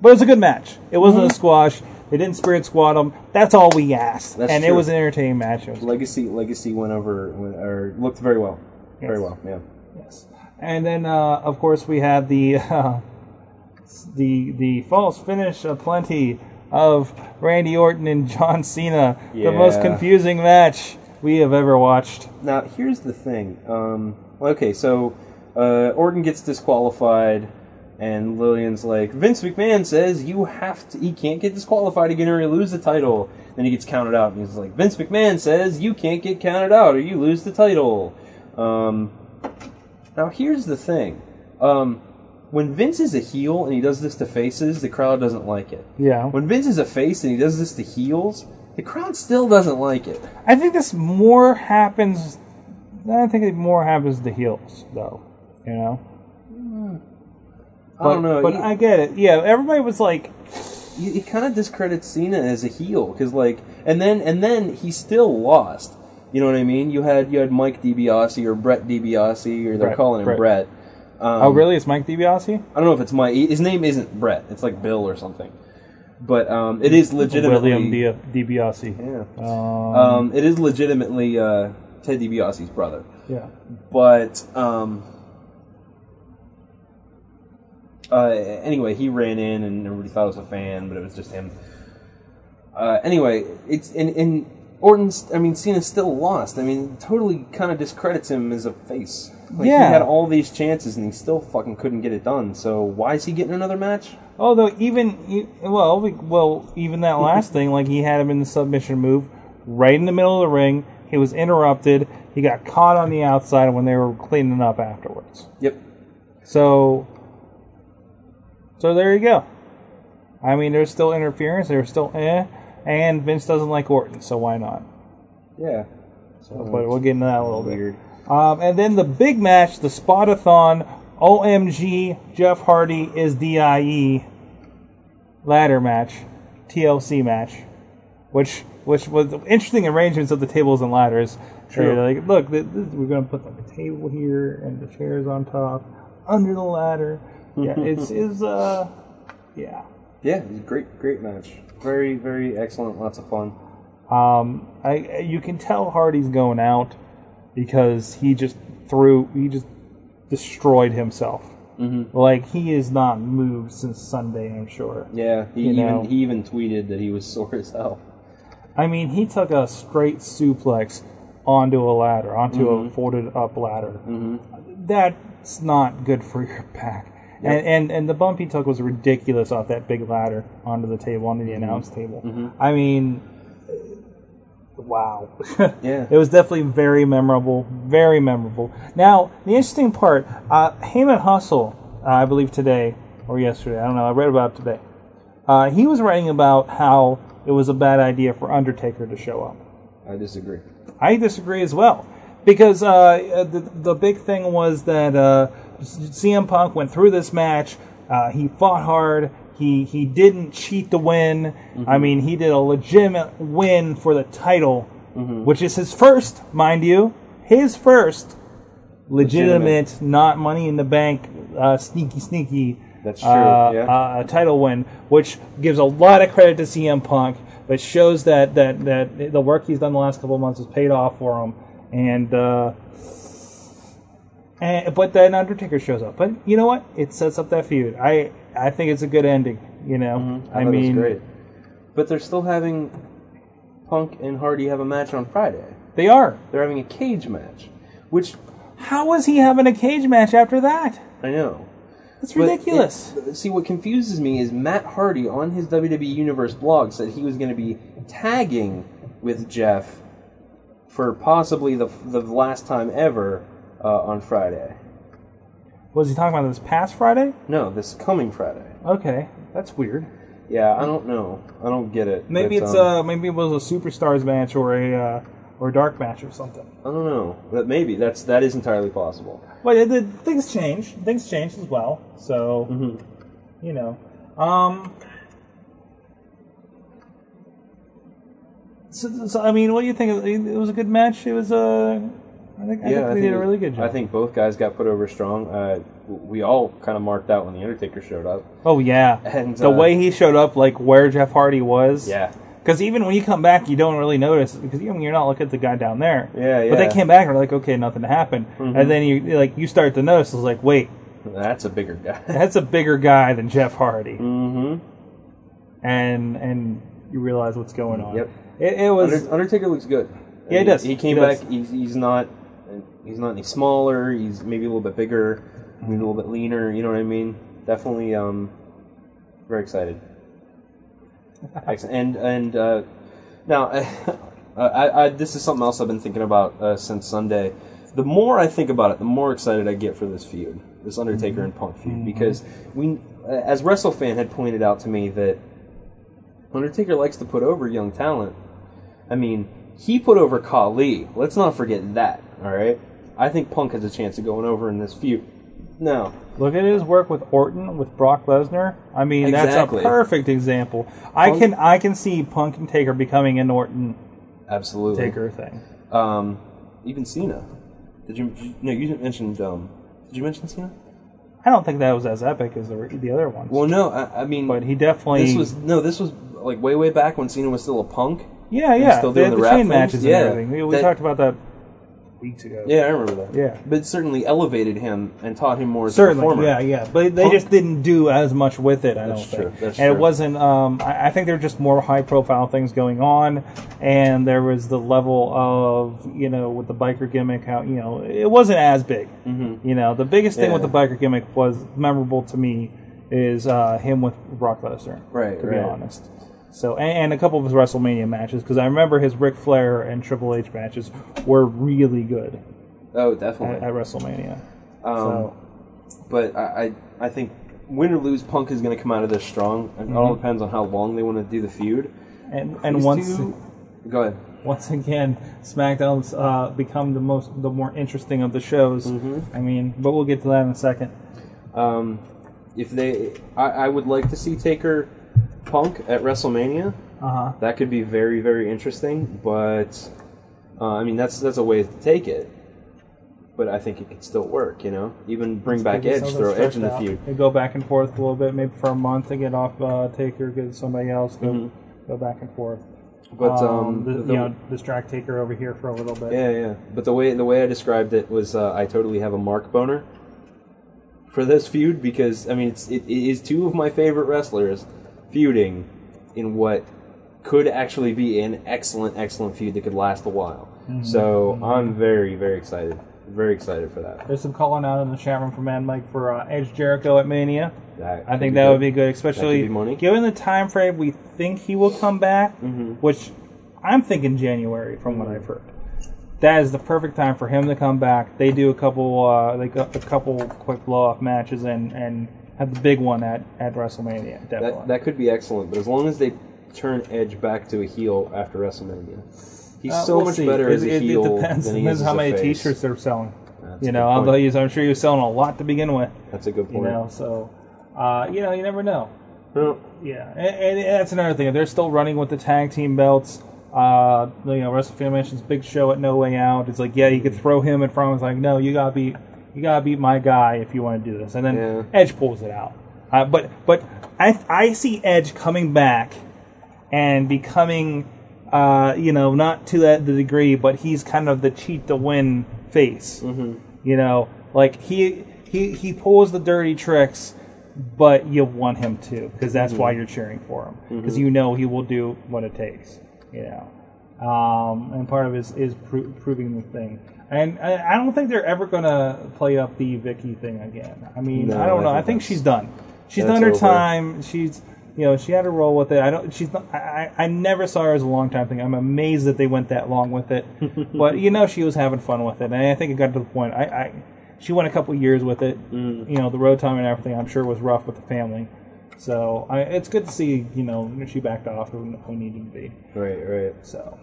Speaker 4: But it was a good match. It wasn't
Speaker 5: Mm-hmm.
Speaker 4: a squash. They didn't spirit squat them. That's all we asked.
Speaker 5: That's
Speaker 4: and it
Speaker 5: true.
Speaker 4: was an entertaining match. It was-
Speaker 5: Legacy. Legacy went over. Went, or looked very well. Very
Speaker 4: Yes.
Speaker 5: well. Yeah.
Speaker 4: Yes. And then, uh, of course, we had the uh, the the false finish aplenty of Randy Orton and John Cena. The most
Speaker 5: Yeah.
Speaker 4: confusing match we have ever watched.
Speaker 5: Now here's the thing. Um, well, okay, so uh, Orton gets disqualified, and Lillian's like, Vince McMahon says you have to, you can't get disqualified again or you lose the title. Then he gets counted out, and he's like, Vince McMahon says you can't get counted out or you lose the title. Um, now here's the thing. Um, when Vince is a heel and he does this to faces, the crowd doesn't like it.
Speaker 4: Yeah.
Speaker 5: When Vince is a face and he does this to heels, the crowd still doesn't like it.
Speaker 4: I think this more happens. I think it more happens to heels, though. You know.
Speaker 5: I don't know.
Speaker 4: But
Speaker 5: You-
Speaker 4: I get it. Yeah, everybody was like,
Speaker 5: he, he kind of discredits Cena as a heel because like, and then and then he still lost. You know what I mean? You had you had Mike DiBiase or Brett DiBiase or they're
Speaker 4: Brett,
Speaker 5: calling him
Speaker 4: Brett.
Speaker 5: Brett. Um,
Speaker 4: "Oh, really? It's Mike DiBiase?"
Speaker 5: I don't know if it's Mike. His name isn't Brett. It's like Bill or something. But um, it is legitimately
Speaker 4: William Di- DiBiase. Yeah. Um,
Speaker 5: um, it is legitimately uh, Ted DiBiase's brother.
Speaker 4: yeah.
Speaker 5: But um, uh, anyway, he ran in, and everybody thought it was a fan, but it was just him. Uh, anyway, it's in in Orton's. I mean, Cena still lost. I mean, totally kind of discredits him as a face. Like,
Speaker 4: Yeah.
Speaker 5: he had all these chances, and he still fucking couldn't get it done. So why is he getting another match?
Speaker 4: Although even e- well, we- well, even that last thing, like he had him in the submission move, right in the middle of the ring. He was interrupted. He got caught on the outside when they were cleaning up afterwards.
Speaker 5: Yep.
Speaker 4: So, so there you go. I mean, there's still interference. There's still eh, and Vince doesn't like Orton, so why not?
Speaker 5: Yeah.
Speaker 4: But we'll get into that a little bit. Um, and then the big match, the Spotathon. OMG, Jeff Hardy is DIE ladder match, TLC match, which which was interesting arrangements of the tables and ladders.
Speaker 5: True.
Speaker 4: They're Like, look, th- this, we're going to put the table here and the chairs on top, under the ladder. Yeah, it's is uh, yeah.
Speaker 5: Yeah, it was a great, great match. Very, very excellent. Lots of fun.
Speaker 4: Um, I you can tell Hardy's going out. because he just threw he just destroyed himself.
Speaker 5: Mhm.
Speaker 4: Like he is not moved since Sunday, I'm sure.
Speaker 5: Yeah, he
Speaker 4: You
Speaker 5: even
Speaker 4: know.
Speaker 5: he even tweeted that he was sore as hell.
Speaker 4: I mean, he took a straight suplex onto a ladder, onto a
Speaker 5: Mhm.
Speaker 4: folded up ladder.
Speaker 5: Mm-hmm.
Speaker 4: That's not good for your back.
Speaker 5: Yep.
Speaker 4: And, and and the bump he took was ridiculous off that big ladder onto the table, onto the announce table.
Speaker 5: Mhm.
Speaker 4: I mean, wow.
Speaker 5: yeah.
Speaker 4: It was definitely very memorable, very memorable. Now, the interesting part, uh, Heyman Hustle, uh, I believe today or yesterday, I don't know, I read about it today. Uh, he was writing about how it was a bad idea for Undertaker to show up.
Speaker 5: I disagree.
Speaker 4: I disagree as well, because uh, uh, the the big thing was that uh, CM Punk went through this match. Uh, he fought hard. He he didn't cheat to win. I mean, he did a legitimate win for the title, which is his first, mind you, his first legitimate, not money in the bank, uh, sneaky sneaky.
Speaker 5: That's
Speaker 4: uh,
Speaker 5: true, yeah.
Speaker 4: uh, title win, which gives a lot of credit to CM Punk, but shows that that that the work he's done the last couple of months has paid off for him. And, uh, and but then Undertaker shows up, but you know what? It sets up that feud. I I think it's a good ending. You know,
Speaker 5: Mm-hmm. I, thought
Speaker 4: mean,
Speaker 5: it was great. But they're still having Punk and Hardy have a match on Friday.
Speaker 4: They are.
Speaker 5: They're having a cage match, which
Speaker 4: how is he having a cage match after that?
Speaker 5: I know.
Speaker 4: That's
Speaker 5: But
Speaker 4: ridiculous.
Speaker 5: it- see, what confuses me is Matt Hardy on his WWE Universe blog said he was going to be tagging with Jeff for possibly the the last time ever uh, on Friday.
Speaker 4: Was he talking about this past Friday?
Speaker 5: No, this coming Friday.
Speaker 4: Okay, that's weird.
Speaker 5: Yeah, I don't know. I don't get it.
Speaker 4: Maybe
Speaker 5: but,
Speaker 4: it's
Speaker 5: um,
Speaker 4: uh maybe it was a superstars match or a uh, or a dark match or something.
Speaker 5: I don't know. But maybe that's that is entirely possible.
Speaker 4: Well, it, it, things change. Things change as well. So,
Speaker 5: Mm-hmm.
Speaker 4: you know, um, so, so I mean, what do you think? of- It was a good match. It was Uh, I think, I think they did a
Speaker 5: it-
Speaker 4: really good job.
Speaker 5: I think both guys got put over strong. Uh, we all kind of marked out when the Undertaker showed up.
Speaker 4: Oh yeah,
Speaker 5: And,
Speaker 4: the
Speaker 5: uh,
Speaker 4: way he showed up, like where Jeff Hardy was.
Speaker 5: Yeah.
Speaker 4: Because even when you come back, you don't really notice because even you're not looking at the guy down there.
Speaker 5: Yeah,
Speaker 4: But they
Speaker 5: yeah.
Speaker 4: came back and are like, okay, nothing happened.
Speaker 5: Mhm.
Speaker 4: And then you like you start to notice. It's like, wait,
Speaker 5: That's a bigger guy.
Speaker 4: that's a bigger guy than Jeff Hardy.
Speaker 5: Mm-hmm.
Speaker 4: And and you realize what's going on.
Speaker 5: Yep.
Speaker 4: It, it was
Speaker 5: Under- Undertaker looks good.
Speaker 4: Yeah, he
Speaker 5: he
Speaker 4: does.
Speaker 5: He came
Speaker 4: He does.
Speaker 5: back. He's, he's not. He's not any smaller. He's maybe a little bit bigger. Maybe a little bit leaner. You know what I mean? Definitely. Um, very excited. Excellent. And and uh, now, uh, I, I, this is something else I've been thinking about uh, since Sunday. The more I think about it, the more excited I get for this feud, this Undertaker and Punk feud, because we, uh, as WrestleFan had pointed out to me that Undertaker likes to put over young talent. I mean, he put over Kali. Let's not forget that. All right. I think Punk has a chance of going over in this feud. No,
Speaker 4: Look at his work with Orton, with Brock Lesnar. I mean,
Speaker 5: Exactly.
Speaker 4: that's a perfect example. I
Speaker 5: Punk-
Speaker 4: can I can see Punk and Taker becoming an Orton
Speaker 5: absolutely.
Speaker 4: Taker thing.
Speaker 5: Um, even Cena. Did you? did you- No, you didn't mention. Um, did you mention Cena?
Speaker 4: I don't think that was as epic as the, the other ones.
Speaker 5: Well, no. I, I mean, but
Speaker 4: he definitely.
Speaker 5: This was no. This was like way, way back when Cena was still a punk.
Speaker 4: yeah,
Speaker 5: He was
Speaker 4: yeah.
Speaker 5: Still
Speaker 4: they
Speaker 5: doing
Speaker 4: had
Speaker 5: the,
Speaker 4: the,
Speaker 5: rap
Speaker 4: chain
Speaker 5: things.
Speaker 4: matches
Speaker 5: yeah,
Speaker 4: and everything. We, we
Speaker 5: that-
Speaker 4: talked about that weeks ago.
Speaker 5: Yeah, I remember that.
Speaker 4: Yeah.
Speaker 5: but certainly elevated him and taught him more as a performer.
Speaker 4: Certainly, yeah, yeah, but they
Speaker 5: Punk-
Speaker 4: just didn't do as much with it. I
Speaker 5: That's
Speaker 4: don't
Speaker 5: true,
Speaker 4: think,
Speaker 5: that's
Speaker 4: and it
Speaker 5: true.
Speaker 4: wasn't. Um, I, I think there were just more high-profile things going on, and there was the level of you know with the biker gimmick. How you know it wasn't as big. Mm-hmm. You know, the biggest thing with
Speaker 5: Yeah.
Speaker 4: the biker gimmick was memorable to me is uh, him with Brock Lesnar.
Speaker 5: Right,
Speaker 4: to be
Speaker 5: right.
Speaker 4: honest. So and, and a couple of his WrestleMania matches because I remember his Ric Flair and Triple H matches were really good
Speaker 5: Oh,
Speaker 4: at,
Speaker 5: definitely.
Speaker 4: at WrestleMania.
Speaker 5: Um,
Speaker 4: so.
Speaker 5: But I, I, I think win or lose, Punk is going to come out of this strong. It all
Speaker 4: Mhm.
Speaker 5: depends on how long they want to do the feud.
Speaker 4: And and
Speaker 5: These
Speaker 4: once
Speaker 5: two- go ahead.
Speaker 4: once again, SmackDown's uh, become the most the more interesting of the shows.
Speaker 5: Mm-hmm.
Speaker 4: I mean, but we'll get to that in a second.
Speaker 5: Um, if they, I, I would like to see Taker Punk at WrestleMania.
Speaker 4: Uh huh.
Speaker 5: Uh-huh. That could be very, very interesting. But uh, I mean, that's that's a way to take it. But I think it could still work. You know, even bring back Edge, throw Edge in the feud.
Speaker 4: They go back and forth a little bit, maybe for a month, and get off uh, Taker, get somebody else, go go back and forth.
Speaker 5: Mm-hmm. But um,
Speaker 4: the,
Speaker 5: the-
Speaker 4: you know, distract taker over here for a little bit.
Speaker 5: Yeah, yeah. But the way the way I described it was, uh, I totally have a mark boner for this feud because I mean, it's, it, it is two of my favorite wrestlers feuding in what could actually be an excellent, excellent feud that could last a while.
Speaker 4: Mhm.
Speaker 5: So I'm very, very excited, very excited for that.
Speaker 4: There's some calling out in the chat room from Mad Mike for uh, Edge Jericho at Mania.
Speaker 5: That
Speaker 4: I think
Speaker 5: could be
Speaker 4: that
Speaker 5: good.
Speaker 4: would be good,
Speaker 5: That could
Speaker 4: especially
Speaker 5: be money. Mm-hmm.
Speaker 4: given the time frame we think he will come back, which I'm thinking January from what I've heard. That is the perfect time for him to come back. They do a couple, uh, they got a couple quick blow off matches and and have the big one at at WrestleMania. Definitely.
Speaker 5: That, that could be excellent, but as long as they turn Edge back to a heel after WrestleMania, he's
Speaker 4: Uh,
Speaker 5: so
Speaker 4: we'll
Speaker 5: much
Speaker 4: see.
Speaker 5: better as
Speaker 4: It-
Speaker 5: a
Speaker 4: it-
Speaker 5: heel
Speaker 4: It depends.
Speaker 5: than he
Speaker 4: depends
Speaker 5: is
Speaker 4: how
Speaker 5: as a
Speaker 4: many
Speaker 5: face.
Speaker 4: T-shirts they're selling.
Speaker 5: That's a
Speaker 4: you
Speaker 5: good
Speaker 4: know,
Speaker 5: point.
Speaker 4: although he's, I'm sure he was selling a lot to begin with.
Speaker 5: That's a good
Speaker 4: You
Speaker 5: point.
Speaker 4: know, so uh, you know, you never know. Yeah, and, and that's another thing. If they're still running with the tag team belts, uh, you know, WrestleMania mentions Big Show at No Way Out. It's like, yeah, you could throw him in front. It's like, no, you gotta beat, you gotta beat my guy if you want to do this. And then Edge pulls it out. Uh, but but I I see Edge coming back and becoming, uh, you know, not to that the degree, but he's kind of the cheat to win face.
Speaker 5: Mm-hmm.
Speaker 4: You know, like he he he pulls the dirty tricks, but you want him to because that's
Speaker 5: Mhm.
Speaker 4: why you're cheering for him because
Speaker 5: Mhm.
Speaker 4: you know he will do what it takes. You know. Um, and part of it is, is pro- proving the thing, and I, I don't think they're ever gonna play up the Vicky thing again. I mean,
Speaker 5: No,
Speaker 4: I don't
Speaker 5: I
Speaker 4: know. I
Speaker 5: think
Speaker 4: think
Speaker 5: that's-
Speaker 4: she's done. She's
Speaker 5: that's
Speaker 4: done her
Speaker 5: over.
Speaker 4: time. She's you know she had a role with it. I don't. She's not. I, I I never saw her as a long time thing. I'm amazed that they went that long with it. but you know she was having fun with it, and I think it got to the point. I, I she went a couple years with it. You know the road time and everything. I'm sure was rough with the family. So I, it's good to see you know she backed off when when needed to be.
Speaker 5: Right, right.
Speaker 4: So,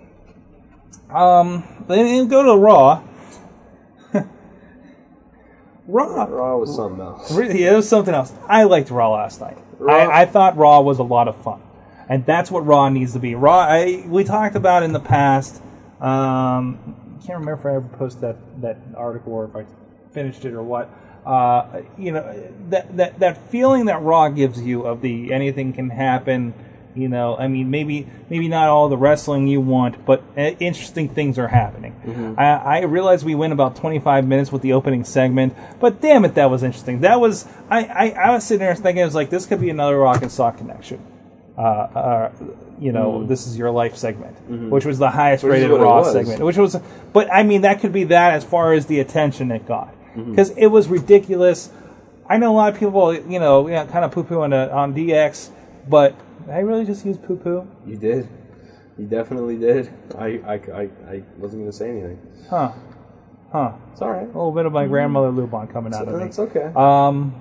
Speaker 4: um, then then go to Raw. Raw.
Speaker 5: Raw was something else.
Speaker 4: Really, it was something else. I liked Raw last night.
Speaker 5: Raw-
Speaker 4: I, I thought Raw was a lot of fun, and that's what Raw needs to be. Raw. I, we talked about in the past. Um, can't remember if I ever posted that that article or if I finished it or what. Uh, you know that that that feeling that Raw gives you of the anything can happen. You know, I mean, maybe maybe not all the wrestling you want, but uh, interesting things are happening.
Speaker 5: Mm-hmm.
Speaker 4: I, I realized we went about 25 minutes with the opening segment, but damn it, that was interesting. That was I, I, I was sitting there thinking, I was like, this could be another Rock and Sock connection. Uh, uh, you know,
Speaker 5: Mhm.
Speaker 4: this is your life segment,
Speaker 5: Mhm.
Speaker 4: which was the highest
Speaker 5: Which is
Speaker 4: rated
Speaker 5: what it
Speaker 4: Raw
Speaker 5: was.
Speaker 4: segment, which was. But I mean, that could be that as far as the attention it got,
Speaker 5: Mhm.
Speaker 4: because it was ridiculous. I know a lot of people, you know, yeah, kind of poo poo on, uh, on DX, but I really just use poo poo.
Speaker 5: You did. You definitely did. I, I, I, I wasn't going to say anything.
Speaker 4: Huh. Huh. It's
Speaker 5: all right.
Speaker 4: A little bit of my grandmother Lubon coming out
Speaker 5: Mm-hmm. So
Speaker 4: of me.
Speaker 5: that's okay.
Speaker 4: Um,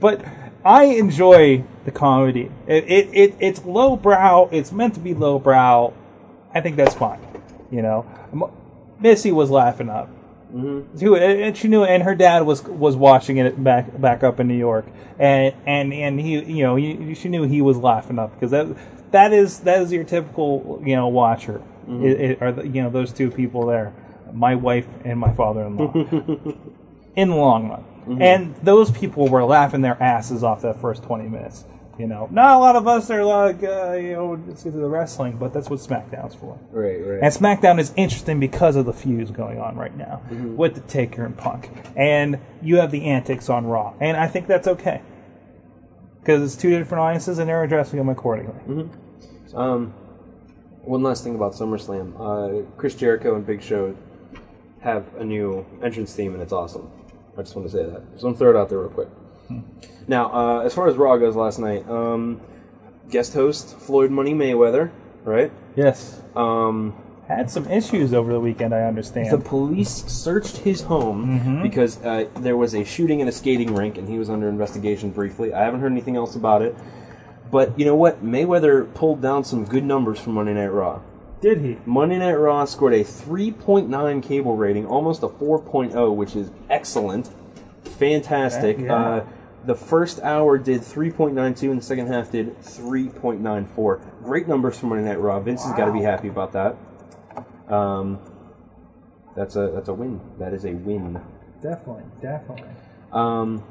Speaker 4: but I enjoy the comedy. It, it, it It's lowbrow. It's meant to be lowbrow. I think that's fine. You know, M- Missy was laughing up.
Speaker 5: Mm-hmm.
Speaker 4: Too, and and she knew, and her dad was was watching it back back up in New York, and and and he, you know, he, she knew he was laughing up because that that is that is your typical you know watcher,
Speaker 5: Mhm.
Speaker 4: It- it- are the- you know those two people there, my wife and my father-in-law, in the long run,
Speaker 5: Mhm.
Speaker 4: and those people were laughing their asses off that first twenty minutes. You know, not a lot of us are like uh, you know let's get to the wrestling, but that's what SmackDown's for.
Speaker 5: Right, right.
Speaker 4: And SmackDown is interesting because of the feuds going on right now
Speaker 5: Mhm.
Speaker 4: with the Taker and Punk, and you have the antics on Raw, and I think that's okay because it's two different audiences and they're addressing them accordingly.
Speaker 5: Um, one last thing about SummerSlam. Uh, Chris Jericho and Big Show have a new entrance theme, and it's awesome. I just want to say that. So I'm gonna throw it out there real quick. Now, uh, as far as Raw goes last night, um, guest host Floyd Money Mayweather, right?
Speaker 4: Yes.
Speaker 5: Um,
Speaker 4: Had some issues over the weekend, I understand.
Speaker 5: The police searched his home because uh, there was a shooting in a skating rink, and he was under investigation briefly. I haven't heard anything else about it. But you know what? Mayweather pulled down some good numbers for Monday Night Raw.
Speaker 4: Did he?
Speaker 5: Monday Night Raw scored a 3.9 cable rating, almost a 4.0, which is excellent. Fantastic.
Speaker 4: Yeah, yeah.
Speaker 5: Uh, the first hour did 3.92, and the second half did 3.94. Great numbers for Monday Night Raw. Vince has got to be happy about that. Um, that's a that's a win. That is a win.
Speaker 4: Definitely, definitely.
Speaker 5: Um,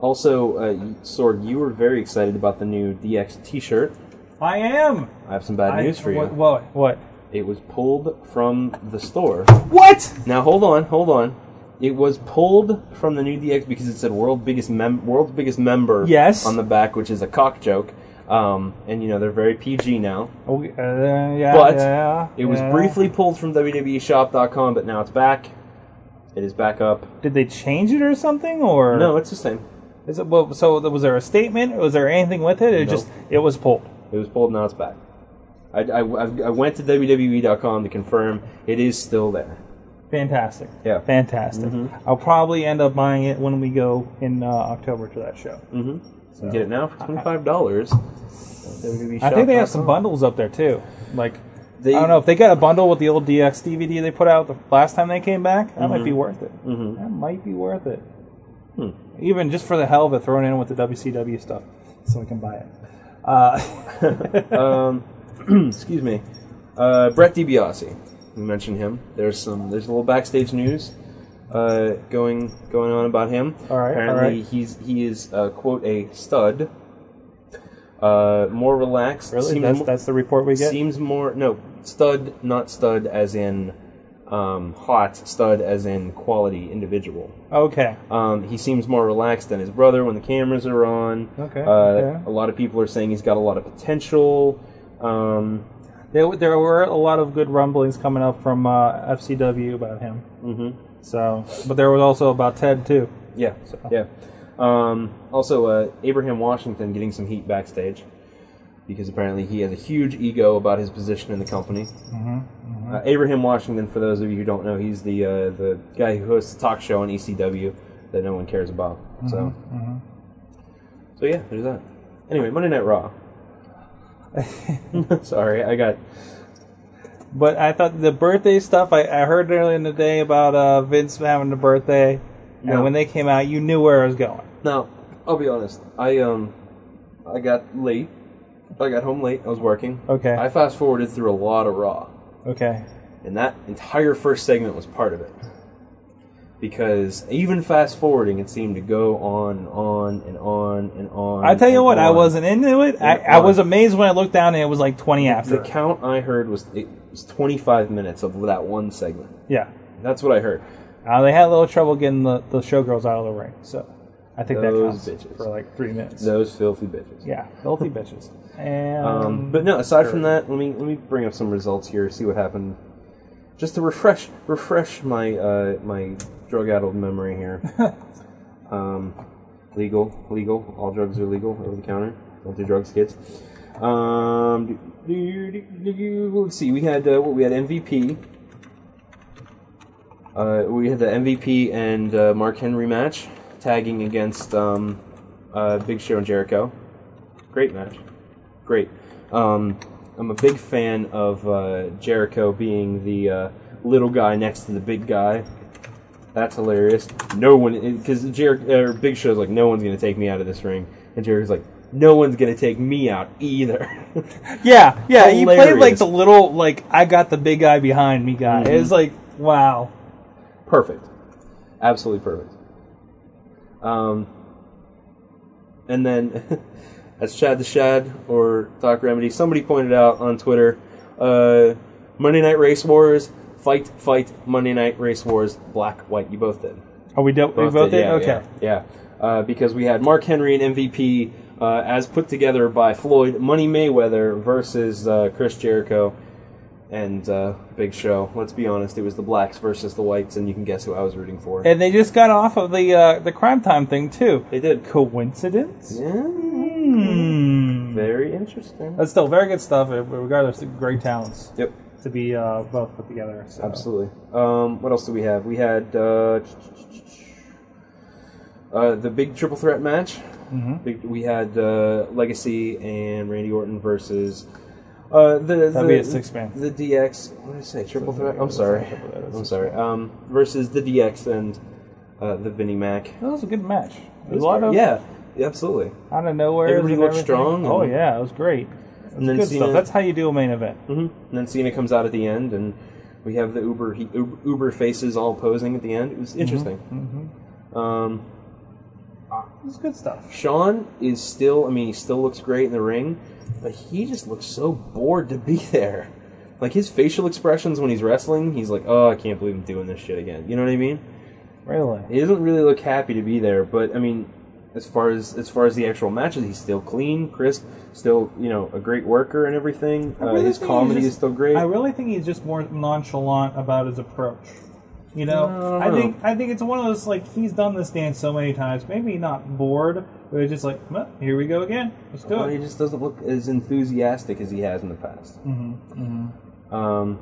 Speaker 5: also, uh, Sorg, you were very excited about the new DX T-shirt.
Speaker 4: I am.
Speaker 3: I have some bad
Speaker 4: I-
Speaker 3: news for you.
Speaker 4: what- what? What?
Speaker 3: It was pulled from the store.
Speaker 4: What?
Speaker 3: Now hold on, hold on. It was pulled from the new DX because it said "world biggest mem- world's biggest member"
Speaker 4: Yes.
Speaker 3: on the back, which is a cock joke. Um, and you know they're very PG now.
Speaker 4: Oh, uh, yeah,
Speaker 3: but
Speaker 4: yeah,
Speaker 3: it was
Speaker 4: yeah.
Speaker 3: briefly pulled from E WWEShop.com, but now it's back. It is back up.
Speaker 4: Did they change it or something? Or
Speaker 3: No, it's the same.
Speaker 4: Is it? Well, so th- was there a statement? Was there anything with it? It just it was pulled.
Speaker 3: It was pulled. Now it's back. I, I, I've- I went to WWE.com to confirm it is still there.
Speaker 4: fantastic.
Speaker 3: Yeah. Mm-hmm.
Speaker 4: fantastic. I'll probably end up buying it when we go in uh, October to that show.
Speaker 3: Mm-hmm. So get it now for twenty five dollars. Mm-hmm.
Speaker 4: I think they have some bundles up there too. Like
Speaker 3: They-
Speaker 4: I don't know if they got a bundle with the old DX DVD they put out the last time they came back. That might
Speaker 3: Mhm.
Speaker 4: be worth it.
Speaker 3: Mhm.
Speaker 4: That might be worth it.
Speaker 3: Hmm.
Speaker 4: Even just for the hell of it, thrown in with the WCW stuff, so we can buy it. Uh,
Speaker 3: um, excuse me. Uh, Brett DiBiase. We mentioned him. There's some. There's a little backstage news uh, going going on about him.
Speaker 4: All right, all
Speaker 3: Apparently,
Speaker 4: right.
Speaker 3: he's he is uh, quote a stud. Uh, more relaxed.
Speaker 4: Really? That's-
Speaker 3: mo-
Speaker 4: that's the report we get?
Speaker 3: Seems more no stud, not stud as in um, hot. Stud as in quality individual.
Speaker 4: okay.
Speaker 3: Um, he seems more relaxed than his brother when the cameras are on.
Speaker 4: Okay,
Speaker 3: Uh,
Speaker 4: okay.
Speaker 3: A lot of people are saying he's got a lot of potential. Um,
Speaker 4: There, w- there were a lot of good rumblings coming up from uh, FCW about him.
Speaker 3: Mhm.
Speaker 4: So, but there was also about Ted too.
Speaker 3: yeah, yeah. Um, also, uh, Abraham Washington getting some heat backstage because apparently he has a huge ego about his position in the company. Uh, Abraham Washington, for those of you who don't know, he's the uh, the guy who hosts the talk show on ECW that no one cares about. So, so yeah, there's that. Anyway, Monday Night Raw. Sorry, I got
Speaker 4: But I thought the birthday stuff. I, I heard earlier in the day about uh, Vince having a birthday,
Speaker 3: No.
Speaker 4: and when they came out, you knew where it was going.
Speaker 3: Now, I'll be honest. I um, I got late. I got home late. I was working.
Speaker 4: Okay.
Speaker 3: I fast forwarded through a lot of Raw,
Speaker 4: Okay.
Speaker 3: and that entire first segment was part of it. Because even fast forwarding, it seemed to go on and on and on and on.
Speaker 4: I tell you
Speaker 3: and
Speaker 4: what, I
Speaker 3: on.
Speaker 4: wasn't into it. I, I was amazed when I looked down and it was like 20 after.
Speaker 3: The count I heard was it was 25 minutes of that one segment.
Speaker 4: yeah.
Speaker 3: That's what I heard.
Speaker 4: Uh, they had a little trouble getting the, the showgirls out of the ring, so I think
Speaker 3: Those
Speaker 4: that counts
Speaker 3: bitches.
Speaker 4: for like three minutes.
Speaker 3: Those filthy bitches.
Speaker 4: Yeah, filthy bitches. And
Speaker 3: Um, but no, aside from
Speaker 4: sure.
Speaker 3: that, let me let me bring up some results here, see what happened, just to refresh refresh my uh, my drug addled memory here. um, legal, legal. All drugs are legal over the counter. Don't do drugs, kids. Um, do, do, do, do, do. let's see. We had uh, what we had MVP. Uh, we had the MVP and uh, Mark Henry match, tagging against um, uh, Big Show and Jericho. Great match. Great. Um, I'm a big fan of uh, Jericho being the uh, little guy next to the big guy. That's hilarious. No one, because Jer- uh, Big Show's like, no one's gonna take me out of this ring, and Jericho's like, no one's gonna take me out either.
Speaker 4: Yeah, yeah, he played like
Speaker 3: Hilarious.
Speaker 4: the little like I got the big guy behind me guy. It was
Speaker 3: Mhm.
Speaker 4: like wow.
Speaker 3: perfect, absolutely perfect. Um, and then as Shad the Shad or Doc Remedy, somebody pointed out on Twitter, uh, Monday Night Race Wars, fight, fight, Monday Night Race Wars, black, white. You both did.
Speaker 4: Are we dealt we both did?
Speaker 3: yeah,
Speaker 4: okay.
Speaker 3: Yeah, yeah. Uh, because we had Mark Henry and MVP uh, as put together by Floyd Money Mayweather versus uh, Chris Jericho and uh, Big Show. Let's be honest, it was the blacks versus the whites, and you can guess who I was rooting for.
Speaker 4: And they just got off of the uh, the crime time thing too.
Speaker 3: They did.
Speaker 4: Coincidence? Hmm.
Speaker 3: Very interesting.
Speaker 4: That's still very good stuff. uh, Regardless, of great talents.
Speaker 3: Yep.
Speaker 4: To be uh, both put together. So.
Speaker 3: Absolutely. Um, what else do we have? We had uh, uh, the big triple threat match.
Speaker 4: Mhm.
Speaker 3: Big- We had uh, Legacy and Randy Orton versus uh, the
Speaker 4: That'd be
Speaker 3: the-
Speaker 4: a six-man.
Speaker 3: The DX. What did I say? Triple
Speaker 4: Something
Speaker 3: threat.
Speaker 4: like
Speaker 3: I'm
Speaker 4: that.
Speaker 3: sorry.
Speaker 4: Something like that.
Speaker 3: I'm sorry. Um, versus the DX and uh, the Vinnie Mac.
Speaker 4: That was a good match. There was a lot of
Speaker 3: yeah, absolutely.
Speaker 4: out of nowhere.
Speaker 3: Everybody looked strong
Speaker 4: Oh
Speaker 3: and-
Speaker 4: yeah, it was great. It was
Speaker 3: then
Speaker 4: good
Speaker 3: Cena-
Speaker 4: stuff. That's how you do a main event.
Speaker 3: hmm And then Cena comes out at the end, and we have the Uber he, Uber, Uber faces all posing at the end. It was interesting.
Speaker 4: Mm-hmm.
Speaker 3: Um,
Speaker 4: It was good stuff.
Speaker 3: Sean is still, I mean, he still looks great in the ring,
Speaker 5: But he just looks so bored to be there. Like his facial expressions when he's wrestling, he's like, "Oh, I can't believe I'm doing this shit again." You know what I mean?
Speaker 4: Really?
Speaker 5: He doesn't really look happy to be there. But I mean, as far as as far as the actual matches, he's still clean, crisp, still you know a great worker and everything.
Speaker 4: I
Speaker 5: Uh,
Speaker 4: really
Speaker 5: his
Speaker 4: think
Speaker 5: comedy
Speaker 4: he's
Speaker 5: is
Speaker 4: just-
Speaker 5: still great.
Speaker 4: I really think he's just more nonchalant about his approach. You know,
Speaker 5: No, I
Speaker 4: I
Speaker 5: don't
Speaker 4: think I think it's one of those like he's done this dance so many times. Maybe not bored, but it's just like, well, here we go again. Let's do
Speaker 5: Well, he
Speaker 4: it.
Speaker 5: just doesn't look as enthusiastic as he has in the past.
Speaker 4: hmm hmm
Speaker 5: Um,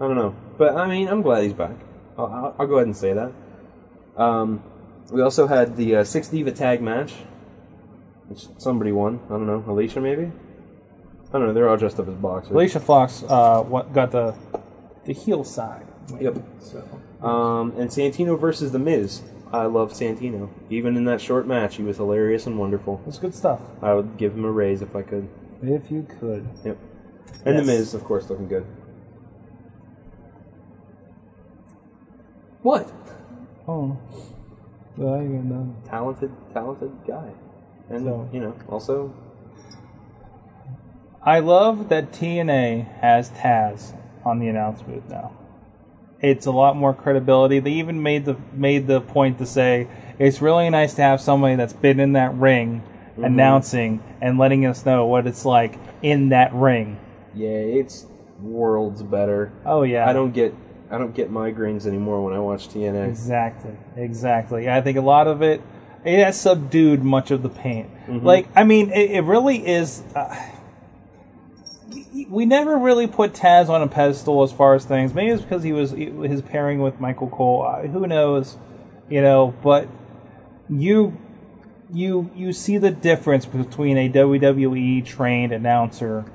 Speaker 5: I don't know, but I mean, I'm glad he's back. I'll, I'll, I'll go ahead and say that. Um, we also had the uh, Six Diva Tag match, which somebody won. I don't know, Alicia maybe. I don't know. They're all dressed up as boxers.
Speaker 4: Alicia Fox uh, what got the the heel side.
Speaker 5: Yep.
Speaker 4: So
Speaker 5: Um, and Santino versus The Miz. I love Santino. Even in that short match, he was hilarious and wonderful.
Speaker 4: it's good stuff.
Speaker 5: I would give him a raise if I could.
Speaker 4: If you could.
Speaker 5: Yep. And
Speaker 4: Yes.
Speaker 5: The Miz, of course, looking good. What?
Speaker 4: Oh. Well, I don't know.
Speaker 5: Talented, talented guy. And,
Speaker 4: So-
Speaker 5: you know, also,
Speaker 4: I love that TNA has Taz on the announce booth now. It's a lot more credibility. They even made the made the point to say it's really nice to have somebody that's been in that ring
Speaker 5: Mhm.
Speaker 4: announcing and letting us know what it's like in that ring.
Speaker 5: yeah, it's worlds better.
Speaker 4: Oh yeah.
Speaker 5: I don't get I don't get migraines anymore when I watch TNA.
Speaker 4: Exactly. Exactly. I think a lot of it it has subdued much of the pain.
Speaker 5: Mhm.
Speaker 4: Like I mean, it, it really is. Uh, we never really put Taz on a pedestal as far as things. Maybe it's because he was his pairing with Michael Cole. Uh, who knows? You know, but you you you see the difference between a WWE trained announcer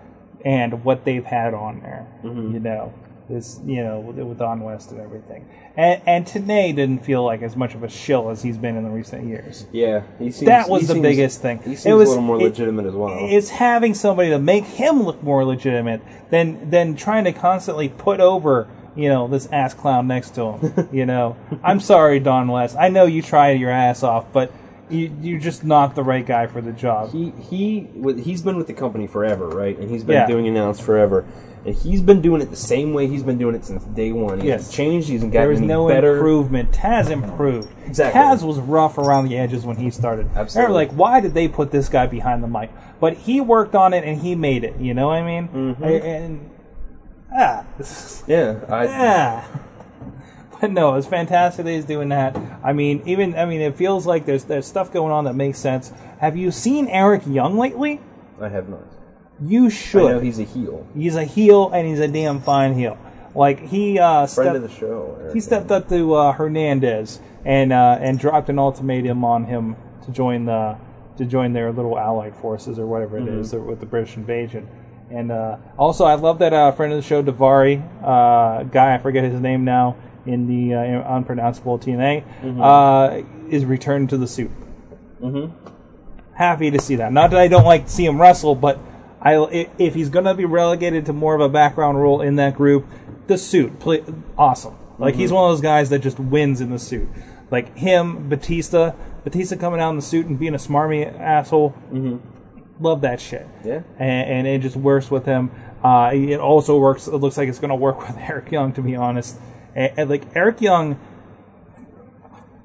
Speaker 4: and what they've had on there. You know, this you know with, with Don West and everything. And and Tanay didn't feel like as much of a shill as he's been in the recent years.
Speaker 5: Yeah, he seems,
Speaker 4: That was
Speaker 5: he
Speaker 4: the
Speaker 5: seems-
Speaker 4: biggest thing.
Speaker 5: He
Speaker 4: It
Speaker 5: seems
Speaker 4: was-
Speaker 5: a little more
Speaker 4: it-
Speaker 5: legitimate as well.
Speaker 4: It's having somebody to make him look more legitimate than than trying to constantly put over you know this ass clown next to him. you know, I'm sorry, Don West. I know you tried your ass off, but you you're just not the right guy for the job.
Speaker 5: He he with- he's been with the company forever, right? And he's been
Speaker 4: Yeah.
Speaker 5: doing announce forever. And he's been doing it the same way he's been doing it since day one. He hasn't
Speaker 4: Yes.
Speaker 5: changed. He hasn't gotten
Speaker 4: There was
Speaker 5: any
Speaker 4: no
Speaker 5: better.
Speaker 4: improvement. Taz improved.
Speaker 5: Exactly.
Speaker 4: Taz was rough around the edges when he started.
Speaker 5: Absolutely.
Speaker 4: They were like, why did they put this guy behind the mic? But he worked on it and he made it. You know what I mean? Mm-hmm. and ah,
Speaker 5: yeah, I,
Speaker 4: yeah. But no, it's fantastic that he's doing that. I mean, even I mean, it feels like there's there's stuff going on that makes sense. Have you seen Eric Young lately?
Speaker 5: I have not.
Speaker 4: You should.
Speaker 5: I know he's a heel.
Speaker 4: He's a heel and he's a damn fine heel. Like he uh,
Speaker 5: Friend
Speaker 4: stepped-
Speaker 5: of the show. Eric.
Speaker 4: he stepped up to uh, Hernandez and uh, and dropped an ultimatum on him to join the to join their little allied forces or whatever it is
Speaker 5: Mhm.
Speaker 4: that- with the British invasion. And uh, also, I love that uh, friend of the show, Davari uh, guy. I forget his name now in the uh, unpronounceable TNA
Speaker 5: Mhm.
Speaker 4: uh, is returned to the suit.
Speaker 5: Mhm.
Speaker 4: Happy to see that. Not that I don't like to see him wrestle, but I i- if he's gonna be relegated to more of a background role in that group, the suit, play, awesome. Like he's
Speaker 5: Mhm.
Speaker 4: one of those guys that just wins in the suit. Like him, Batista, Batista coming out in the suit and being a smarmy asshole. Mm-hmm. Love that shit.
Speaker 5: Yeah.
Speaker 4: And, and it just works with him. Uh, it also works. It looks like it's gonna work with Eric Young, to be honest. And, and like Eric Young,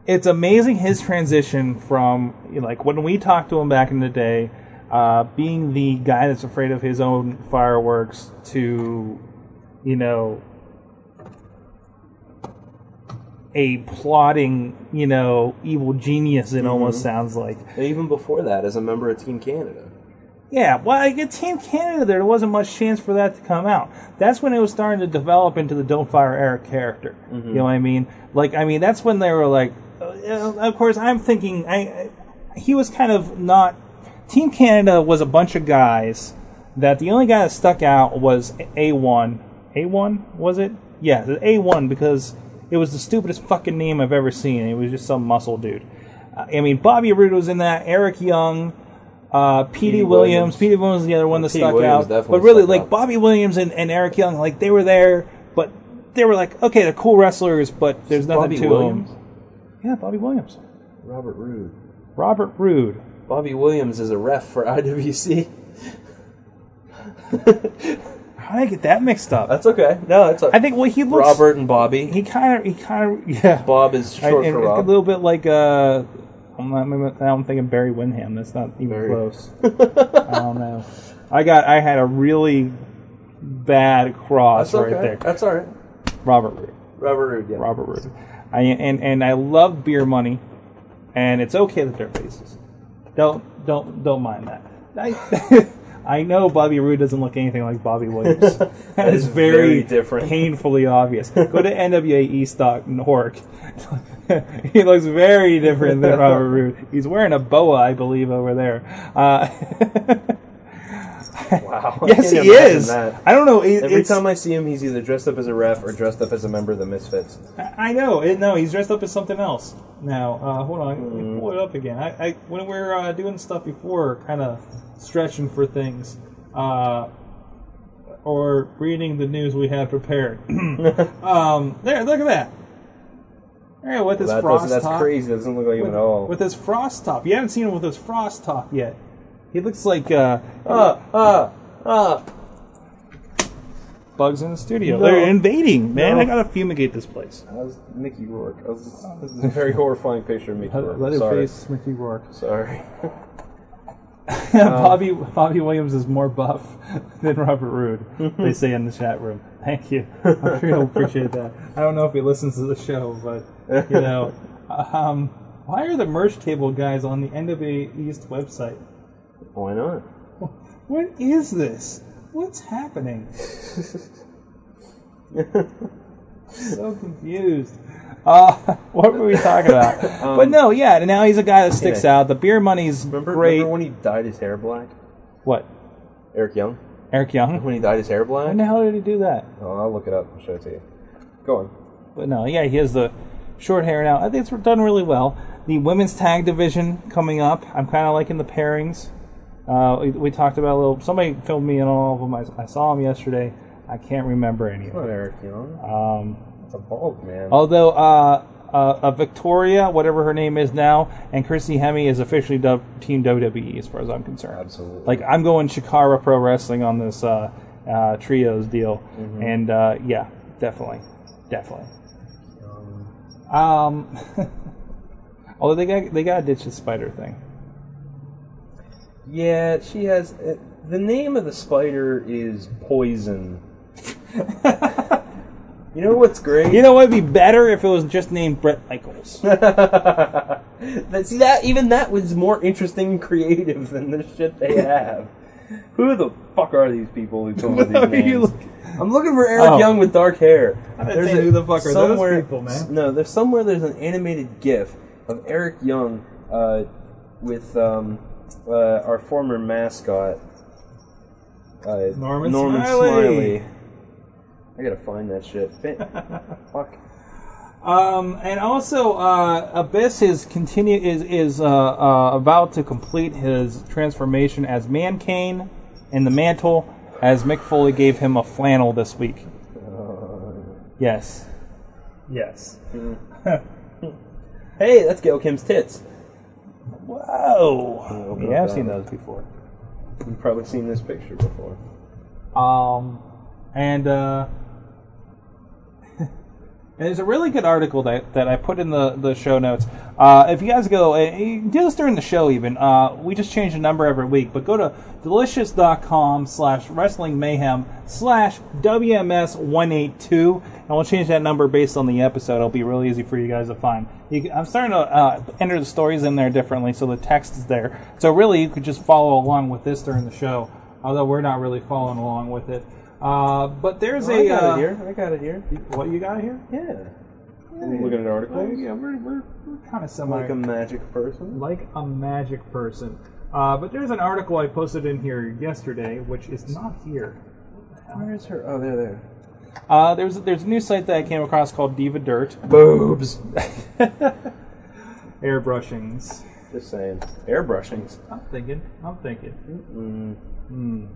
Speaker 4: it's amazing his transition from you know, like when we talked to him back in the day, uh, being the guy that's afraid of his own fireworks to, you know, a plotting, you know, evil genius. It almost sounds like.
Speaker 5: And even before that, as a member of Team Canada.
Speaker 4: Yeah, well, like at Team Canada, there wasn't much chance for that to come out. That's when it was starting to develop into the "Don't Fire Eric" character. You know what I mean? Like, I mean, that's when they were like, uh, uh, of course, I'm thinking, I, I he was kind of not. Team Canada was a bunch of guys that the only guy that stuck out was A1. A1 was it? Yeah, A1 because it was the stupidest fucking name I've ever seen. It was just some muscle dude. Uh, I mean, Bobby Roode was in that. Eric Young. Uh, Petey,
Speaker 5: Petey
Speaker 4: Williams.
Speaker 5: Williams.
Speaker 4: Petey Williams was the other one that
Speaker 5: Petey
Speaker 4: stuck
Speaker 5: Williams
Speaker 4: out.
Speaker 5: definitely
Speaker 4: But really,
Speaker 5: stuck
Speaker 4: like
Speaker 5: out.
Speaker 4: Bobby Williams and, and Eric Young, like they were there, but they were like, okay, they're cool wrestlers, but there's nothing
Speaker 5: Bobby
Speaker 4: to 'em.
Speaker 5: Williams?
Speaker 4: Yeah, Bobby Williams.
Speaker 5: Robert Roode.
Speaker 4: Robert Roode.
Speaker 5: Bobby Williams is a ref for IWC.
Speaker 4: How did I get that mixed up?
Speaker 5: That's okay. No, it's okay.
Speaker 4: I think well, he looks
Speaker 5: Robert and Bobby.
Speaker 4: He kind of, he kind of, yeah.
Speaker 5: Bob is short
Speaker 4: I- and
Speaker 5: for
Speaker 4: it's A
Speaker 5: Rob.
Speaker 4: little bit like uh, I'm not. I'm not- I'm thinking Barry Windham. That's not even close. I don't know. I got. I had a really bad cross
Speaker 5: That's okay.
Speaker 4: right there.
Speaker 5: That's all right.
Speaker 4: Robert Roode.
Speaker 5: Robert Roode. Yeah.
Speaker 4: Robert Roode. I and and I love beer money, and it's okay that they're faces. Don't don't don't mind that. I I know Bobby Roode doesn't look anything like Bobby Williams. that is,
Speaker 5: is
Speaker 4: very,
Speaker 5: very different.
Speaker 4: painfully obvious. Go to NWA Estock Nork. he looks very different than Robert Roode. He's wearing a boa, I believe, over there. Uh,
Speaker 5: Wow. I
Speaker 4: yes, he
Speaker 5: can't imagine
Speaker 4: is.
Speaker 5: that.
Speaker 4: I don't know. It,
Speaker 5: Every
Speaker 4: it's,
Speaker 5: time I see him, he's either dressed up as a ref or dressed up as a member of the Misfits.
Speaker 4: I know. It, no, he's dressed up as something else. Now, uh, hold on. Let
Speaker 5: Mm.
Speaker 4: me pull it up again. I, I when we were uh, doing stuff before, kind of stretching for things, uh, or reading the news we had prepared. um, there, look at that. Yeah, with his
Speaker 5: That doesn't-
Speaker 4: frost
Speaker 5: that's
Speaker 4: top.
Speaker 5: crazy. That doesn't look like him
Speaker 4: with,
Speaker 5: at all.
Speaker 4: With his frost top. You haven't seen him with his frost top yet. He looks like uh,
Speaker 5: Uh, uh, uh.
Speaker 4: bugs in the studio.
Speaker 5: No.
Speaker 4: They're invading, man.
Speaker 5: No.
Speaker 4: I gotta fumigate this place.
Speaker 5: That was Mickey Rourke. That was, that was a very horrifying picture of Mickey Rourke. Sorry.
Speaker 4: Leatherface, Mickey Rourke.
Speaker 5: Sorry. Um,
Speaker 4: Bobby Bobby Williams is more buff than Robert Roode. they say in the chat room. Thank you. I'm sure he'll appreciate that. I don't know if he listens to the show, but you know, um, why are the merch table guys on the NWA East website?
Speaker 5: Why not?
Speaker 4: What is this? What's happening? so confused. Uh, what were we talking about?
Speaker 5: Um,
Speaker 4: but no, yeah. Now he's a guy that sticks
Speaker 5: yeah.
Speaker 4: out. The beer money's
Speaker 5: Remember,
Speaker 4: great.
Speaker 5: remember when he dyed his hair black?
Speaker 4: What?
Speaker 5: Eric Young?
Speaker 4: Eric Young.
Speaker 5: When he dyed his hair black?
Speaker 4: When the hell did he do that?
Speaker 5: Oh, I'll look it up and show it to you. Go on.
Speaker 4: But no, yeah, he has the short hair now. I think it's done really well. The women's tag division coming up. I'm kind of liking the pairings. Uh, we, we talked about a little. Somebody filled me in on all of them. I, I saw them yesterday. I can't remember any of
Speaker 5: Come on,
Speaker 4: them.
Speaker 5: Eric Young.
Speaker 4: Um,
Speaker 5: That's Ah, a bald man.
Speaker 4: although uh, uh, uh, Victoria, whatever her name is now, and Christy Hemme is officially dub- Team WWE as far as I'm concerned.
Speaker 5: Absolutely.
Speaker 4: Like I'm going Shikara Pro Wrestling on this uh, uh, trios deal,
Speaker 5: Mhm.
Speaker 4: and uh, yeah, definitely, definitely. Um, although they got they got to ditch the spider thing.
Speaker 5: Yeah, she has. Uh, the name of the spider is Poison. you know what's great?
Speaker 4: You know what'd be better if it was just named Brett Michaels.
Speaker 5: That, see that even that was more interesting and creative than the shit they have. Who the fuck are these people who come up with
Speaker 4: Who
Speaker 5: these
Speaker 4: are you
Speaker 5: names? I'm looking for Eric
Speaker 4: Oh.
Speaker 5: Young with dark hair.
Speaker 4: I didn't say who the fuck are those people, man.
Speaker 5: s- No, there's somewhere there's an animated GIF of Eric Young uh, with um, uh, our former mascot uh,
Speaker 4: Norman Smiley.
Speaker 5: Smiley. I gotta find that shit. fuck.
Speaker 4: Um, and also, uh, Abyss is continue is is uh, uh, about to complete his transformation as Man Kane in the mantle, as Mick Foley gave him a flannel this week.
Speaker 5: Uh.
Speaker 4: Yes. Yes.
Speaker 5: hey, that's Gail Kim's tits.
Speaker 4: Whoa.
Speaker 5: Oh,
Speaker 4: Yeah, I've
Speaker 5: God.
Speaker 4: seen those before.
Speaker 5: You've probably seen this picture before.
Speaker 4: Um, and uh, and there's a really good article that, that I put in the, the show notes. Uh, if you guys go, and you can do this during the show even, uh, we just change the number every week, but go to delicious.com slash wrestling mayhem slash WMS182, and we'll change that number based on the episode. It'll be really easy for you guys to find. You, can- I'm starting to uh, enter the stories in there differently, so the text is there. So really, you could just follow along with this during the show, although we're not really following along with it. Uh, but there's
Speaker 5: Oh,
Speaker 4: a
Speaker 5: I got
Speaker 4: uh,
Speaker 5: it here. I got it here.
Speaker 4: what you got here?
Speaker 5: Yeah. I'm looking at articles.
Speaker 4: yeah, we're, we're, we're kind of semi
Speaker 5: Like a magic person.
Speaker 4: like a magic person. Uh, but there's an article I posted in here yesterday, which is not here.
Speaker 5: Where is her? Oh, there, there.
Speaker 4: Uh, there's there's a new site that I came across called Diva Dirt
Speaker 5: Boobs.
Speaker 4: Airbrushings.
Speaker 5: Just saying. Airbrushings.
Speaker 4: I'm thinking. I'm thinking.
Speaker 5: Mm.
Speaker 4: Hmm.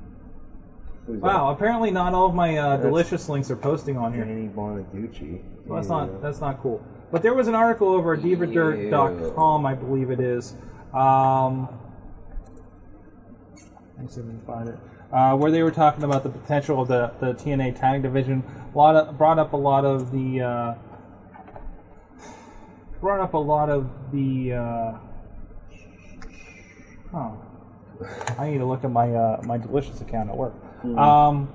Speaker 5: Who's
Speaker 4: Wow. Apparently, not all of my uh,
Speaker 5: That's-
Speaker 4: delicious links are posting on
Speaker 5: that?
Speaker 4: here.
Speaker 5: Danny Bonaducci.
Speaker 4: Well, that's
Speaker 5: Yeah.
Speaker 4: not that's not cool. But there was an article over at divadirt.com, I believe it is. Um, let me see if I can find it. uh, where they were talking about the potential of the, the TNA tag division. A lot of, brought up a lot of the uh, brought up a lot of the. Uh, oh, I need to look at my uh, my delicious account at work. Um,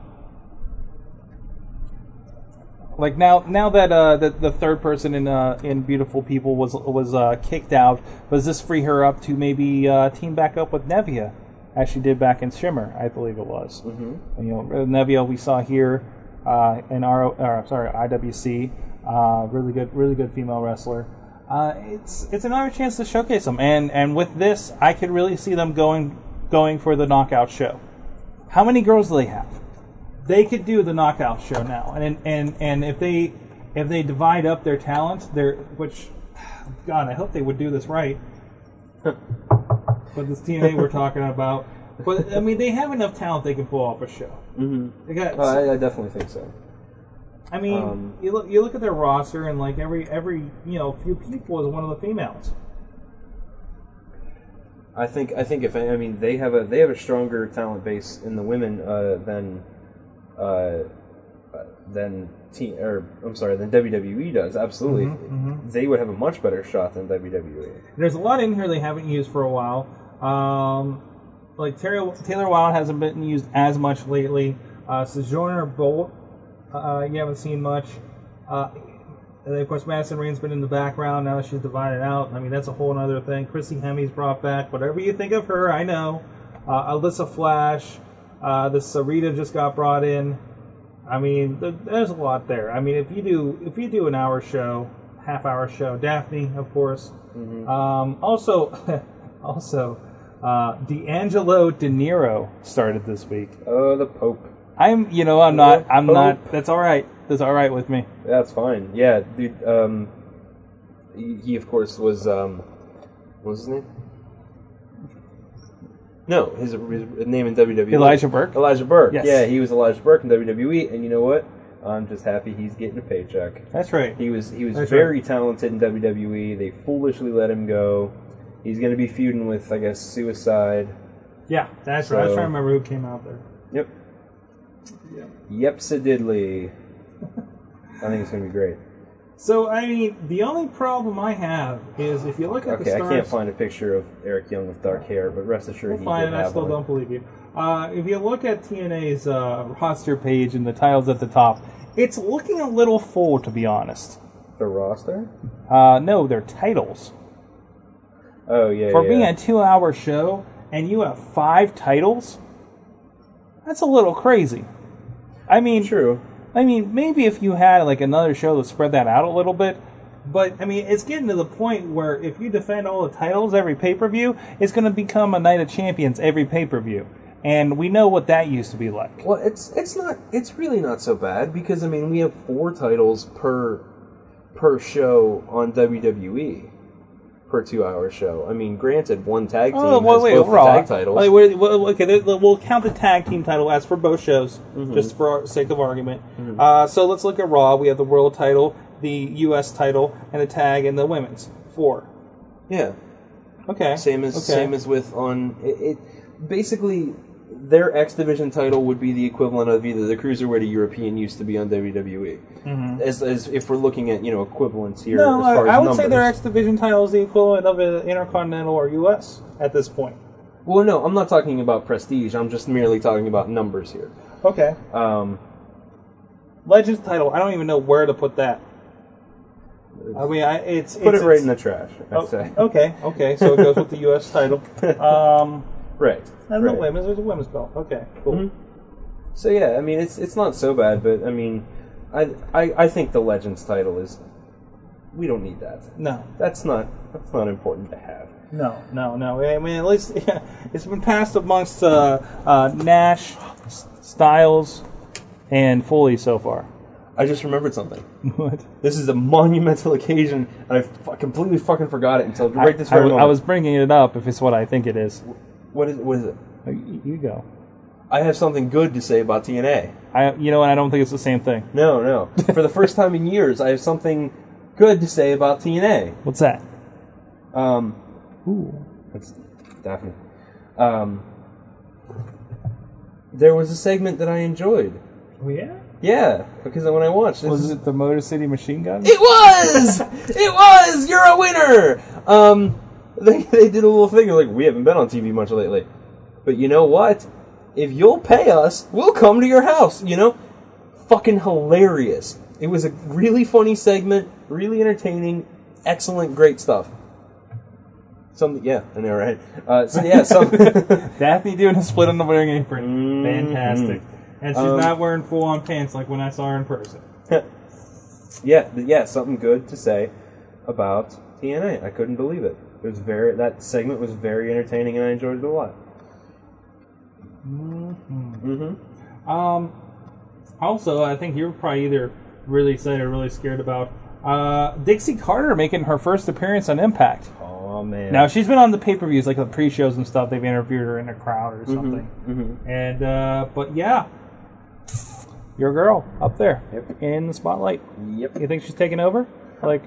Speaker 4: like now now that uh, the, the third person in uh, in Beautiful People was was uh, kicked out, does this free her up to maybe uh, team back up with Nevia, as she did back in Shimmer, I believe it was. You know, uh, Nevia we saw here uh, in our or, sorry IWC, uh, really good really good female wrestler. Uh, it's it's another chance to showcase them, and and with this, I could really see them going going for the knockout show. How many girls do they have? They could do the knockout show now, and and and if they if they divide up their talent, their which, God, I hope they would do this right. but this TNA we're talking about, but I mean, they have enough talent they can pull off a show.
Speaker 5: Mm-hmm.
Speaker 4: They got-
Speaker 5: I, I definitely think so.
Speaker 4: I mean,
Speaker 5: Um,
Speaker 4: you look you look at their roster, and like every every you know few people is one of the females.
Speaker 5: I think I think if I mean they have a they have a stronger talent base in the women uh, than uh, uh, than team or I'm sorry than WWE does. Absolutely,
Speaker 4: Mhm, mhm.
Speaker 5: they would have a much better shot than E. WWE.
Speaker 4: There's a lot in here they haven't used for a while. Um, like Taylor, Taylor Wilde hasn't been used as much lately. Uh, Sojourner Bolt, uh, you haven't seen much. Uh, and then, of course, Madison Rain's been in the background. Now she's divided out. I mean, that's a whole other thing. Chrissy Hemi's brought back. Whatever you think of her, I know. Uh, Alyssa Flash, uh, the Sarita just got brought in. I mean, th- there's a lot there. I mean, if you do if you do an hour show, half hour show, Daphne, of course. Um, also, also, uh, D'Angelo De Niro started this week.
Speaker 5: Oh, the Pope.
Speaker 4: I'm, you know, I'm not, I'm
Speaker 5: Pope.
Speaker 4: not. That's all right. That's all right with me.
Speaker 5: That's fine. Yeah, dude. Um, he, he of course was um, what was his name? No, his, his name in WWE.
Speaker 4: Elijah Burke?
Speaker 5: Elijah Burke.
Speaker 4: Yes.
Speaker 5: Yeah, he was Elijah Burke in WWE, and you know what? I'm just happy he's getting a paycheck.
Speaker 4: That's right.
Speaker 5: He was he was
Speaker 4: That's
Speaker 5: very talented in WWE. They foolishly let him go. He's going to be feuding with, I guess, Suicide.
Speaker 4: Yeah, that's right. I was
Speaker 5: So-
Speaker 4: trying to remember who came out there.
Speaker 5: Yep. Yepsa Diddley. I think it's going to be great.
Speaker 4: So I mean, the only problem I have is if you look at the
Speaker 5: Okay, I
Speaker 4: stars,
Speaker 5: can't find a picture of Eric Young with dark hair, but rest assured
Speaker 4: we'll
Speaker 5: he
Speaker 4: find
Speaker 5: did
Speaker 4: it.
Speaker 5: have
Speaker 4: I still
Speaker 5: one.
Speaker 4: don't believe you. Uh, if you look at TNA's uh, roster page and the titles at the top, it's looking a little full, to be honest.
Speaker 5: The roster?
Speaker 4: Uh, no, their titles.
Speaker 5: Oh yeah.
Speaker 4: For
Speaker 5: yeah.
Speaker 4: being a two-hour show and you have five titles, that's a little crazy. I mean,
Speaker 5: true.
Speaker 4: I mean, maybe if you had like another show to spread that out a little bit, but I mean, it's getting to the point where if you defend all the titles every pay-per-view, it's going to become a night of champions every pay-per-view, and we know what that used to be like.
Speaker 5: Well, it's it's not it's really not so bad because I mean we have four titles per per show on WWE per two hour show. I mean, granted, one tag team
Speaker 4: Oh,
Speaker 5: has both the
Speaker 4: Raw.
Speaker 5: tag titles.
Speaker 4: Wait, wait, wait, okay, th- we'll count the tag team title as for both shows,
Speaker 5: Mhm.
Speaker 4: just for our sake of argument.
Speaker 5: Mhm.
Speaker 4: Uh, so let's look at Raw. We have the world title, the U.S. title, and the tag and the women's four.
Speaker 5: Yeah.
Speaker 4: Okay.
Speaker 5: Same as
Speaker 4: Okay.
Speaker 5: same as with on it, it. Basically, their X division title would be the equivalent of either the cruiserweight or European used to be on WWE.
Speaker 4: Mhm.
Speaker 5: As, as if we're looking at you know equivalents here.
Speaker 4: No,
Speaker 5: as far
Speaker 4: I, I
Speaker 5: as
Speaker 4: would say
Speaker 5: numbers.
Speaker 4: their X Division title is the equivalent of an Intercontinental or U.S. at this point.
Speaker 5: Well, no, I'm not talking about prestige. I'm just merely talking about numbers here.
Speaker 4: Okay.
Speaker 5: Um,
Speaker 4: Legends title, I don't even know where to put that. I mean, I, it's
Speaker 5: put
Speaker 4: it's-
Speaker 5: it right
Speaker 4: it's-
Speaker 5: in the trash. I'd
Speaker 4: Oh,
Speaker 5: say.
Speaker 4: Okay, okay, so it goes with the U.S. title. Um,
Speaker 5: Right.
Speaker 4: and
Speaker 5: right.
Speaker 4: the women's, there's a women's belt. Okay, cool.
Speaker 5: So yeah, I mean it's it's not so bad, but I mean, I I, I think the Legends title is. We don't need that.
Speaker 4: No.
Speaker 5: That's not that's not important to have.
Speaker 4: No, no, no. I mean, at least it's been passed amongst uh, uh, Nash, S- Styles, and Foley so far.
Speaker 5: I just remembered something.
Speaker 4: What?
Speaker 5: This is a monumental occasion, and I f- completely fucking forgot it until
Speaker 4: I,
Speaker 5: right this
Speaker 4: I
Speaker 5: very
Speaker 4: w-
Speaker 5: moment.
Speaker 4: I was bringing it up if it's what I think it is.
Speaker 5: What is what is it?
Speaker 4: Uh, You you go.
Speaker 5: I have something good to say about TNA.
Speaker 4: I, you know what? I don't think it's the same thing.
Speaker 5: No, no. For the first time in years, I have something good to say about TNA.
Speaker 4: What's that?
Speaker 5: Um,
Speaker 4: Ooh.
Speaker 5: that's Daphne. Um, there was a segment that I enjoyed.
Speaker 4: Oh, yeah?
Speaker 5: Yeah, because when I watched this,
Speaker 4: Was it the Motor City Machine Gun?
Speaker 5: It was! it was! You're a winner! Um, they, they did a little thing like, we haven't been on TV much lately. But you know what? If you'll pay us, we'll come to your house, you know? Fucking hilarious. It was a really funny segment, really entertaining, excellent, great stuff. Something, yeah, I know, right? Uh, so, yeah, so.
Speaker 4: Daphne doing a split on the wearing apron. Fantastic. And she's
Speaker 5: Um,
Speaker 4: not wearing full on pants like when I saw her in person.
Speaker 5: yeah, th- yeah, something good to say about TNA. I couldn't believe it. It was very that segment was very entertaining, and I enjoyed it a lot.
Speaker 4: Mm-hmm. Um, also, I think you're probably either really excited or really scared about uh, Dixie Carter making her first appearance on Impact.
Speaker 5: Oh man!
Speaker 4: Now she's been on the pay-per-views, like the pre-shows and stuff. They've interviewed her in a crowd or
Speaker 5: Mhm,
Speaker 4: something. And uh, but yeah, your girl up there in the spotlight.
Speaker 5: Yep.
Speaker 4: You think she's taking over? Like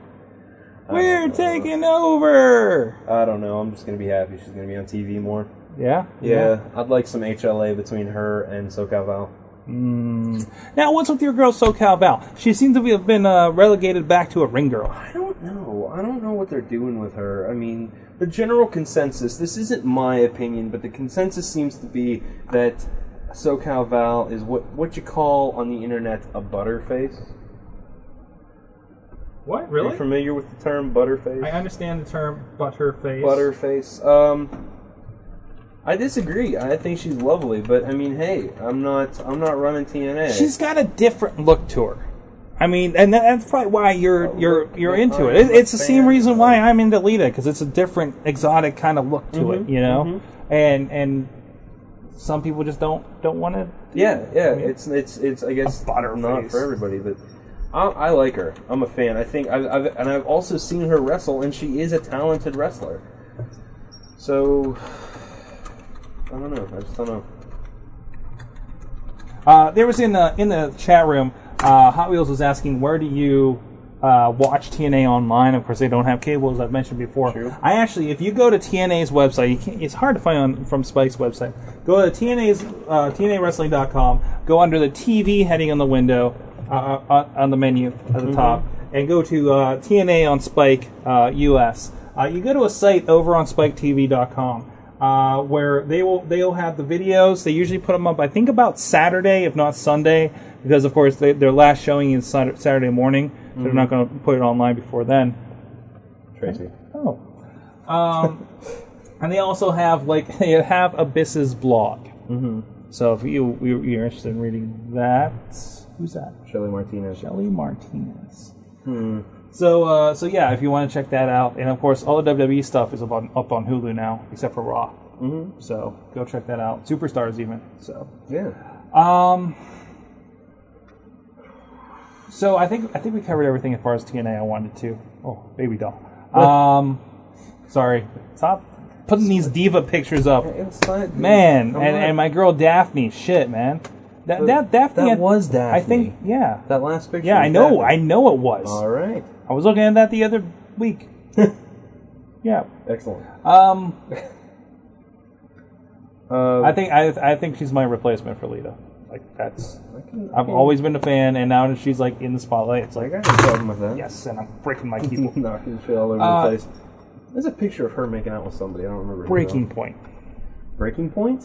Speaker 4: we're taking over.
Speaker 5: I don't know. I'm just gonna be happy she's gonna be on TV more.
Speaker 4: Yeah.
Speaker 5: Yeah, I'd like some HLA between her and SoCal Val.
Speaker 4: Mm. Now, what's with your girl SoCal Val? She seems to be- have been uh, relegated back to a ring girl.
Speaker 5: I don't know. I don't know what they're doing with her. I mean, the general consensus, this isn't my opinion, but the consensus seems to be that SoCal Val is what, what you call on the internet a butterface.
Speaker 4: What?
Speaker 5: Are you familiar with the term butterface?
Speaker 4: I understand the term butterface.
Speaker 5: Butterface. Um, I disagree. I think she's lovely, but I mean, hey, I'm not. I'm not running TNA.
Speaker 4: She's got a different look to her. I mean, and that, that's probably why you're you're you're into it. it it's the same reason why I'm into Lita because it's a different exotic kind of look to
Speaker 5: Mhm,
Speaker 4: it, you know.
Speaker 5: mhm.
Speaker 4: And and some people just don't don't want to.
Speaker 5: Yeah, yeah. it's it's it's. I guess not for everybody, but I, I like her. I'm a fan. I think I've, I've and I've also seen her wrestle, and she is a talented wrestler. So I don't know. I just don't know.
Speaker 4: Uh, there was in the in the chat room. Uh, Hot Wheels was asking, where do you uh, watch TNA online? Of course, they don't have cable, as I've mentioned before. I actually, if you go to TNA's website, you can't, it's hard to find on from Spike's website. Go to TNA's uh, TNAWrestling.com. Go under the TV heading on the window uh, on, on the menu at the
Speaker 5: Mhm.
Speaker 4: top, and go to uh, TNA on Spike uh, US. Uh, you go to a site over on SpikeTV.com uh, where they will they will have the videos. They usually put them up, I think, about Saturday, if not Sunday, because of course they, their last showing is Sat- Saturday morning. so They're
Speaker 5: Mhm.
Speaker 4: not going to put it online before then.
Speaker 5: Tracy.
Speaker 4: Oh. Um, and they also have like they have Abyss's blog.
Speaker 5: Mm-hmm.
Speaker 4: So if you you- you're interested in reading that, who's that?
Speaker 5: Shelly Martinez.
Speaker 4: Shelly Martinez.
Speaker 5: Hmm.
Speaker 4: So uh, so yeah, if you want to check that out, and of course all the WWE stuff is up on up on Hulu now, except for Raw.
Speaker 5: Mm-hmm.
Speaker 4: So go check that out. Superstars even. So
Speaker 5: Yeah.
Speaker 4: um. So I think I think we covered everything as far as TNA. I wanted to. Oh, baby doll. Um, sorry. Stop putting these diva pictures up, man. And,
Speaker 5: I'm not-
Speaker 4: and my girl Daphne. Shit, man. That
Speaker 5: But
Speaker 4: that Daphne.
Speaker 5: that was
Speaker 4: I think. Yeah.
Speaker 5: That last picture.
Speaker 4: Yeah, I
Speaker 5: was
Speaker 4: know.
Speaker 5: Daphne.
Speaker 4: I know it was.
Speaker 5: All right.
Speaker 4: I was looking at that the other week. yeah.
Speaker 5: Excellent.
Speaker 4: Um.
Speaker 5: Uh,
Speaker 4: I think I, I think she's my replacement for Lita. Like that's
Speaker 5: can- I
Speaker 4: I've
Speaker 5: can-
Speaker 4: always been a fan, and now that she's like in the spotlight, it's like
Speaker 5: I got no problem with that.
Speaker 4: Yes, and I'm breaking my keyboard.
Speaker 5: Knocking shit all over
Speaker 4: Uh,
Speaker 5: the place. There's a picture of her making out with somebody. I don't remember. who,
Speaker 4: Breaking
Speaker 5: though.
Speaker 4: point.
Speaker 5: Breaking point.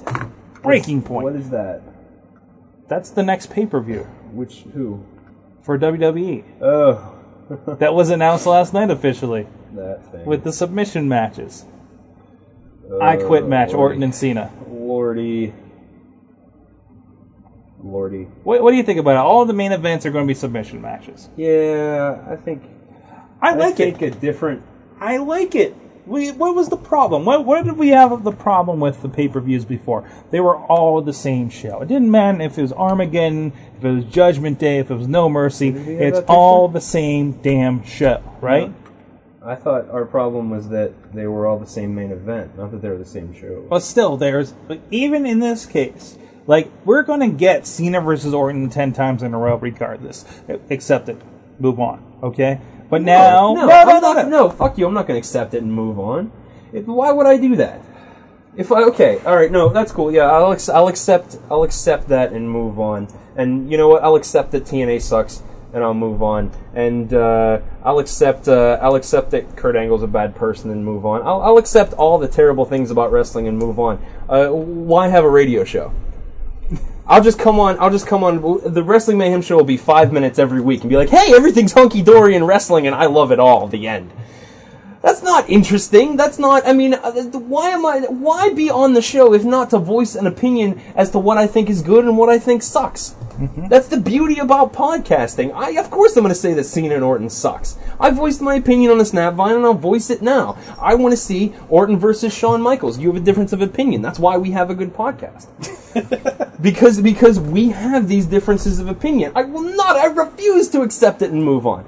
Speaker 4: Breaking point.
Speaker 5: What is that?
Speaker 4: That's the next pay per view
Speaker 5: Which who?
Speaker 4: for WWE.
Speaker 5: Oh,
Speaker 4: that was announced last night officially
Speaker 5: That thing.
Speaker 4: with the submission matches. I quit match
Speaker 5: Oh,
Speaker 4: Orton and Cena.
Speaker 5: Lordy. Lordy.
Speaker 4: What, what do you think about it? All the main events are going to be submission matches.
Speaker 5: Yeah, I think.
Speaker 4: I like it.
Speaker 5: Take a different.
Speaker 4: I like it. We, what was the problem? What, what did we have the problem with the pay per views before? They were all the same show. It didn't matter if it was Armageddon, if it was Judgment Day, if it was No Mercy.
Speaker 5: we have
Speaker 4: It's
Speaker 5: that picture?
Speaker 4: all the same damn show, right?
Speaker 5: I thought our problem was that they were all the same main event, not that they were the same show.
Speaker 4: But still, there's but even in this case, like we're gonna get Cena versus Orton ten times in a row, regardless. Accept it, move on, okay? But now,
Speaker 5: no, I'm not- no, Fuck you! I'm not going to accept it and move on. It, why would I do that? If I, okay, all right, no, that's cool. Yeah, I'll ex- I'll accept I'll accept that and move on. And you know what? I'll accept that TNA sucks and I'll move on. And uh, I'll accept uh, I'll accept that Kurt Angle's a bad person and move on. I'll, I'll accept all the terrible things about wrestling and move on. Uh, why have a radio show? I'll just come on. I'll just come on. The Wrestling Mayhem show will be five minutes every week and be like, "Hey, everything's hunky dory in wrestling, and I love it all." The end. That's not interesting. That's not. I mean, uh, th- why am I? Why be on the show if not to voice an opinion as to what I think is good and what I think sucks? That's the beauty about podcasting. I, of course, I'm going to say that Cena and Orton sucks. I voiced my opinion on the Snapvine, and I'll voice it now. I want to see Orton versus Shawn Michaels. You have a difference of opinion. That's why we have a good podcast because because we have these differences of opinion. I will not. I refuse to accept it and move on.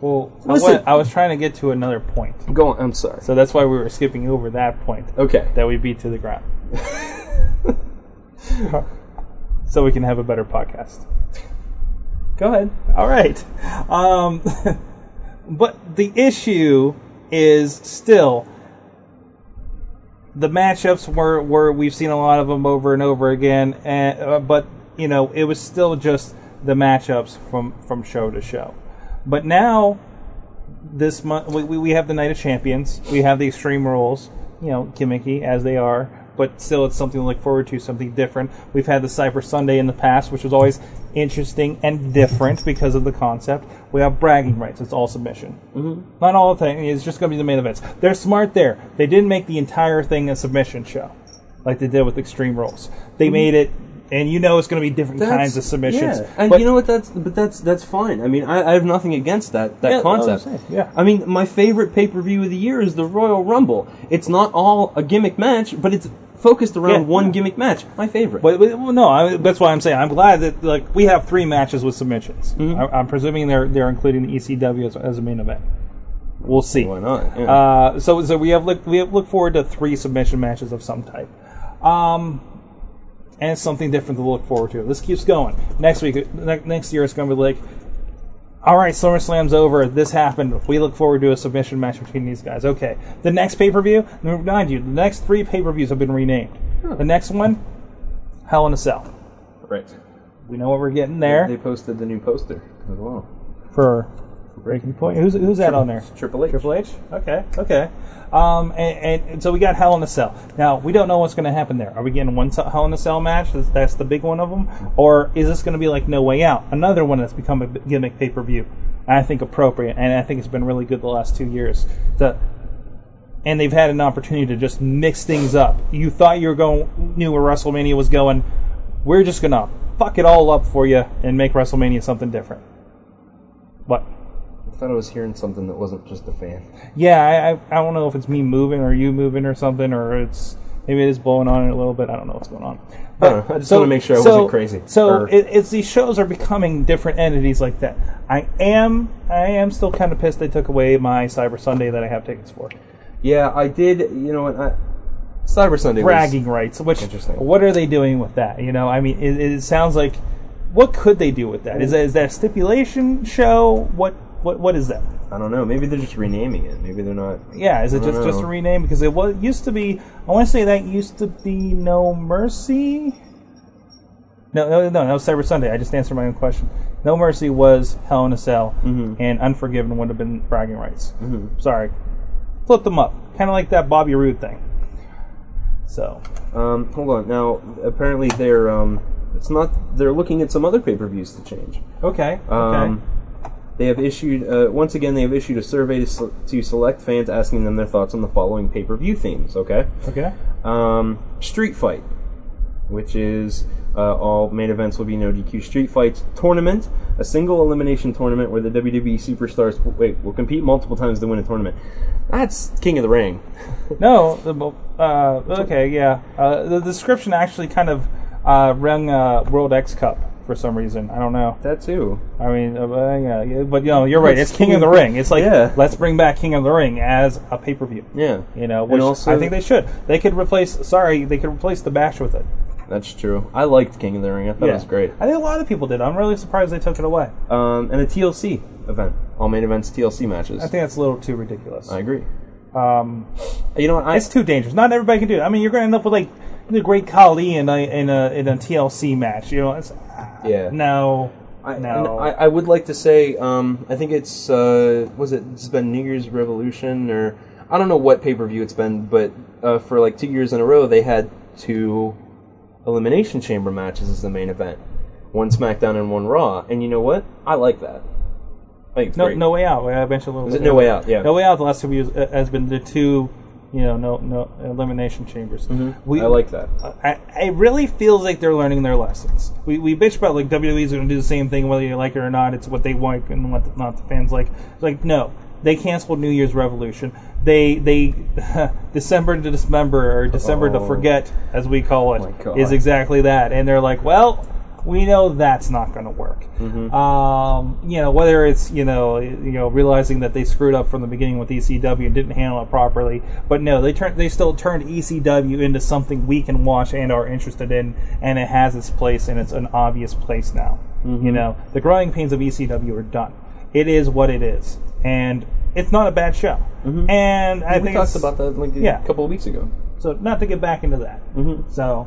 Speaker 4: Well, I,
Speaker 5: Listen.
Speaker 4: wa- I was trying to get to another point.
Speaker 5: Go on. I'm sorry.
Speaker 4: So that's why we were skipping over that point.
Speaker 5: Okay.
Speaker 4: That we beat to the ground. so we can have a better podcast. Go ahead. All right. Um, but the issue is still the matchups were, were we've seen a lot of them over and over again, and, uh, but you know it was still just the matchups from from show to show. But now this month we, we we have the Night of Champions, we have the Extreme Rules, you know, gimmicky as they are, but still it's something to look forward to, something different. We've had the Cyber Sunday in the past, which was always interesting and different because of the concept. We have bragging rights; it's all submission. Not all the thing. It's just going to be the main events. They're smart there. They didn't make the entire thing a submission show, like they did with Extreme Rules. They
Speaker 5: Mhm.
Speaker 4: made it, and you know it's going to be different
Speaker 5: That's-
Speaker 4: kinds of submissions.
Speaker 5: Yeah. And
Speaker 4: But-
Speaker 5: you know what? That's but that's that's fine. I mean, I, I have nothing against that that
Speaker 4: Yeah, that's what I'm
Speaker 5: concept.
Speaker 4: saying, yeah.
Speaker 5: I mean, my favorite pay per view of the year is the Royal Rumble. It's not all a gimmick match, but it's focused around
Speaker 4: Yeah.
Speaker 5: one gimmick match. My favorite.
Speaker 4: But, but- well, no, I, that's why I'm saying I'm glad that like we have three matches with submissions. I, I'm presuming they're they're including the ECW as, as a main event. We'll see. Why
Speaker 5: not? Yeah.
Speaker 4: Uh, so so we have look we have look forward to three submission matches of some type, um, and it's something different to look forward to. This keeps going. Next week, ne- next year, it's going to be like. All right, SummerSlam's over. This happened. We look forward to a submission match between these guys. Okay, the next pay per view. Remind you, the next three pay per views have been renamed. The next one, Hell in a Cell.
Speaker 5: right.
Speaker 4: We know what we're getting there
Speaker 5: They posted the new poster as well.
Speaker 4: for Breaking Point. Who's, who's that on there? Triple H. Triple H. Okay. Okay. Um, and, and, and so we got Hell in a Cell. Now we don't know what's going to happen there. Are we getting one t- Hell in a Cell match? That's, that's the big one of them, or is this going to be like No Way Out, another one that's become a b- gimmick pay per view? I think appropriate, and I think it's been really good the last two years. The and they've had an opportunity to just mix things up. You thought you were going knew where WrestleMania was going. We're just gonna fuck it all up for you and make WrestleMania something different. What?
Speaker 5: I thought I was hearing something that wasn't just a fan.
Speaker 4: Yeah, I, I I don't know if it's me moving or you moving or something or it's maybe it's blowing on it a little bit. I don't know what's going on.
Speaker 5: I don't know. I just want to make sure I wasn't crazy.
Speaker 4: So
Speaker 5: Or-
Speaker 4: it, it's these shows are becoming different entities like that. I am I am still kind of pissed they took away my Cyber Sunday that I have tickets for.
Speaker 5: Yeah, I did. You know what? I, Cyber Sunday.
Speaker 4: bragging
Speaker 5: was,
Speaker 4: rights. Which what are they doing with that? You know, I mean, it, it sounds like what could they do with that? Is that is that a stipulation show? What what what is that?
Speaker 5: I don't know. Maybe they're just renaming it. Maybe they're not.
Speaker 4: Yeah, is
Speaker 5: I
Speaker 4: it
Speaker 5: don't
Speaker 4: just just a
Speaker 5: know.
Speaker 4: rename? Because it was used to be. I want to say that used to be No Mercy. No, no, no, no. Cyber Sunday. I just answered my own question. No Mercy was Hell in a Cell,
Speaker 5: Mm-hmm.
Speaker 4: and Unforgiven would have been bragging rights.
Speaker 5: Mhm.
Speaker 4: Sorry, flip them up, kind of like that Bobby Roode thing. So,
Speaker 5: um, hold on. Now, apparently they're um, it's not. They're looking at some other pay per views to change.
Speaker 4: Okay.
Speaker 5: Um, They have issued uh, once again. They have issued a survey to, sel- to select fans, asking them their thoughts on the following pay per view themes. Okay.
Speaker 4: Okay.
Speaker 5: Um, street fight, which is uh, all main events will be no DQ street fights tournament, a single elimination tournament where the WWE superstars w- wait will compete multiple times to win a tournament. That's King of the Ring.
Speaker 4: No, the bo- uh, okay, yeah. Uh, the description actually kind of uh, rang uh, World X Cup for some reason. I don't know
Speaker 5: that too.
Speaker 4: I mean, uh, but, yeah, yeah, but you know, you're right. It's King of the Ring. It's like
Speaker 5: Yeah.
Speaker 4: let's bring back King of the Ring as a pay per view.
Speaker 5: Yeah,
Speaker 4: you know,
Speaker 5: And
Speaker 4: which
Speaker 5: also-
Speaker 4: I think they should. They could replace. Sorry, they could replace the Bash with it.
Speaker 5: That's true. I liked King of the Ring. I thought it was great.
Speaker 4: I think a lot of people did. I'm really surprised they took it away.
Speaker 5: Um, and a TLC event, all main events TLC matches.
Speaker 4: I think that's a little too ridiculous.
Speaker 5: I agree.
Speaker 4: Um, you know, it's too dangerous. Not everybody can do it. I mean, you're going to end up with like the Great Khali in a in a in a TLC match. You know, it's,
Speaker 5: Yeah.
Speaker 4: no,
Speaker 5: And
Speaker 4: no.
Speaker 5: I, I would like to say, um, I think it's uh, was it it's been New Year's Revolution or I don't know what pay per view it's been, but uh, for like two years in a row they had two elimination chamber matches as the main event, one SmackDown and one Raw. And you know what? I like that. I think it's
Speaker 4: no,
Speaker 5: great.
Speaker 4: no way out. I mentioned a little
Speaker 5: Was
Speaker 4: bit
Speaker 5: it No
Speaker 4: earlier.
Speaker 5: Way Out? Yeah.
Speaker 4: no way out. The last two years uh, has been the two, you know, no, no elimination chambers. We,
Speaker 5: Mm-hmm. I like that.
Speaker 4: I, I- it really feels like they're learning their lessons. We, we bitch about like WWE's going to do the same thing whether you like it or not. It's what they want and what the, not the fans like. It's Like no, they canceled New Year's Revolution. They they December to dismember or December to
Speaker 5: Oh.
Speaker 4: forget as we call it is
Speaker 5: God.
Speaker 4: exactly that. And they're like, well, we know that's not going to work.
Speaker 5: Mm-hmm.
Speaker 4: Um, you know, whether it's you know you know realizing that they screwed up from the beginning with ECW and didn't handle it properly, but no, they turned they still turned ECW into something we can watch and are interested in, and it has its place and it's an obvious place now.
Speaker 5: Mm-hmm.
Speaker 4: You know, the growing pains of ECW are done. It is what it is, and it's not a bad show. And I
Speaker 5: Mm-hmm. We
Speaker 4: think it's-
Speaker 5: talked about that, like, a
Speaker 4: yeah.
Speaker 5: couple of weeks ago.
Speaker 4: So not to get back into that. Mm-hmm. So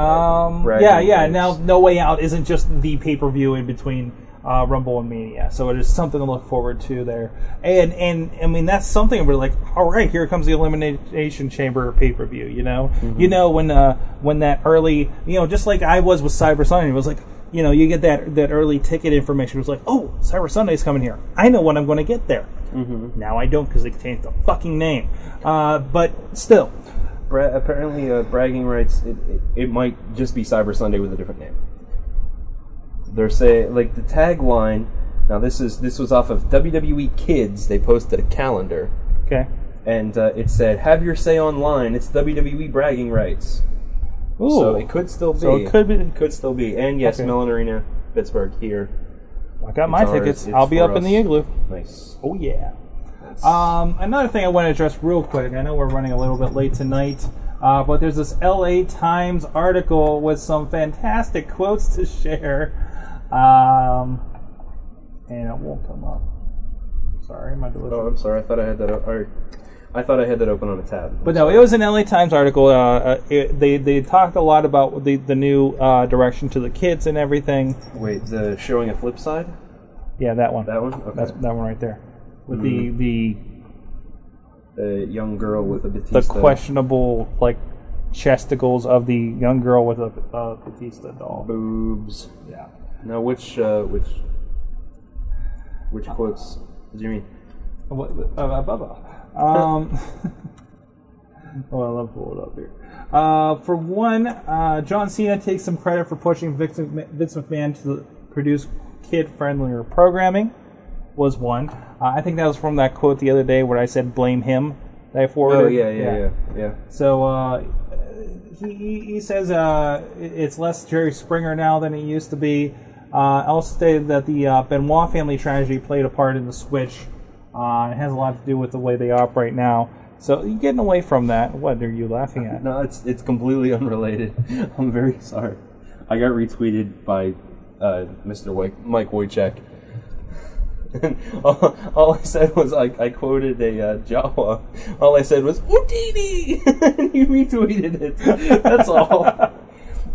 Speaker 4: um,
Speaker 5: Bragging
Speaker 4: yeah, yeah.
Speaker 5: rights.
Speaker 4: Now, No Way Out isn't just the pay per view in between uh, Rumble and Mania, so it is something to look forward to there. And and I mean that's something we're like, all right, here comes the Elimination Chamber pay per view. You know,
Speaker 5: Mm-hmm.
Speaker 4: you know when uh, when that early, you know, just like I was with Cyber Sunday, it was like. You know, you get that that early ticket information. It was like, oh, Cyber Sunday's coming here. I know when I'm going to get there. Now I don't because they changed the fucking name. Uh, but still,
Speaker 5: Bra- apparently, uh, bragging rights. It, it, it might just be Cyber Sunday with a different name. They're saying like the tagline. Now this is this was off of WWE Kids. They posted a calendar,
Speaker 4: okay.
Speaker 5: and uh, it said, "Have your say online." It's WWE bragging rights. So
Speaker 4: Ooh.
Speaker 5: it could still be.
Speaker 4: So it could be-
Speaker 5: It could still be. And yes,
Speaker 4: Okay.
Speaker 5: Mellon Arena, Pittsburgh here.
Speaker 4: I got my tickets. I'll be up in the igloo.
Speaker 5: Nice.
Speaker 4: Oh yeah. Um, another thing I want to address real quick. I know we're running a little bit late tonight, uh, but there's this L.A. Times article with some fantastic quotes to share, um, and it won't come up. Sorry, my delivery.
Speaker 5: Oh, I'm sorry. I thought I had that. o- Or, I thought I had that open on a tab.
Speaker 4: But no, it was an LA Times article. Uh, uh, it, they they talked a lot about the the new uh, direction to the kids and everything.
Speaker 5: Wait, the showing a flip side.
Speaker 4: Yeah, that one.
Speaker 5: That one. Okay.
Speaker 4: That's that one right there. With
Speaker 5: Mhm.
Speaker 4: the
Speaker 5: The young girl with a
Speaker 4: the the
Speaker 5: Batista.
Speaker 4: questionable like chesticles of the young girl with a uh, Batista doll.
Speaker 5: Boobs.
Speaker 4: Yeah.
Speaker 5: Now, which uh, which which quotes do you mean?
Speaker 4: What, uh, Bubba. Um, oh, I love pull it up here. Uh, for one, uh, John Cena takes some credit for pushing Vince McMahon Vince McMahon to produce kid-friendlier programming. Was one. Uh, I think that was from that quote the other day where I said blame him. That I forwarded.
Speaker 5: Oh yeah, yeah, yeah, yeah.
Speaker 4: So uh, he, he he says uh, it- it's less Jerry Springer now than it used to be. Uh, also stated that the uh, Benoit family tragedy played a part in the switch. Uh, it has a lot to do with the way they operate now. So you're getting away from that. What are you laughing at?
Speaker 5: No, it's it's completely unrelated. I'm very sorry. I got retweeted by uh, Mr. Wojc- Mike Wojcik. And all, all I said was I, I quoted a uh, Jawa. All I said was Houdini, and he retweeted it. That's all.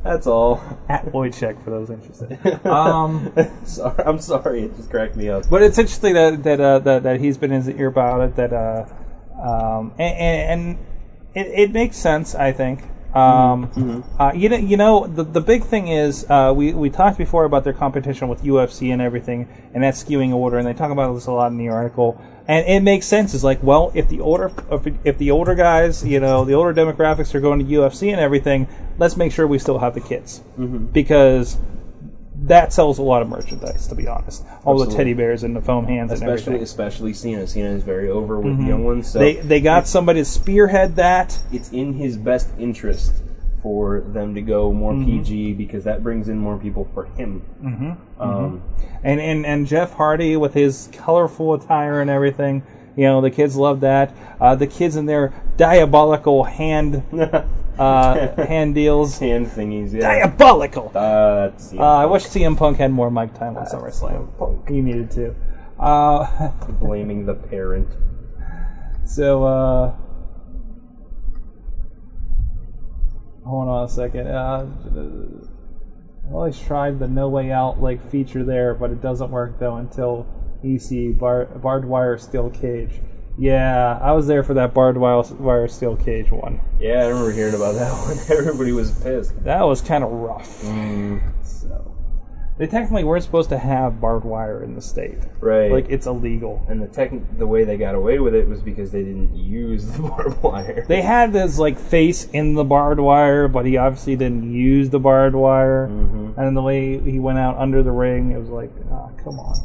Speaker 5: That's all.
Speaker 4: At Wojcik for those interested.
Speaker 5: Um, sorry, I'm sorry. It just cracked me up.
Speaker 4: But it's interesting that that uh, that, that he's been in his ear about it. That uh, um, and, and, and it, it makes sense, I think. Um,
Speaker 5: Mm-hmm.
Speaker 4: uh, you know, you know, the the big thing is uh, we we talked before about their competition with UFC and everything, and that's skewing order, and they talk about this a lot in the article, and it makes sense. It's like, well, if the older if, if the older guys, you know, the older demographics are going to UFC and everything, let's make sure we still have the kids
Speaker 5: Mm-hmm.
Speaker 4: because that sells a lot of merchandise, to be honest. All the
Speaker 5: Absolutely.
Speaker 4: teddy bears and the foam hands and
Speaker 5: especially
Speaker 4: everything.
Speaker 5: especially Cena. Cena is very over with
Speaker 4: Mhm.
Speaker 5: the young ones. So
Speaker 4: They they got somebody to spearhead that.
Speaker 5: It's in his best interest for them to go more
Speaker 4: Mhm.
Speaker 5: PG because that brings in more people for him.
Speaker 4: hmm
Speaker 5: Um,
Speaker 4: and, and and Jeff Hardy with his colorful attire and everything. You know, the kids love that. Uh, the kids in their diabolical hand uh, hand deals,
Speaker 5: hand thingies. Yeah.
Speaker 4: Diabolical.
Speaker 5: That's
Speaker 4: Uh, I wish CM Punk had more mic time on SummerSlam. He needed to. Uh,
Speaker 5: blaming the parent.
Speaker 4: So, uh. Hold on a second. Uh, I always tried the No Way Out like feature there, but it doesn't work though until EC bar, barbed wire steel cage. Yeah, I was there for that barbed wire, wire steel cage one.
Speaker 5: Yeah, I remember hearing about that one. Everybody was pissed.
Speaker 4: That was kind of rough. So they technically weren't supposed to have barbed wire in the state.
Speaker 5: Right.
Speaker 4: Like it's illegal.
Speaker 5: And the tech, the way they got away with it was because they didn't use the barbed wire.
Speaker 4: They had his like face in the barbed wire, but he obviously didn't use the barbed wire. Mm-hmm. And the way he went out under the ring, it was like, ah, come on.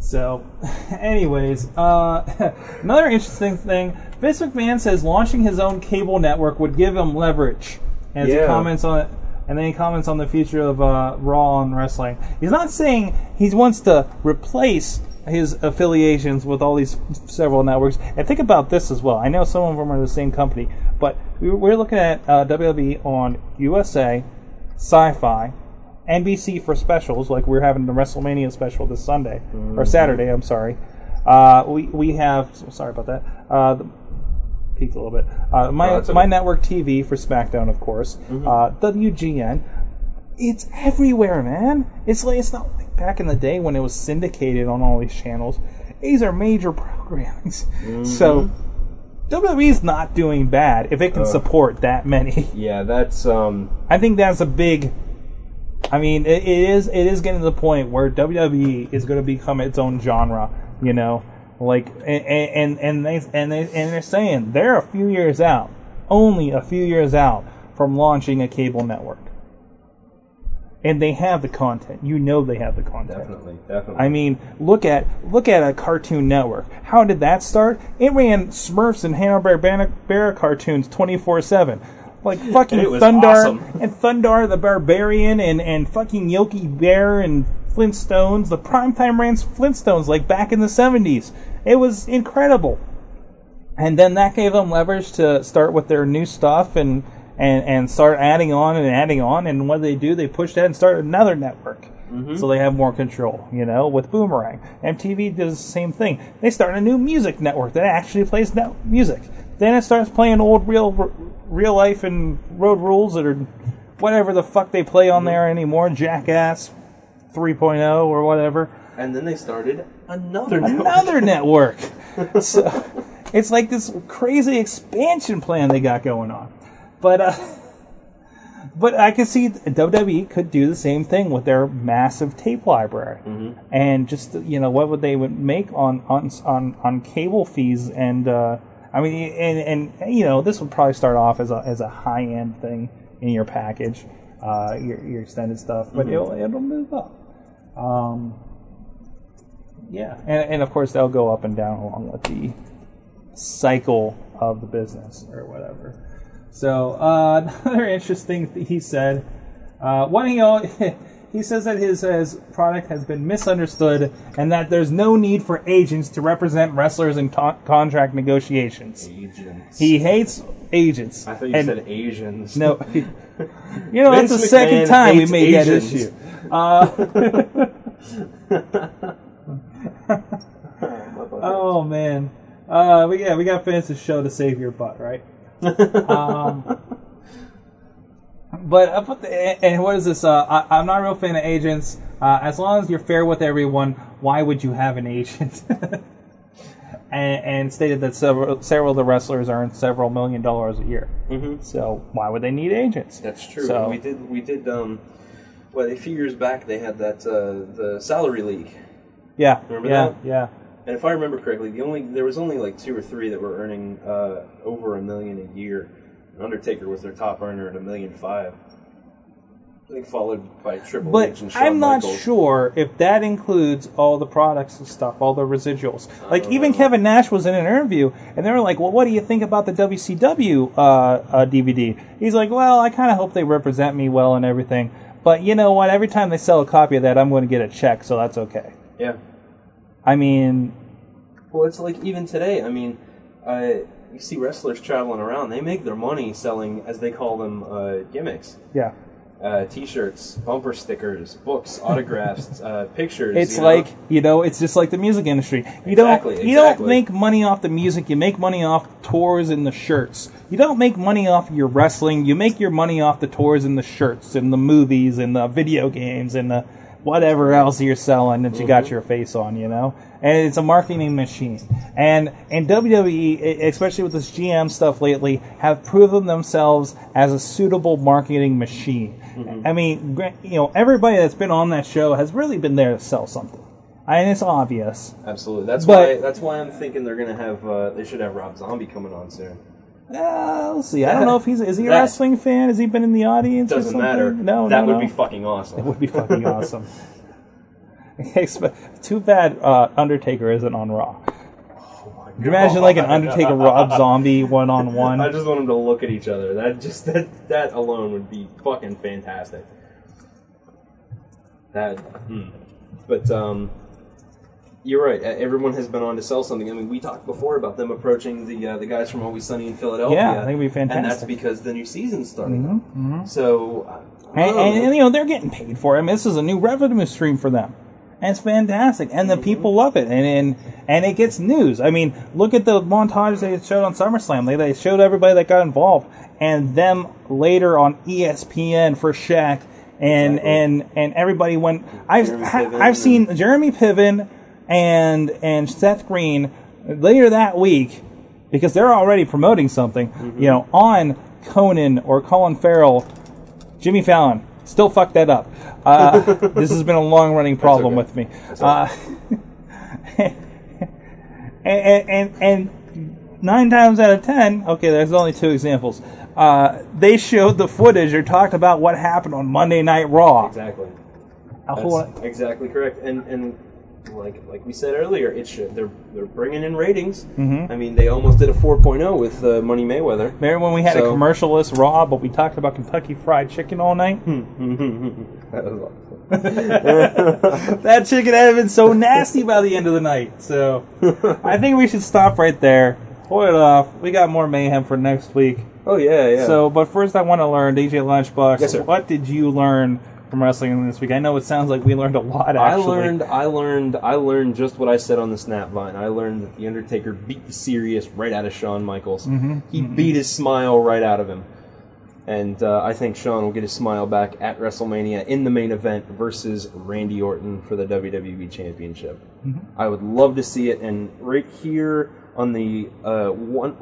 Speaker 4: So, anyways, uh, another interesting thing: Vince McMahon says launching his own cable network would give him leverage. As he
Speaker 5: Yeah.
Speaker 4: comments on it, and then he comments on the future of uh, Raw and wrestling. He's not saying he wants to replace his affiliations with all these several networks. And think about this as well. I know some of them are the same company, but we- we're looking at uh, WWE on USA, Sci-Fi, NBC for specials, like we're having the WrestleMania special this Sunday
Speaker 5: Mm-hmm.
Speaker 4: or Saturday. I'm sorry. Uh, we we have sorry about that. Uh, the, peaked a little bit. Uh, my
Speaker 5: No, that's okay. Mm-hmm.
Speaker 4: my network TV for SmackDown, of course. Uh, WGN. It's everywhere, man. It's like it's not like back in the day when it was syndicated on all these channels. These are major programs, so WWE's not doing bad if it can
Speaker 5: Mm-hmm. Uh,
Speaker 4: support that many.
Speaker 5: Yeah, that's um.
Speaker 4: I think that's a big. I mean, it, it is it is getting to the point where WWE is going to become its own genre. You know, like and and and they and they and they're saying they're a few years out, only a few years out from launching a cable network, and they have the content. You know, they have the content.
Speaker 5: Definitely, definitely.
Speaker 4: I mean, look at look at a Cartoon Network. How did that start? It ran Smurfs and Hanna Barbera cartoons twenty four seven, like fucking
Speaker 5: And it was
Speaker 4: Thundar
Speaker 5: awesome.
Speaker 4: and Thundar the Barbarian and and fucking Yogi Bear and Flintstones. The primetime ran Flintstones like back in the seventies. It was incredible, and then that gave them leverage to start with their new stuff and. And, and start adding on and adding on, and what do they do? They push that and start another network so they have more control, you know, with Boomerang. MTV does the same thing. They start a new music network that actually plays net music. Then it starts playing old real real life and road rules that are whatever the fuck they play on there anymore, Jackass 3.0 or whatever.
Speaker 5: And then they started another
Speaker 4: Another network. so it's like this crazy expansion plan they got going on. But uh but I could see WWE could do the same thing with their massive tape library and just you know what would they would make on on on, on cable fees and uh, I mean and and you know this would probably start off as a as a high end thing in your package, uh, your your extended stuff, but
Speaker 5: Mhm.
Speaker 4: it'll it'll move up. Um, yeah, and and of course they'll go up and down along with the cycle of the business or whatever. So uh, another interesting thing he said. Uh, one he al- he says that his his product has been misunderstood and that there's no need for agents to represent wrestlers in con- contract negotiations.
Speaker 5: Agents.
Speaker 4: He hates agents.
Speaker 5: I thought you
Speaker 4: And-
Speaker 5: said Asians.
Speaker 4: No. You know, that's the
Speaker 5: Vince
Speaker 4: second
Speaker 5: McMahon
Speaker 4: time we
Speaker 5: hates
Speaker 4: made
Speaker 5: Asians.
Speaker 4: that issue. Uh, oh man, uh, we yeah we got fans to show to save your butt, right? um, but I put the and- and what is this? Uh, I, I'm not a real fan of agents. Uh, as long as you're fair with everyone, why would you have an agent? and, and stated that several several of the wrestlers earn several million dollars a year.
Speaker 5: Mhm.
Speaker 4: So why would they need agents?
Speaker 5: That's true.
Speaker 4: So-
Speaker 5: we did. We did. Um, well, a few years back they had that uh, the salary league,
Speaker 4: Yeah,
Speaker 5: Remember
Speaker 4: yeah,
Speaker 5: that?
Speaker 4: yeah.
Speaker 5: and if I remember correctly, the only there was only like two or three that were earning uh, over a million a year. And Undertaker was their top earner at a million five. I think followed by Triple H
Speaker 4: But
Speaker 5: and Shawn
Speaker 4: I'm not
Speaker 5: Michaels.
Speaker 4: sure if that includes all the products and stuff, all the residuals. Like even Kevin Nash was in an interview, and they were like, "Well, what do you think about the WCW uh, uh, DVD?" He's like, "Well, I kind of hope they represent me well and everything, but you know what? Every time they sell a copy of that, I'm going to get a check, so that's okay."
Speaker 5: Yeah.
Speaker 4: I mean,
Speaker 5: Well, it's like even today. I mean, uh, you see wrestlers traveling around; they make their money selling, as they call them, uh, gimmicks.
Speaker 4: yeah,
Speaker 5: uh, T-shirts, bumper stickers, books, autographs, uh, pictures.
Speaker 4: It's
Speaker 5: you know?
Speaker 4: like you know, it's just like the music industry. You
Speaker 5: Exactly,
Speaker 4: don't you
Speaker 5: exactly.
Speaker 4: don't make money off the music. You make money off tours and the shirts. You don't make money off your wrestling. You make your money off the tours and the shirts and the movies and the video games and the whatever else you're selling that you
Speaker 5: Mm-hmm.
Speaker 4: got your face on. You know, and it's a marketing machine. And and WWE, e- especially with this GM stuff lately, have proven themselves as a suitable marketing machine.
Speaker 5: Mm-hmm.
Speaker 4: I mean, gra- you know, everybody that's been on that show has really been there to sell something, and it's obvious.
Speaker 5: Absolutely. That's
Speaker 4: But-
Speaker 5: why. That's why I'm thinking they're gonna have. Uh, they should have Rob Zombie coming on soon.
Speaker 4: Uh, let's see. I don't know if he's is he a
Speaker 5: That-
Speaker 4: wrestling fan? Has he been in the audience? or
Speaker 5: Doesn't
Speaker 4: something?
Speaker 5: matter.
Speaker 4: No,
Speaker 5: that
Speaker 4: no,
Speaker 5: would
Speaker 4: no.
Speaker 5: be fucking awesome.
Speaker 4: It would be fucking awesome. Expe- Too bad uh, Undertaker isn't on Raw.
Speaker 5: Oh
Speaker 4: Could you imagine like an Undertaker Rob Zombie one on
Speaker 5: I
Speaker 4: one?
Speaker 5: just want them to look at each other. That just that that alone would be fucking fantastic. That, hmm. but um, you're right. e- Everyone has been on to sell something. I mean, we talked before about them approaching the uh, the guys from Always Sunny in Philadelphia.
Speaker 4: Yeah, I think it'd be
Speaker 5: And that's
Speaker 4: fantastic.
Speaker 5: because the new season's starting.
Speaker 4: Mhm, mhm.
Speaker 5: So, I
Speaker 4: And,
Speaker 5: don't
Speaker 4: and,
Speaker 5: know.
Speaker 4: and, you know they're getting paid for it. I mean, this is a new revenue stream for them, and it's fantastic. And the people love it, and, and and it gets news. I mean, look at the montage they showed on SummerSlam. They they showed everybody that got involved, and them later on E ESPN for Shaq, and and and everybody went. I've ha-
Speaker 5: Piven
Speaker 4: I've seen Jeremy Piven and and Seth Green later that week because they're already promoting something.
Speaker 5: Mm-hmm.
Speaker 4: You know, on Conan or Colin Farrell Jimmy Fallon still fucked that up. Uh, this has been a long running problem with me. Uh, and, and and nine times out of ten, okay, there's only two examples. Uh, they showed the footage or talked about what happened on Monday Night Raw.
Speaker 5: Exactly.
Speaker 4: A
Speaker 5: That's
Speaker 4: whole-
Speaker 5: exactly correct. And and like like we said earlier, it should they're they're bringing in ratings.
Speaker 4: Mhm.
Speaker 5: I mean, they almost did a 4.0 with uh, Money Mayweather.
Speaker 4: Remember when we had
Speaker 5: So-
Speaker 4: a commercialist Raw, but we talked about Kentucky Fried Chicken all night?
Speaker 5: That was awesome.
Speaker 4: that chicken had been so nasty by the end of the night. So I think we should stop right there. Pull it off. We got more mayhem for next week.
Speaker 5: Oh yeah, yeah.
Speaker 4: So, but first I want to learn DJ Lunchbox.
Speaker 5: Yes, sir.
Speaker 4: What did you learn from wrestling this week? I know it sounds like we learned a lot. Actually,
Speaker 5: I learned I learned I learned just what I said on the snap vine. I learned that the Undertaker beat the serious right out of Shawn Michaels.
Speaker 4: Mhm.
Speaker 5: He beat his smile right out of him. And uh, I think Shawn will get his smile back at WrestleMania in the main event versus Randy Orton for the WWE Championship.
Speaker 4: Mhm.
Speaker 5: Mm-hmm. I would love to see it. And right here on the uh, one,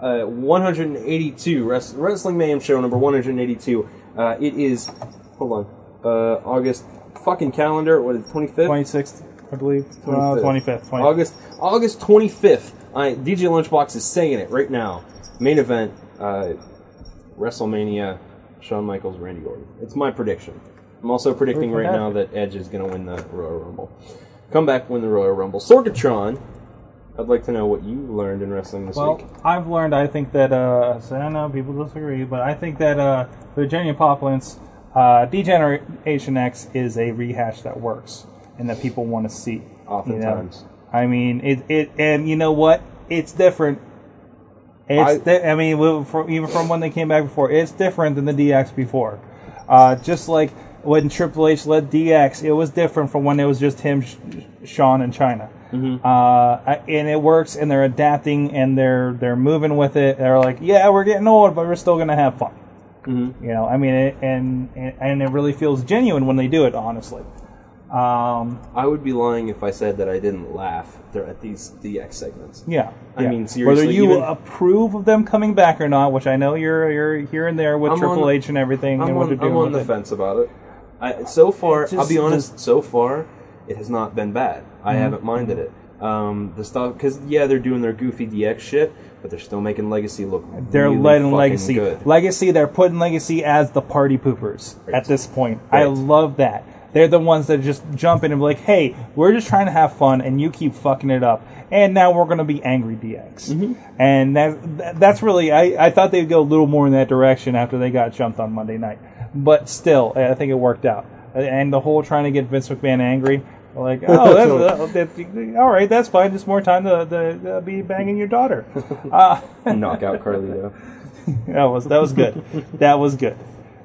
Speaker 5: uh, 182 Wres- Wrestling Mayhem Show number 182, uh, it is hold on uh, August fucking calendar. What is it, 25th?
Speaker 4: 26th, I believe. Uh, 25th. 25th. 25th.
Speaker 5: August August 25th. I, DJ Lunchbox is saying it right now. Main event, uh, WrestleMania, Shawn Michaels, Randy Orton. It's my prediction. I'm also predicting right now that Edge is going to win the Royal Rumble. Come back, win the Royal Rumble. Sorgatron, I'd like to know what you learned in wrestling this
Speaker 4: Well,
Speaker 5: week.
Speaker 4: I've learned. I think that uh, so I don't know. People disagree, but I think that uh, Virginia Poplins, uh, Degeneration X is a rehash that works and that people want to see.
Speaker 5: Oftentimes.
Speaker 4: you know? I mean it. It and you know what? It's different. It's I, I mean we- from, even from when they came back before, it's different than the DX before. Uh, just like when Triple H led DX, it was different from when it was just him, Sh- Sean, and China
Speaker 5: Mhm.
Speaker 4: uh, I- and it works, and they're adapting, and they're they're moving with it. They're like, yeah, we're getting old, but we're still gonna have fun.
Speaker 5: Mhm.
Speaker 4: You know, I mean, it, and and- and it really feels genuine when they do it, honestly. Um,
Speaker 5: I would be lying if I said that I didn't laugh there at these DX segments.
Speaker 4: Yeah,
Speaker 5: I
Speaker 4: yeah.
Speaker 5: mean, seriously.
Speaker 4: whether you
Speaker 5: even-
Speaker 4: approve of them coming back or not, which I know you're you're here and there with
Speaker 5: I'm
Speaker 4: Triple
Speaker 5: on-
Speaker 4: H and everything,
Speaker 5: I'm
Speaker 4: and what
Speaker 5: on,
Speaker 4: they're doing
Speaker 5: I'm on the
Speaker 4: with it.
Speaker 5: fence about it. I, so far,
Speaker 4: It just-
Speaker 5: I'll be honest. so far, it has not been bad. I
Speaker 4: Mhm.
Speaker 5: haven't minded it. Um, the stuff because yeah, they're doing their goofy DX shit, but they're still making Legacy look.
Speaker 4: They're
Speaker 5: really
Speaker 4: letting
Speaker 5: fucking
Speaker 4: legacy,
Speaker 5: good.
Speaker 4: legacy. They're putting legacy as the party poopers at this point. I
Speaker 5: Right.
Speaker 4: love that. They're the ones that just jump in and be like, "Hey, we're just trying to have fun, and you keep fucking it up, and now we're gonna be angry DX."
Speaker 5: Mm-hmm.
Speaker 4: And that, that that's really I, I thought they'd go a little more in that direction after they got jumped on Monday night, but still, I think it worked out. And the whole trying to get Vince McMahon angry, like, oh, that's, that's- all right, that's fine. It's more time to, to, uh be banging your daughter. Uh,
Speaker 5: Knock out Carlito.
Speaker 4: that was that was good. That was good.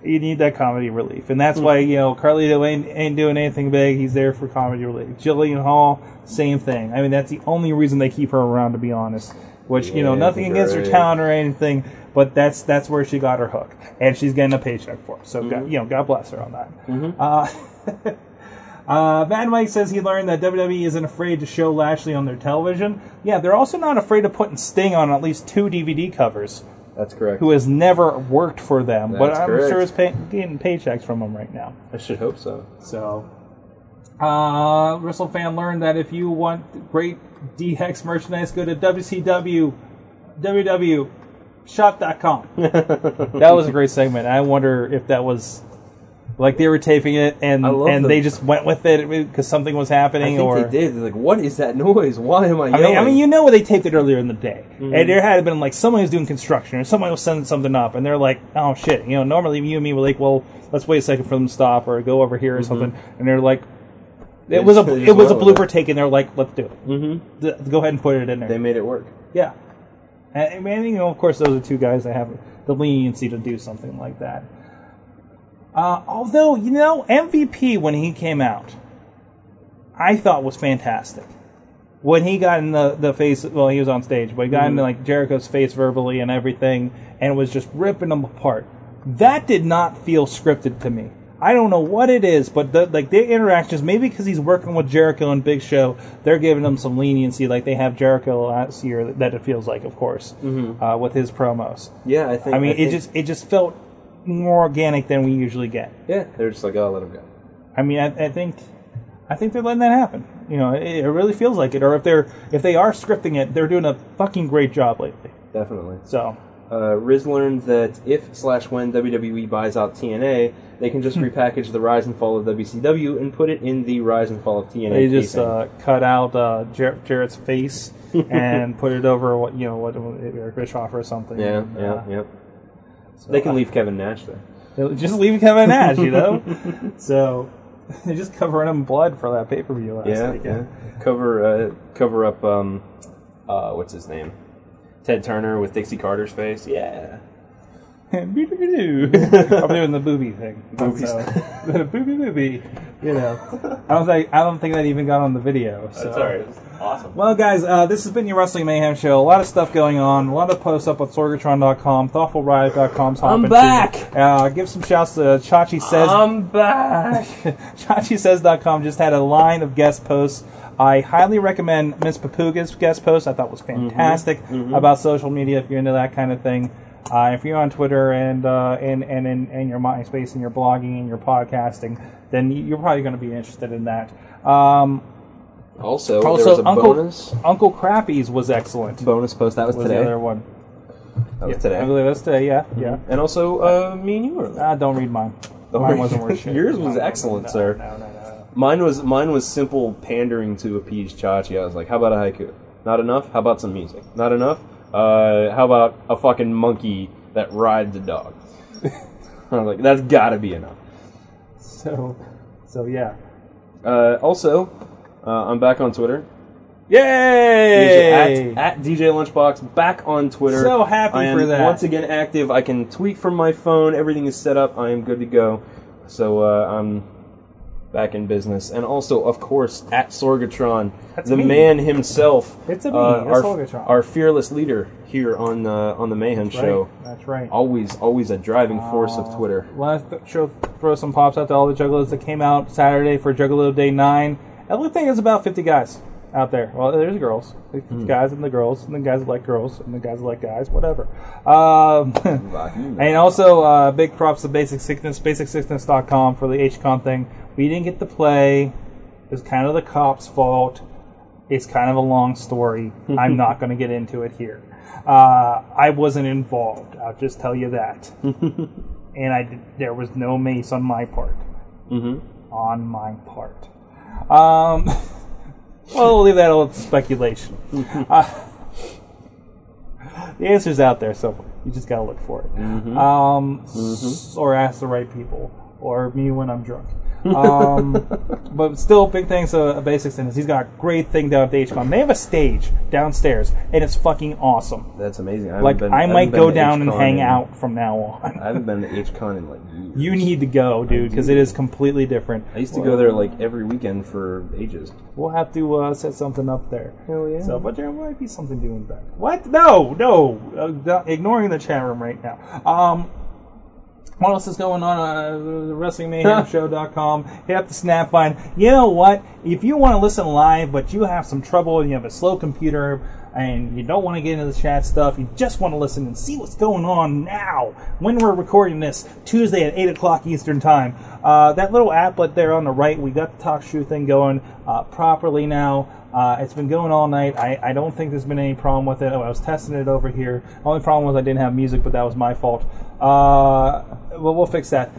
Speaker 4: You need that comedy relief, and that's why you know Carlito ain't, ain't doing anything big. He's there for comedy relief. Jillian Hall, same thing. I mean, that's the only reason they keep her around, to be honest. Which you know,
Speaker 5: Yeah,
Speaker 4: nothing against her
Speaker 5: right.
Speaker 4: talent or anything, but that's that's where she got her hook, and she's getting a paycheck for it. So God, you know, God bless her on that. Uh, Uh, Mad Mike says he learned that WWE isn't afraid to show Lashley on their television. Yeah, they're also not afraid of putting Sting on at least two DVD covers,
Speaker 5: That's correct.
Speaker 4: who has never worked for them, but
Speaker 5: That's
Speaker 4: I'm
Speaker 5: correct.
Speaker 4: sure is pay- getting paychecks from them right now.
Speaker 5: I should hope so.
Speaker 4: So, uh, WrestleFan learned that if you want great DX merchandise, go to WCW, www.shop.com. that was a great segment. I wonder if that was like they were taping it and
Speaker 5: I love
Speaker 4: and they
Speaker 5: them.
Speaker 4: just went with it because something was happening.
Speaker 5: I think
Speaker 4: or
Speaker 5: they did. They're like, what is that noise? Why am I
Speaker 4: I
Speaker 5: yelling?
Speaker 4: mean, I mean, you know where they taped it earlier in the day,
Speaker 5: Mhm.
Speaker 4: and there had been like someone was doing construction or someone was sending something up, and they're like, "Oh shit!" You know, normally you and me were like, "Well, let's wait a second for them to stop or go over here or something," and they're like,
Speaker 5: Mm-hmm. They
Speaker 4: "It was a
Speaker 5: just- they
Speaker 4: it was a
Speaker 5: just went with
Speaker 4: blooper
Speaker 5: it. Mm-hmm.
Speaker 4: take," and they're like, "Let's do it. Th- Go ahead and put it in there." They
Speaker 5: made it work.
Speaker 4: Yeah, and, I mean, you know, of course, those are two guys that have the leniency to do something like that. Uh, although, you know, MVP when he came out, I thought was fantastic. When he got in the, the face, well, he was on stage, but he got in
Speaker 5: Mhm.
Speaker 4: like Jericho's face verbally and everything, and was just ripping him apart. That did not feel scripted to me. I don't know what it is, but the, like their interactions, maybe because he's working with Jericho and Big Show, they're giving him some leniency, like they have Jericho last year. That it feels like, of course,
Speaker 5: Mhm.
Speaker 4: uh, with his promos.
Speaker 5: Yeah, I think.
Speaker 4: I mean,
Speaker 5: I
Speaker 4: it
Speaker 5: think-
Speaker 4: just it just felt more organic than we usually get.
Speaker 5: Yeah, they're just like, oh, let him go.
Speaker 4: I mean, I, I think, I think they're letting that happen. You know, it, it really feels like it. Or if they're if they are scripting it, they're doing a fucking great job lately.
Speaker 5: Definitely.
Speaker 4: So.
Speaker 5: Uh, Riz learned that if slash when WWE buys out TNA, they can
Speaker 4: Hmm.
Speaker 5: just repackage the rise and fall of WCW and put it in the rise and fall of TNA.
Speaker 4: They just
Speaker 5: casing.
Speaker 4: uh, cut out uh, Jar- Jarrett's face and put it over what you know what Eric Bischoff or something.
Speaker 5: yeah,
Speaker 4: And,
Speaker 5: yeah,
Speaker 4: uh,
Speaker 5: yeah. they can
Speaker 4: I-
Speaker 5: leave Kevin Nash there.
Speaker 4: They'll Just leave Kevin Nash, you know. so they're just covering him in blood for that pay per view last
Speaker 5: yeah,
Speaker 4: weekend.
Speaker 5: yeah. Cover uh, cover up um, uh, what's his name? Ted Turner with Dixie Carter's face. Yeah.
Speaker 4: I'm doing the booby thing.
Speaker 5: Boobies.
Speaker 4: So, booby booby. You know, I don't think I don't think that even got on the video. So.
Speaker 5: Awesome.
Speaker 4: Well, guys, uh, this has been your Wrestling Mayhem show. A lot of stuff going on. A lot of posts up on Sorgatron.com, ThoughtfulRiot.com.
Speaker 5: I'm back!
Speaker 4: Uh, give some shouts to Chachi Says.
Speaker 5: I'm back.
Speaker 4: ChachiSays.com just had a line of guest posts. I highly recommend Miss Papuga's guest post. I thought was fantastic
Speaker 5: mhm.
Speaker 4: about social media if you're into that kind of thing. Uh, if you're on Twitter and, uh, and, and, and and your MySpace and your blogging and your podcasting, then you're probably going to be interested in that. Um,
Speaker 5: Also,
Speaker 4: also,
Speaker 5: there was a
Speaker 4: Uncle,
Speaker 5: bonus.
Speaker 4: Uncle Crappy's was excellent.
Speaker 5: Bonus post that was,
Speaker 4: was
Speaker 5: today.
Speaker 4: the other one.
Speaker 5: That was
Speaker 4: Yeah,
Speaker 5: today.
Speaker 4: I believe that's today. Yeah, yeah.
Speaker 5: And also, uh, me and you were.
Speaker 4: Ah, don't read mine. Mine wasn't worth shit.
Speaker 5: Yours was excellent, sir. Mine was mine was simple pandering to appease Chachi. I was like, how about a haiku? Not enough. How about some music? Not enough. Uh, how about a fucking monkey that rides a dog? I was like, that's gotta be enough.
Speaker 4: So, so yeah.
Speaker 5: Uh, also, uh, I'm back on Twitter.
Speaker 4: Yay!
Speaker 5: DJ, at, at DJ Lunchbox, back on Twitter.
Speaker 4: So happy
Speaker 5: I am
Speaker 4: for that.
Speaker 5: Once again, active. I can tweet from my phone. Everything is set up. I am good to go. So uh, I'm back in business. And also, of course, at Sorgatron,
Speaker 4: That's
Speaker 5: the
Speaker 4: me.
Speaker 5: man himself.
Speaker 4: It's a me.
Speaker 5: uh,
Speaker 4: That's
Speaker 5: our,
Speaker 4: Sorgatron.
Speaker 5: our fearless leader here on uh, on the Mayhem
Speaker 4: That's right. Ah.
Speaker 5: Show.
Speaker 4: That's right.
Speaker 5: Always, always a driving force of Twitter.
Speaker 4: Want to show, throw some pops out to all the juggalos that came out Saturday for Juggalo Day 9. I would think it's about 50 guys out there. Well, there's girls. There's
Speaker 5: Hmm.
Speaker 4: guys and the girls, and the guys that like girls, and the guys that like guys, whatever. Um, and also, uh, big props to Basic Sickness, basicsickness.com for the HCon thing. We didn't get to play. It was kind of the cops' fault. It's kind of a long story. I'm not going to get into it here. Uh, I wasn't involved. I'll just tell you that. and I did, there was no mace on my part. Mm-hmm. On my part. Um, well, we'll leave that all to speculation. Uh, the answer's out there somewhere. You just
Speaker 5: Mm-hmm.
Speaker 4: gotta look for it. Um, s- or ask the right people, or me when I'm drunk. um, but still, big thanks to uh, Basic Sentence. He's got a great thing down at the HCON. They have a stage downstairs, and it's fucking awesome.
Speaker 5: That's amazing. haven't
Speaker 4: like,
Speaker 5: been-
Speaker 4: I
Speaker 5: haven't
Speaker 4: might
Speaker 5: been
Speaker 4: go
Speaker 5: to
Speaker 4: down and
Speaker 5: HCon
Speaker 4: hang
Speaker 5: in-
Speaker 4: out from now on.
Speaker 5: I haven't been to HCon in like years.
Speaker 4: You need to go, dude, because it is completely different.
Speaker 5: I used to go there like every weekend for ages.
Speaker 4: We'll have to uh, set something up there.
Speaker 5: Hell yeah.
Speaker 4: So, but there might be something doing back. What? No, no. Uh, no, ignoring the chat room right now. Um, what else is going on? Uh, the WrestlingMayhemShow.com. Hit up the Snapvine. You know what? If you want to listen live, but you have some trouble and you have a slow computer and you don't want to get into the chat stuff, you just want to listen and see what's going on now when we're recording this Tuesday at 8 o'clock Eastern Time. Uh, that little applet there on the right, we got the talk shoe thing going uh, properly now. Uh, it's been going all night. I, I don't think there's been any problem with it. I was testing it over here. Only problem was I didn't have music, but that was my fault. Uh, well, we'll fix that.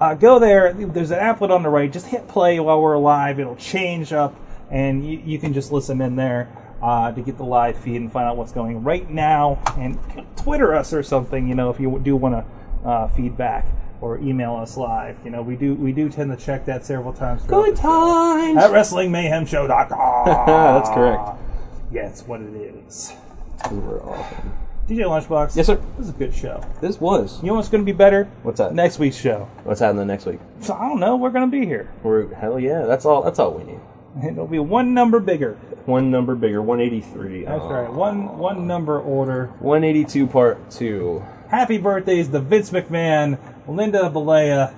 Speaker 4: Uh, go there. There's an applet on the right. Just hit play while we're live. It'll change up, and you, you can just listen in there uh, to get the live feed and find out what's going right now. And Twitter us or something, you know, if you do want to uh, feedback or email us live. You know, we do we do tend to check that several times. throughout
Speaker 5: Good
Speaker 4: the show.
Speaker 5: times.
Speaker 4: at WrestlingMayhemShow.com.
Speaker 5: That's correct.
Speaker 4: Yeah, it's what it is.
Speaker 5: We were awesome.
Speaker 4: DJ Lunchbox.
Speaker 5: Yes, sir.
Speaker 4: This is a good show.
Speaker 5: This was.
Speaker 4: You know what's going to be better?
Speaker 5: What's that?
Speaker 4: Next week's show.
Speaker 5: What's happening next week?
Speaker 4: So I don't know. We're going to be here.
Speaker 5: We're hell yeah. That's all. That's all we need.
Speaker 4: It'll be one number bigger.
Speaker 5: One number bigger. One eighty three.
Speaker 4: That's right. One one number older.
Speaker 5: One eighty two part two.
Speaker 4: Happy birthdays to Vince McMahon, Linda Balea,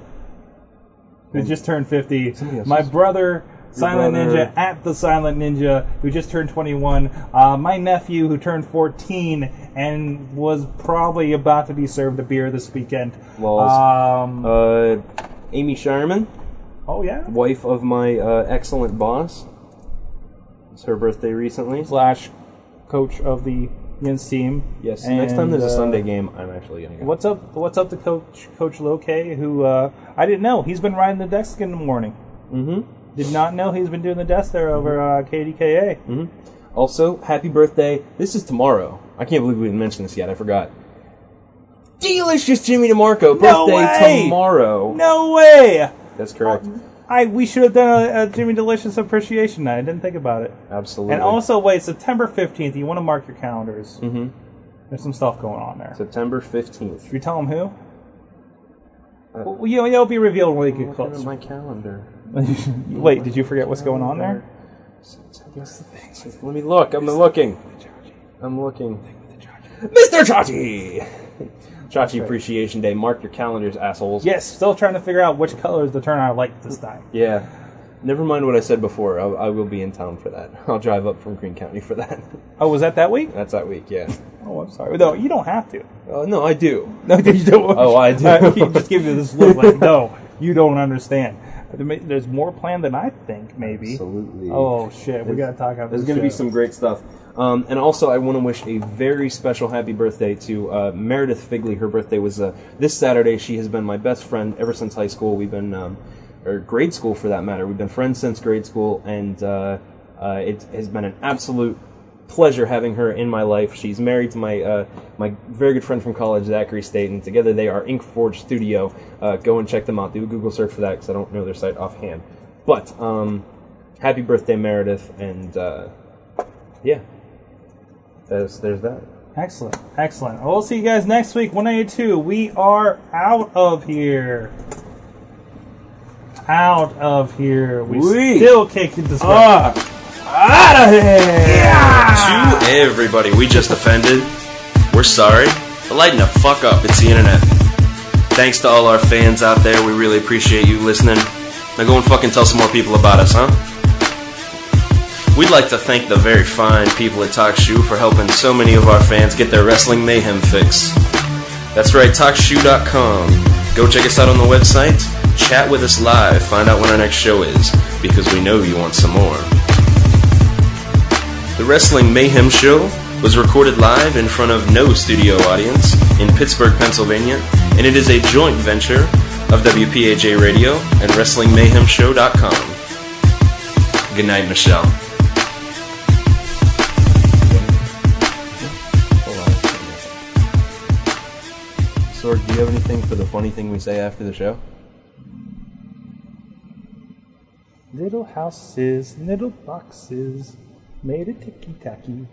Speaker 4: who just turned 50. My brother, Silent
Speaker 5: brother.
Speaker 4: Ninja, at the Silent Ninja, who just turned 21. Uh, my nephew, who turned 14 and was probably about to be served a beer this weekend.
Speaker 5: Lols.
Speaker 4: Um,
Speaker 5: uh, Amy Shireman,
Speaker 4: oh, yeah.
Speaker 5: wife of my uh, excellent boss. It's her birthday recently.
Speaker 4: Slash coach of the men's team.
Speaker 5: Yes. next time there's a
Speaker 4: And, uh,
Speaker 5: Sunday game, I'm actually gonna go.
Speaker 4: What's up? What's up to Coach Coach Loke? Who uh, I didn't know he's been riding the desk in the morning.
Speaker 5: Mm-hmm.
Speaker 4: Did not know he's been doing the desk there over uh, KDKA.
Speaker 5: hmm Also, happy birthday. This is tomorrow. I can't believe we didn't mention this yet. I forgot. Delicious Jimmy DeMarco
Speaker 4: No
Speaker 5: birthday
Speaker 4: way!
Speaker 5: tomorrow.
Speaker 4: No way!
Speaker 5: That's correct.
Speaker 4: I we should have done a, a Jimmy Delicious appreciation night. I didn't think about it.
Speaker 5: Absolutely.
Speaker 4: And also, wait, September fifteenth. You want to mark your calendars.
Speaker 5: hmm
Speaker 4: There's some stuff going on there.
Speaker 5: September 15th.
Speaker 4: Should we tell them who? well, you know, it'll be revealed when we get
Speaker 5: Looking at
Speaker 4: close.
Speaker 5: my calendar.
Speaker 4: Wait, did you forget what's going on there?
Speaker 5: Let me look. I'm looking. I'm looking. Mr. Chachi! Chachi Appreciation Day. Mark your calendars, assholes.
Speaker 4: Yes, still trying to figure out which color is the turnout like this time.
Speaker 5: Yeah. Never mind what I said before. uh, I, I will be in town for that. I'll drive up from Greene County for that.
Speaker 4: Oh, was that that week?
Speaker 5: That's that week, yeah.
Speaker 4: Oh, I'm sorry. No, you don't have to.
Speaker 5: Uh, no, I do.
Speaker 4: No, you don't. Uh,
Speaker 5: Oh, I do.
Speaker 4: he just gave you this look like, no, you don't understand. But there may- There's more planned than I think, maybe.
Speaker 5: Absolutely.
Speaker 4: Oh, shit. We got to talk about
Speaker 5: There's
Speaker 4: this
Speaker 5: going to be
Speaker 4: show.
Speaker 5: some great stuff. Um, and also, I want to wish a very special happy birthday to uh, Meredith Figley. Her birthday was uh, this Saturday. She has been my best friend ever since high school. We've been, um, or grade school for that matter. We've been friends since grade school, and uh, uh, it has been an absolute pleasure having her in my life. She's married to my uh, my very good friend from college, Zachary State, and together they are Ink Forge Studio. Uh, go and check them out. Do a Google search for that because I don't know their site offhand. But um, happy birthday, Meredith, and uh, yeah, there's there's that.
Speaker 4: Excellent. Excellent. Well, we'll see you guys next week, 182. We are out of here. Out of here. We
Speaker 3: We
Speaker 4: still can't get this
Speaker 5: Ah.
Speaker 3: are
Speaker 4: out of here.
Speaker 3: To everybody we just offended, we're sorry, but lighten the fuck up, it's the internet. Thanks to all our fans out there, we really appreciate you listening. Now go and fucking tell some more people about us, huh? We'd like to thank the very fine people at Talk Shoe for helping so many of our fans get their wrestling mayhem fix. That's right, TalkShoe.com. Go check us out on the website, chat with us live, find out when our next show is, because we know you want some more. The Wrestling Mayhem Show was recorded live in front of no studio audience in Pittsburgh, Pennsylvania, and it is a joint venture of WPAJ Radio and WrestlingMayhemShow.com. Good night, Michelle.
Speaker 5: Sorg, do you have anything for the funny thing we say after the show?
Speaker 4: Little houses, little boxes, made a ticky tacky.